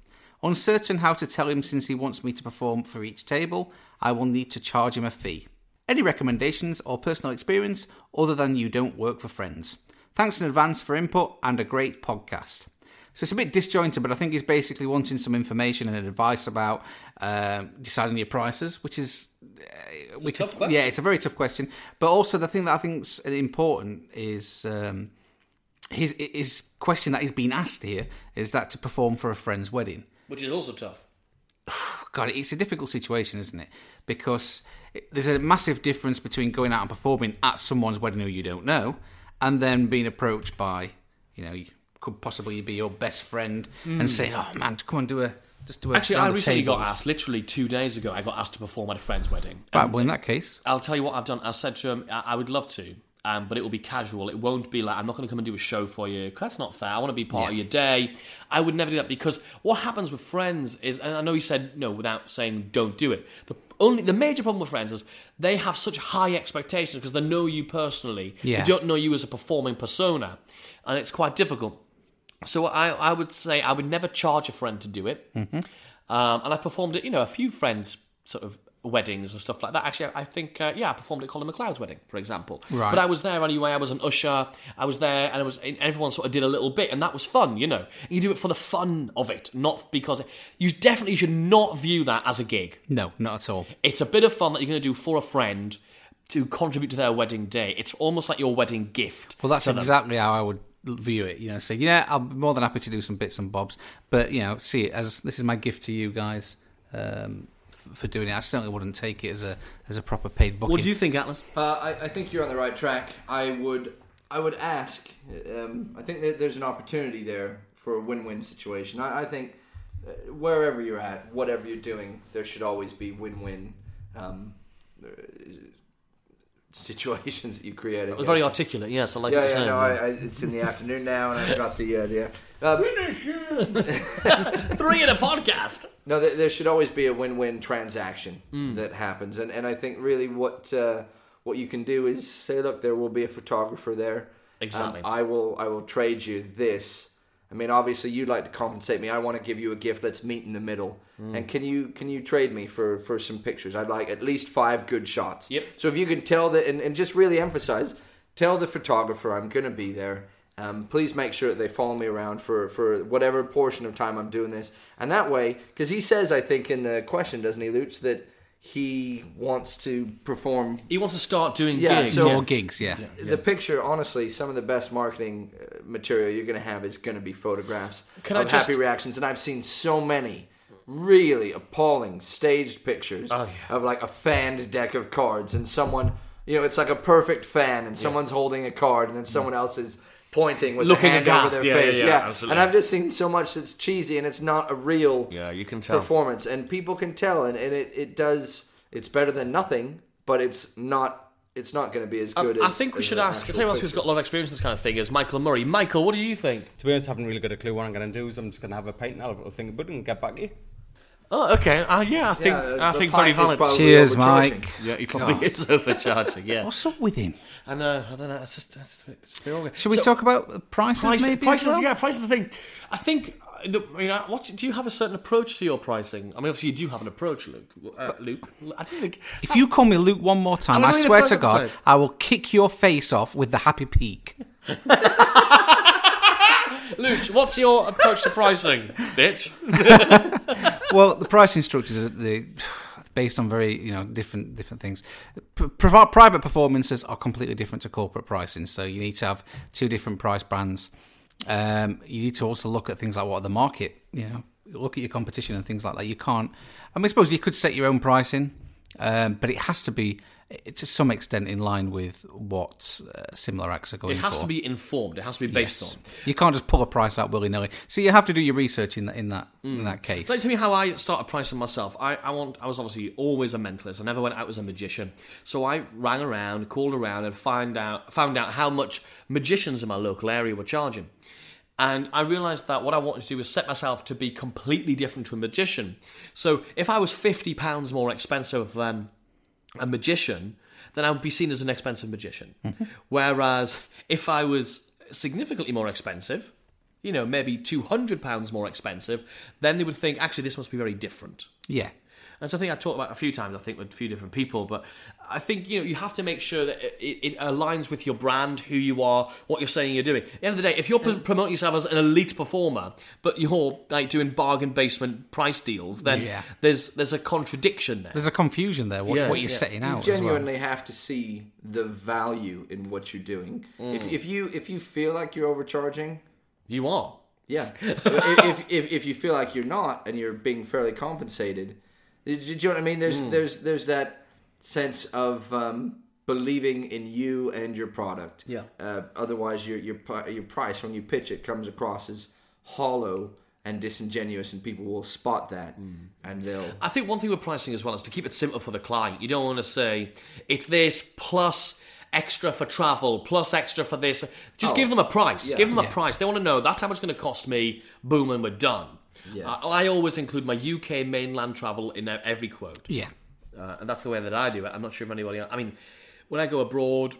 Speaker 5: Uncertain how to tell him since he wants me to perform for each table, I will need to charge him a fee. Any recommendations or personal experience other than you don't work for friends? Thanks in advance for input and a great podcast. So it's a bit disjointed, but I think he's basically wanting some information and advice about um deciding your prices, which is uh, we
Speaker 1: tough question.
Speaker 5: yeah, it's a very tough question. But also the thing that I think's important is um, his his question that he's been asked here is that to perform for a friend's wedding.
Speaker 1: Which is also tough.
Speaker 5: God, it's a difficult situation, isn't it? Because it- there's a massive difference between going out and performing at someone's wedding who you don't know, and then being approached by, you know, you could possibly be your best friend and saying, "Oh man, come and do a just do a."
Speaker 1: Hmm. Actually, I
Speaker 5: round of
Speaker 1: recently got
Speaker 5: tables."
Speaker 1: asked, um, literally two days ago, I got asked to perform at a friend's wedding.
Speaker 5: Right, well, in that case,
Speaker 1: I'll tell you what I've done. I said to him, I, I would love to, um, but it will be casual. It won't be like, I'm not going to come and do a show for you. 'cause that's not fair. I want to be part of your day. I would never do that because what happens with friends is, and I know he said no without saying don't do it. The only the major problem with friends is they have such high expectations because they know you personally.
Speaker 5: Yeah.
Speaker 1: They don't know you as a performing persona, and it's quite difficult. So I, I would say I would never charge a friend to do it.
Speaker 5: Mm-hmm.
Speaker 1: Um, and I performed at, you know, a few friends' sort of weddings and stuff like that. Actually, I I think, uh, yeah, I performed at Colin McLeod's wedding, for example.
Speaker 5: Right.
Speaker 1: But I was there anyway. I was an usher. I was there, and I was. And everyone sort of did a little bit, and that was fun, you know. You do it for the fun of it, not because you definitely should not view that as a gig.
Speaker 5: no, not at all.
Speaker 1: It's a bit of fun that you're going to do for a friend. to contribute to their wedding day. It's almost like your wedding gift.
Speaker 5: Well, that's
Speaker 1: to them.
Speaker 5: exactly how I would l- view it. You know, say, yeah, I'm more than happy to do some bits and bobs, but you know, see it as this is my gift to you guys um, f- for doing it. I certainly wouldn't take it as a as a proper paid booking.
Speaker 1: What do you think, Atlas?
Speaker 2: Uh, I, I think you're on the right track. I would, I would ask. Um, I think that there's an opportunity there for a win-win situation. I, I think uh, wherever you're at, whatever you're doing, there should always be win-win um, uh, situations that you create. I
Speaker 1: It was
Speaker 2: guess.
Speaker 1: very articulate. Yes, I like
Speaker 2: Yeah,
Speaker 1: what you're
Speaker 2: yeah,
Speaker 1: saying.
Speaker 2: no, I, I, it's in the afternoon now, and I've got the uh, the. Uh,
Speaker 1: Three in a podcast.
Speaker 2: No, there, there should always be a win-win transaction that happens, and and I think really what uh, what you can do is say, look, there will be a photographer there. Uh,
Speaker 1: Exactly.
Speaker 2: I will I will trade you this. I mean, obviously, you'd like to compensate me. I want to give you a gift. Let's meet in the middle. And can you can you trade me for for some pictures? I'd like at least five good shots.
Speaker 1: Yep.
Speaker 2: So if you can tell the and, and just really emphasize, tell the photographer I'm going to be there. Um, please make sure that they follow me around for, for whatever portion of time I'm doing this. And that way, because he says, I think in the question, doesn't he, Lutz, that he wants to perform
Speaker 1: He wants to start doing
Speaker 2: Yeah,
Speaker 1: gigs.
Speaker 2: so-
Speaker 5: More gigs, yeah.
Speaker 2: the picture, honestly, some of the best marketing uh, material you're going to have is going to be photographs
Speaker 1: Can I
Speaker 2: of
Speaker 1: just-
Speaker 2: happy reactions, and I've seen so many really appalling staged pictures
Speaker 1: Oh,
Speaker 2: of like a fanned deck of cards, and someone, you know, it's like a perfect fan, and someone's holding a card, and then someone else is pointing with
Speaker 1: Looking
Speaker 2: a hand
Speaker 1: aghast.
Speaker 2: over their
Speaker 1: Yeah, yeah,
Speaker 2: face.
Speaker 1: yeah, absolutely.
Speaker 2: and I've just seen so much that's cheesy, and it's not a real
Speaker 1: Yeah, you can tell.
Speaker 2: performance, and people can tell, and, and it, it does. It's better than nothing, but it's not. It's not going to be as good.
Speaker 1: I
Speaker 2: as-
Speaker 1: think we
Speaker 2: as
Speaker 1: should
Speaker 2: an
Speaker 1: ask. I'll
Speaker 2: actual
Speaker 1: tell you else who's
Speaker 2: picture.
Speaker 1: got a lot of experience in this kind of thing is Michael Murray. Michael, what do you think?
Speaker 7: To be honest, I haven't really got a clue what I'm going to do, so I'm just going to have a pint and I'll have a little think about it and get back to you.
Speaker 1: Oh, okay. Uh, yeah, I think
Speaker 2: Yeah,
Speaker 1: I
Speaker 2: the
Speaker 1: think
Speaker 2: pint
Speaker 1: very
Speaker 2: is
Speaker 1: valid.
Speaker 2: probably
Speaker 5: Cheers,
Speaker 2: overcharging.
Speaker 5: Mike.
Speaker 1: Yeah, he probably is overcharging. Yeah,
Speaker 5: What's up with him?
Speaker 1: I know. I don't know. It's just, it's, it's the organ.
Speaker 5: Should we
Speaker 1: So,
Speaker 5: talk about prices?
Speaker 1: price,
Speaker 5: maybe
Speaker 1: prices?
Speaker 5: as well?
Speaker 1: Yeah, price is the thing. I think. uh, the- You know, what do you have a certain approach to your pricing? I mean, obviously you do have an approach, Luke. Uh, Luke, I don't think.
Speaker 5: If you call me Luke one more time,
Speaker 1: I
Speaker 5: I,
Speaker 1: was only the
Speaker 5: swear
Speaker 1: first
Speaker 5: to God,
Speaker 1: episode.
Speaker 5: I will kick your face off with the happy peak.
Speaker 1: Luke, what's your approach to pricing, bitch?
Speaker 5: well, the pricing structures are the based on very you know different different things. P- priva- private performances are completely different to corporate pricing, so you need to have two different price brands. Um, you need to also look at things like what are the market, you know, look at your competition and things like that. You can't. I mean, I suppose you could set your own pricing, um, but it has to be eh, to some extent in line with what uh, similar acts are going.
Speaker 1: It has
Speaker 5: for.
Speaker 1: to be informed. It has to be based on.
Speaker 5: You can't just pull a price out willy nilly. So you have to do your research in that in that
Speaker 1: Mm.
Speaker 5: in that case.
Speaker 1: Like, tell me how I started pricing myself. I, I want. I was obviously always a mentalist. I never went out as a magician. So I rang around, called around, and find out found out how much magicians in my local area were charging. And I realised that what I wanted to do was set myself to be completely different to a magician. So if I was fifty pounds more expensive than a magician, then I would be seen as an expensive magician. Whereas if I was significantly more expensive, you know, maybe two hundred pounds more expensive, then they would think actually this must be very different.
Speaker 5: yeah.
Speaker 1: And so I think I talked about it a few times. I think with a few different people, but I think you know you have to make sure that it, it, it aligns with your brand, who you are, what you're saying you're doing. At the end of the day, if you're pr- promoting yourself as an elite performer, but you're like doing bargain basement price deals, then
Speaker 5: Yeah.
Speaker 1: there's there's a contradiction there.
Speaker 5: There's a confusion there. What,
Speaker 1: Yes.
Speaker 5: what you're
Speaker 1: Yeah.
Speaker 5: setting
Speaker 2: You
Speaker 5: out. as well.
Speaker 2: genuinely have to see the value in what you're doing. If, if you if you feel like you're overcharging,
Speaker 1: You are.
Speaker 2: yeah. if, if, if if you feel like you're not and you're being fairly compensated, do you do you know what I mean?
Speaker 1: Hmm.
Speaker 2: There's there's there's that sense of um, believing in you and your product.
Speaker 1: Yeah.
Speaker 2: Uh, otherwise, your your pri- your price when you pitch it comes across as hollow and disingenuous, and people will spot that, and they'll.
Speaker 1: Hmm. I think one thing with pricing as well is to keep it simple for the client. You don't want to say it's this plus extra for travel, plus extra for this. Just give them a price. give them a price. They want to know that's how much it's going to cost me. Boom, and we're done. I, I always include my UK mainland travel in e- every quote,
Speaker 5: Yeah.
Speaker 1: uh, and that's the way that I do it. I'm not sure if anybody. Else. I mean, when I go abroad.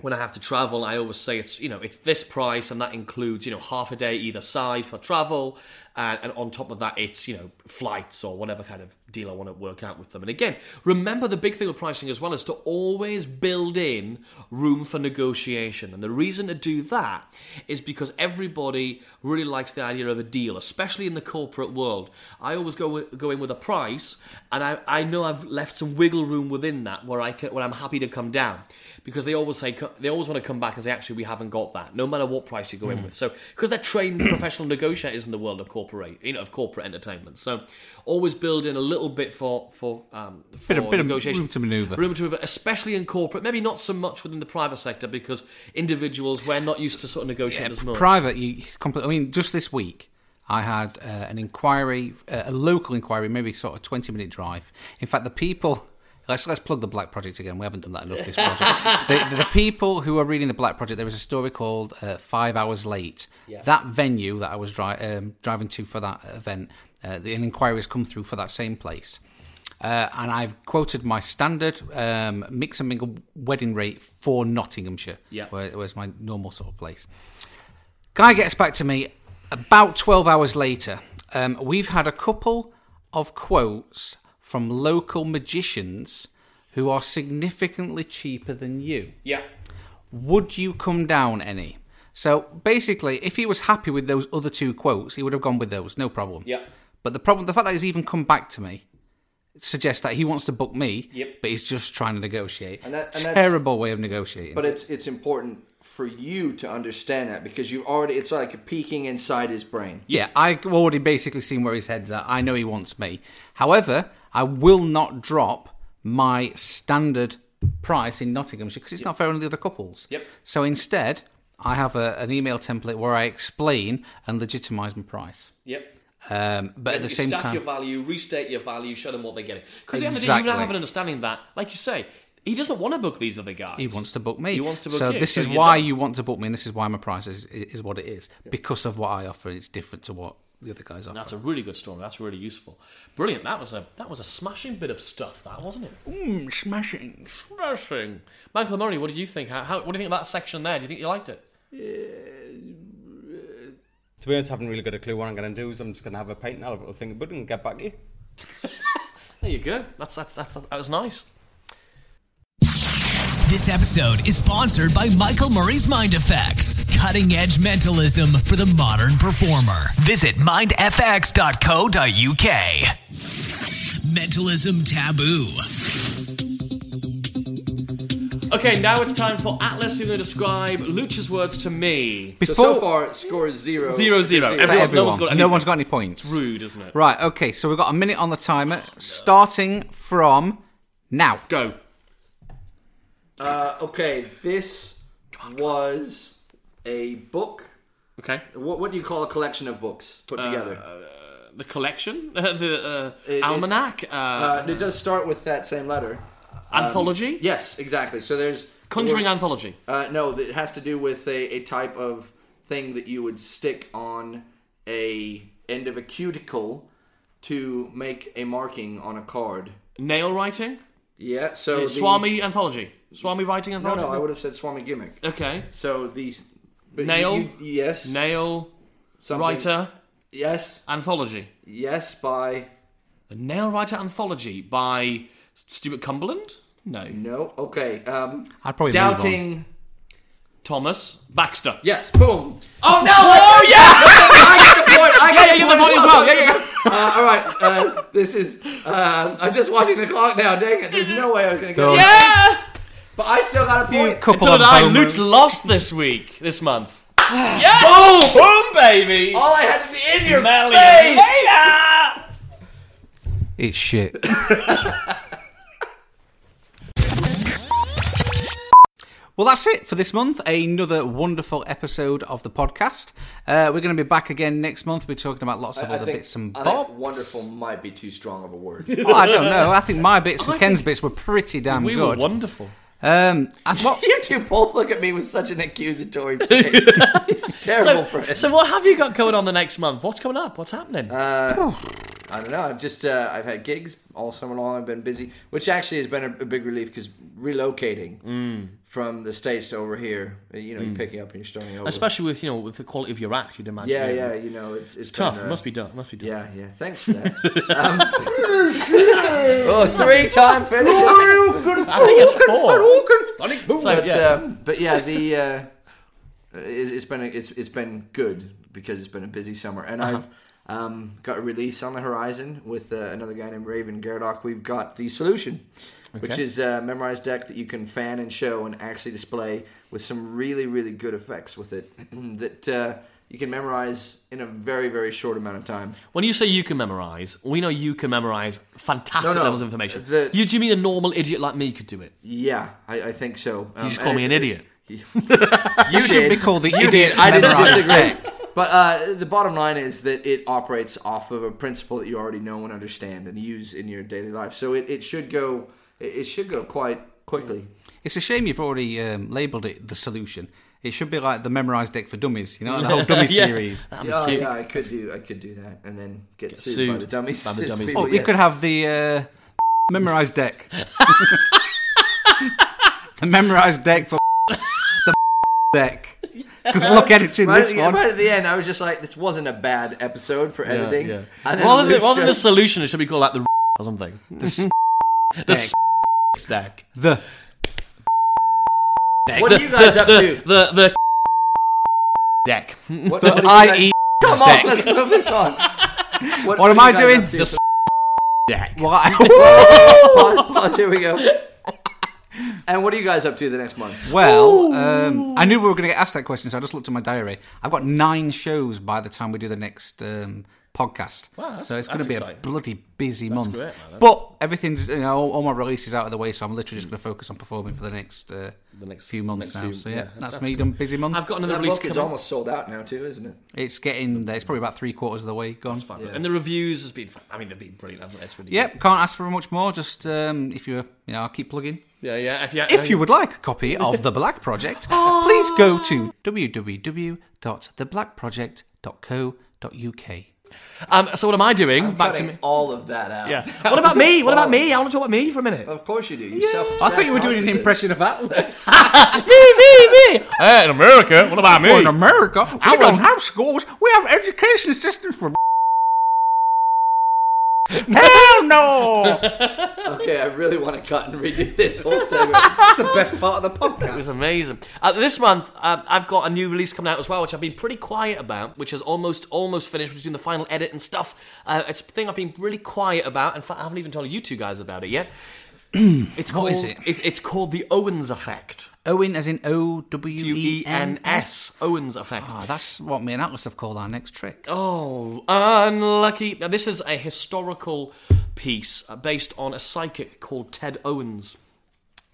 Speaker 1: When I have to travel, I always say it's you know it's this price, and that includes you know half a day either side for travel, and, and on top of that, it's you know flights or whatever kind of deal I want to work out with them. And again, remember the big thing with pricing as well is to always build in room for negotiation. And the reason to do that is because everybody really likes the idea of a deal, especially in the corporate world. I always go with- go in with a price, and I, I know I've left some wiggle room within that where I can, where I'm happy to come down because they always say they always want to come back and say actually we haven't got that no matter what price you go
Speaker 5: Hmm.
Speaker 1: in with so because they're trained professional negotiators in the world of corporate you know of corporate entertainment so always build in a little bit for for um for
Speaker 5: Bit of- bit of
Speaker 1: negotiation
Speaker 5: room to manoeuvre.
Speaker 1: room to maneuver especially in corporate maybe not so much within the private sector because individuals we're not used to sort of negotiating as much
Speaker 5: private. You it's complete. I mean, just this week, I had uh, an inquiry, uh, a local inquiry, maybe sort of twenty minute drive. In fact, the people. Let's, let's plug the Black Project again. We haven't done that enough this project. the, the, the people who are reading the Black Project, there is a story called uh, Five Hours Late. That venue that I was dri- um, driving to for that event, uh, the, an inquiry has come through for that same place. Uh, and I've quoted my standard um, mix and mingle wedding rate for Nottinghamshire,
Speaker 1: Yeah.
Speaker 5: where, where's my normal sort of place. Guy gets back to me about 12 hours later. Um, we've had a couple of quotes from local magicians who are significantly cheaper than you.
Speaker 1: yeah
Speaker 5: Would you come down any? So basically, if he was happy with those other two quotes, he would have gone with those, no problem.
Speaker 1: Yeah.
Speaker 5: But the problem, the fact that he's even come back to me suggests that he wants to book me,
Speaker 1: Yep.
Speaker 5: but he's just trying to negotiate.
Speaker 2: And that- and that's-
Speaker 5: Terrible way of negotiating.
Speaker 2: But it's it's important for you to understand that because you've already it's like peeking inside his brain.
Speaker 5: Yeah, I've already basically seen where his head's at. I know he wants me. However, I will not drop my standard price in Nottinghamshire because it's not fair on the other couples.
Speaker 1: Yep.
Speaker 5: So instead, I have a, an email template where I explain and legitimise my price.
Speaker 1: yep
Speaker 5: Um, but at the same
Speaker 1: stack
Speaker 5: time,
Speaker 1: your value, restate your value, show them what they're getting. Because at the end of the day, you
Speaker 5: Exactly.
Speaker 1: don't have an understanding of that, like you say, he doesn't want to book these other guys.
Speaker 5: he wants to book me.
Speaker 1: He wants to book
Speaker 5: So
Speaker 1: you,
Speaker 5: this
Speaker 1: so
Speaker 5: is
Speaker 1: you
Speaker 5: why
Speaker 1: don't.
Speaker 5: you want to book me, and this is why my price is, is what it is because of what I offer. It's different to what the other guys offer.
Speaker 1: That's a really good story. That's really useful. Brilliant. That was a that was a smashing bit of stuff. That wasn't it.
Speaker 5: Mm, smashing.
Speaker 1: Smashing. Michael Murray, what did you think? How, how, what do you think of that section there? Do you think you liked it?
Speaker 7: To be honest, I haven't really got a clue what I'm going to do, so I'm just going to have a pint and I'll have a little think about it and get back to you.
Speaker 1: There you go. That's that's that's that was nice.
Speaker 3: This episode is sponsored by Michael Murray's Mind Effects, cutting edge mentalism for the modern performer. Visit mindfx.co.uk. Mentalism Taboo.
Speaker 1: Okay, now it's time for Atlas. You're going to describe Lucha's words to me.
Speaker 2: So
Speaker 5: Before
Speaker 2: so far score is zero.
Speaker 1: Zero zero.
Speaker 5: for
Speaker 1: Everyone, no one's
Speaker 5: everyone,
Speaker 1: got.
Speaker 5: no
Speaker 1: anything.
Speaker 5: one's got any points.
Speaker 1: Rude, isn't it?
Speaker 5: Right, okay, so we've got a minute on the timer, starting from now.
Speaker 1: Go.
Speaker 2: Uh, okay, this was a book.
Speaker 1: Okay.
Speaker 2: What, what do you call a collection of books
Speaker 1: Uh,
Speaker 2: put together?
Speaker 1: The collection, the uh,
Speaker 2: it-
Speaker 1: almanac, uh,
Speaker 2: Uh, it does start with that same letter.
Speaker 1: um, anthology,
Speaker 2: Yes, exactly. So there's
Speaker 1: conjuring
Speaker 2: the word-
Speaker 1: anthology.
Speaker 2: Uh, no, it has to do with a, a type of thing that you would stick on a end of a cuticle to make a marking on a card.
Speaker 1: Nail writing?
Speaker 2: Yeah. So the,
Speaker 1: Swami anthology? Swami writing
Speaker 2: No,
Speaker 1: anthology?
Speaker 2: no, I would have said Swami gimmick.
Speaker 1: Okay.
Speaker 2: So these but
Speaker 1: Nail?
Speaker 2: you- yes.
Speaker 1: Nail
Speaker 2: something-
Speaker 1: writer
Speaker 2: Yes.
Speaker 1: anthology.
Speaker 2: Yes. By
Speaker 1: The Nail writer anthology by Stuart Cumberland? No.
Speaker 2: no. Okay. Um.
Speaker 5: I'd probably move on.
Speaker 2: doubting.
Speaker 1: Thomas Baxter.
Speaker 2: Yes. Boom. Oh no!
Speaker 1: Oh yeah!
Speaker 2: I get the point. I get
Speaker 1: Yeah, yeah, you get the point as well. Yeah, yeah,
Speaker 2: Uh, all right. Uh, this is. Uh, I'm just watching the clock now. Dang it! There's no way I was gonna get.
Speaker 5: Go
Speaker 2: it.
Speaker 5: on.
Speaker 1: yeah!
Speaker 2: But I still got a point.
Speaker 5: Couple
Speaker 1: So
Speaker 5: of
Speaker 1: did I.
Speaker 5: moments.
Speaker 1: Luch lost this week, this month. yes! Boom! Boom, baby!
Speaker 2: All I had to see in your
Speaker 1: Smelly
Speaker 2: face.
Speaker 1: later!
Speaker 5: It's shit. Well, that's it for this month. Another wonderful episode of the podcast. Uh, we're going to be back again next month. We're talking about lots of
Speaker 2: I
Speaker 5: other
Speaker 2: think,
Speaker 5: bits and
Speaker 2: I
Speaker 5: bobs.
Speaker 2: think wonderful might be too strong of a word.
Speaker 5: Oh, I don't know. I think my bits and Ken's bits were pretty damn
Speaker 1: We were
Speaker 5: good.
Speaker 1: wonderful.
Speaker 5: um, I, what,
Speaker 2: you two both look at me with such an accusatory face. it's terrible
Speaker 1: So,
Speaker 2: for us. Um,
Speaker 1: so what have you got going on the next month? What's coming up? What's happening?
Speaker 2: I don't know. I've just uh, I've had gigs all summer long. I've been busy, which actually has been a, a big relief because relocating
Speaker 1: Mm.
Speaker 2: from the states to over here, uh, you know, you're picking up and you're starting over.
Speaker 1: Especially with you know with the quality of your act, you'd imagine.
Speaker 2: yeah,
Speaker 1: it
Speaker 2: yeah,
Speaker 1: would-
Speaker 2: you know, it's it's
Speaker 1: Tough.
Speaker 2: been,
Speaker 1: It
Speaker 2: uh,
Speaker 1: must be done. It must be done.
Speaker 2: Yeah, yeah. Thanks for that. um, oh, it's three time finish.
Speaker 1: I think it's four. I think- So,
Speaker 2: but,
Speaker 1: yeah.
Speaker 2: um, but yeah, the uh, it's, it's been a, it's it's been good because it's been a busy summer, and
Speaker 1: Uh-huh.
Speaker 2: I've um, got a release on the horizon with uh, another guy named Raven Gardock. We've got the solution, which
Speaker 1: Okay.
Speaker 2: is a memorized deck that you can fan and show and actually display with some really really good effects with it that uh, you can memorize in a very very short amount of time.
Speaker 1: When you say you can memorize, we know you can memorize fantastic
Speaker 2: No, no.
Speaker 1: levels of information.
Speaker 2: The-
Speaker 1: you do you mean a normal idiot like me could do it?
Speaker 2: Yeah, I, I think so.
Speaker 1: You just
Speaker 2: Um,
Speaker 1: call
Speaker 2: and
Speaker 1: me an
Speaker 2: it-
Speaker 1: idiot.
Speaker 2: You
Speaker 5: should
Speaker 2: did.
Speaker 5: be called the
Speaker 2: You
Speaker 5: idiot's
Speaker 2: did. I didn't
Speaker 5: memorised
Speaker 2: disagree. But uh, the bottom line is that it operates off of a principle that you already know and understand and use in your daily life. So it, it should go it it should go quite quickly.
Speaker 5: It's a shame you've already um, labelled it the solution. It should be like the memorised deck for dummies, you know, the whole dummy
Speaker 1: Yeah.
Speaker 5: series.
Speaker 1: That'd be
Speaker 2: Yeah,
Speaker 1: cute.
Speaker 2: yeah, I could do I could do that and then get, sued, by
Speaker 1: sued
Speaker 2: the dummies.
Speaker 1: by the dummies.
Speaker 5: Oh,
Speaker 2: People,
Speaker 5: you
Speaker 2: yeah.
Speaker 5: could have the uh, memorised deck. the memorised deck for the deck. Good luck editing
Speaker 2: Right,
Speaker 5: this
Speaker 2: at the-
Speaker 5: one.
Speaker 2: right at the end, I was just like, "This wasn't a bad episode for editing."
Speaker 1: yeah.
Speaker 2: And then
Speaker 1: Rather than,
Speaker 2: Luke
Speaker 1: rather than the
Speaker 2: just-
Speaker 1: solution, it should be called like the or something.
Speaker 5: The
Speaker 1: The
Speaker 5: s- deck.
Speaker 1: stack.
Speaker 5: The
Speaker 2: What are you guys up to?
Speaker 1: The the deck.
Speaker 2: What-
Speaker 5: the
Speaker 2: what
Speaker 1: E
Speaker 2: are you guys-
Speaker 5: IE
Speaker 2: Come on,
Speaker 5: deck.
Speaker 2: let's put this on. What,
Speaker 5: am
Speaker 2: are
Speaker 5: I
Speaker 2: you guys
Speaker 5: doing?
Speaker 2: up to?
Speaker 1: The deck.
Speaker 5: Why-
Speaker 2: pause, pause, here we go. And what are you guys up to the next month?
Speaker 5: Well, um, I knew we were going to get asked that question, so I just looked at my diary. I've got nine shows by the time we do the next um, podcast.
Speaker 1: Wow, that's-
Speaker 5: so it's going to
Speaker 1: that's
Speaker 5: be
Speaker 1: exciting.
Speaker 5: a bloody busy month.
Speaker 1: great, man,
Speaker 5: but everything's, you know, all, all my releases out of the way, so I'm literally just going to focus on performing for the next uh, the
Speaker 1: next-
Speaker 5: few months
Speaker 1: next
Speaker 5: now.
Speaker 1: few-
Speaker 5: so yeah,
Speaker 1: yeah,
Speaker 5: that's,
Speaker 1: that's-
Speaker 5: me done busy month.
Speaker 1: I've got another
Speaker 2: That
Speaker 1: release
Speaker 2: book is
Speaker 1: coming. up.
Speaker 2: almost sold out now too, isn't it?
Speaker 5: It's getting there. It's probably about three quarters of the way gone.
Speaker 1: And the reviews has been. fan- I mean, they've been brilliant. Haven't they? It's really
Speaker 5: Yep, can't ask for much more. Just um, if you, you know, I'll keep plugging.
Speaker 1: Yeah, yeah. If you,
Speaker 5: If you would like a copy of The Black Project, please go to www.theblackproject.co.uk.
Speaker 1: Um, so what am I doing? Back to
Speaker 2: Cutting
Speaker 1: me.
Speaker 2: all of that oh. out.
Speaker 1: Yeah. What about me? What about me? I want to talk about me for a minute.
Speaker 2: Of course you do. You're
Speaker 5: I
Speaker 2: self-obsessed
Speaker 5: thought you were doing an
Speaker 2: narcissist.
Speaker 5: impression of Atlas.
Speaker 1: me, me, Oh, me. in America, what about me?
Speaker 5: Well, in America, we
Speaker 1: I
Speaker 5: don't
Speaker 1: was-
Speaker 5: have schools. We have education systems for. Hell no!
Speaker 2: Okay, I really want to cut and redo this whole segment.
Speaker 5: That's the best part of the
Speaker 1: It
Speaker 5: podcast.
Speaker 1: was amazing. Uh, this month, um, I've got a new release coming out as well, which I've been pretty quiet about, which is almost almost finished. We're just doing the final edit and stuff. Uh, it's a thing I've been really quiet about. In fact, I haven't even told you two guys about it yet. it's called,
Speaker 5: is it?
Speaker 1: It's called the Owens Effect.
Speaker 5: Owen, as in O W
Speaker 1: U
Speaker 5: E
Speaker 1: E N
Speaker 5: N S.
Speaker 1: S. Owens Effect.
Speaker 5: Ah, that's what me and Atlas have called our next trick.
Speaker 1: Oh, unlucky. Now, this is a historical piece uh, based on a psychic called Ted Owens,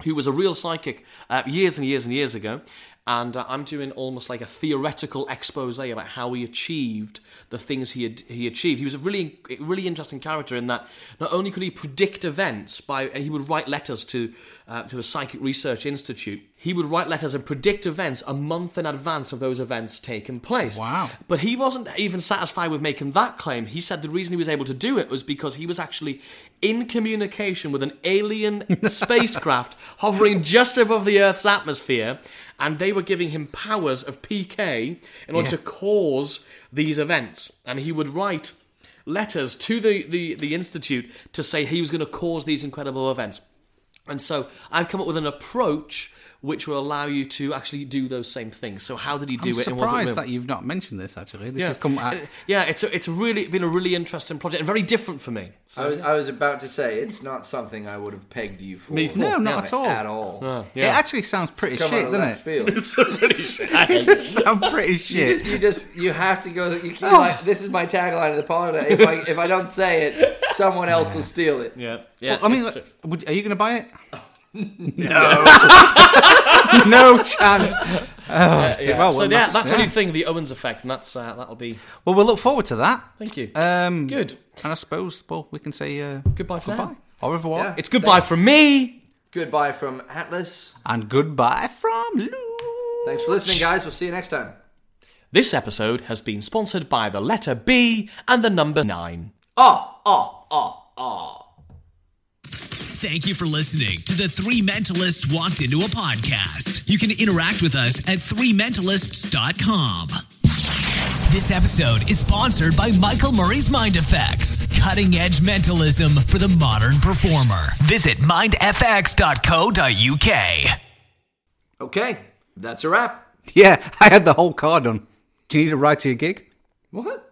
Speaker 1: who was a real psychic uh, years and years and years ago. And uh, I'm doing almost like a theoretical expose about how he achieved the things he had, he achieved. He was a really really interesting character in that not only could he predict events by and he would write letters to uh, to a psychic research institute. He would write letters and predict events a month in advance of those events taking place.
Speaker 5: Wow.
Speaker 1: But he wasn't even satisfied with making that claim. He said the reason he was able to do it was because he was actually in communication with an alien spacecraft hovering just above the Earth's atmosphere, and they were giving him powers of PK in order to cause these events. And he would write letters to the, the, the institute to say he was going to cause these incredible events. And so I've come up with an approach which will allow you to actually do those same things. So how did he do
Speaker 5: I'm
Speaker 1: it? and was it
Speaker 5: surprised
Speaker 1: real?
Speaker 5: that you've not mentioned this. Actually, this has come. At,
Speaker 1: Yeah, it's a, it's really been a really interesting project and very different for me. So,
Speaker 2: I was, I was about to say it's not something I would have pegged you for.
Speaker 1: Me for.
Speaker 5: no, not at all.
Speaker 2: At all.
Speaker 5: It
Speaker 1: yeah,
Speaker 5: actually sounds pretty
Speaker 2: Come
Speaker 5: shit,
Speaker 2: on,
Speaker 5: doesn't
Speaker 2: left
Speaker 5: it?
Speaker 2: field.
Speaker 5: It does sound pretty shit.
Speaker 2: You just you have to go. You keep
Speaker 1: Oh.
Speaker 2: like this is my tagline of the pod. If I if I don't say it, someone else will steal it.
Speaker 1: yeah, yeah.
Speaker 5: I mean, like, would, are you going to buy it? no, no chance. Oh, dear. well,
Speaker 1: so
Speaker 5: well,
Speaker 1: yeah, that's,
Speaker 5: that's
Speaker 1: my
Speaker 5: yeah.
Speaker 1: new thing, the Owens effect, and that's uh, that'll be.
Speaker 5: Well, we'll look forward to that.
Speaker 1: Thank you.
Speaker 5: Um,
Speaker 1: Good.
Speaker 5: And I suppose, well, we can say uh,
Speaker 1: Goodbye for
Speaker 5: goodbye,
Speaker 1: now.
Speaker 5: au revoir,
Speaker 2: Yeah.
Speaker 1: It's goodbye from me.
Speaker 2: Goodbye from Atlas.
Speaker 5: and goodbye from Lou.
Speaker 2: Thanks for listening, guys. We'll see you next time.
Speaker 1: This episode has been sponsored by the letter B and the number nine.
Speaker 2: Oh, ah, ah, ah.
Speaker 3: Thank you for listening to the Three Mentalists Walked Into a Podcast. You can interact with us at threementalists.com. This episode is sponsored by Michael Murray's Mind Effects, cutting edge mentalism for the modern performer. Visit mindfx.co.uk.
Speaker 2: Okay, that's a wrap.
Speaker 5: Yeah, I had the whole card on. Do you need a ride to your gig?
Speaker 2: What?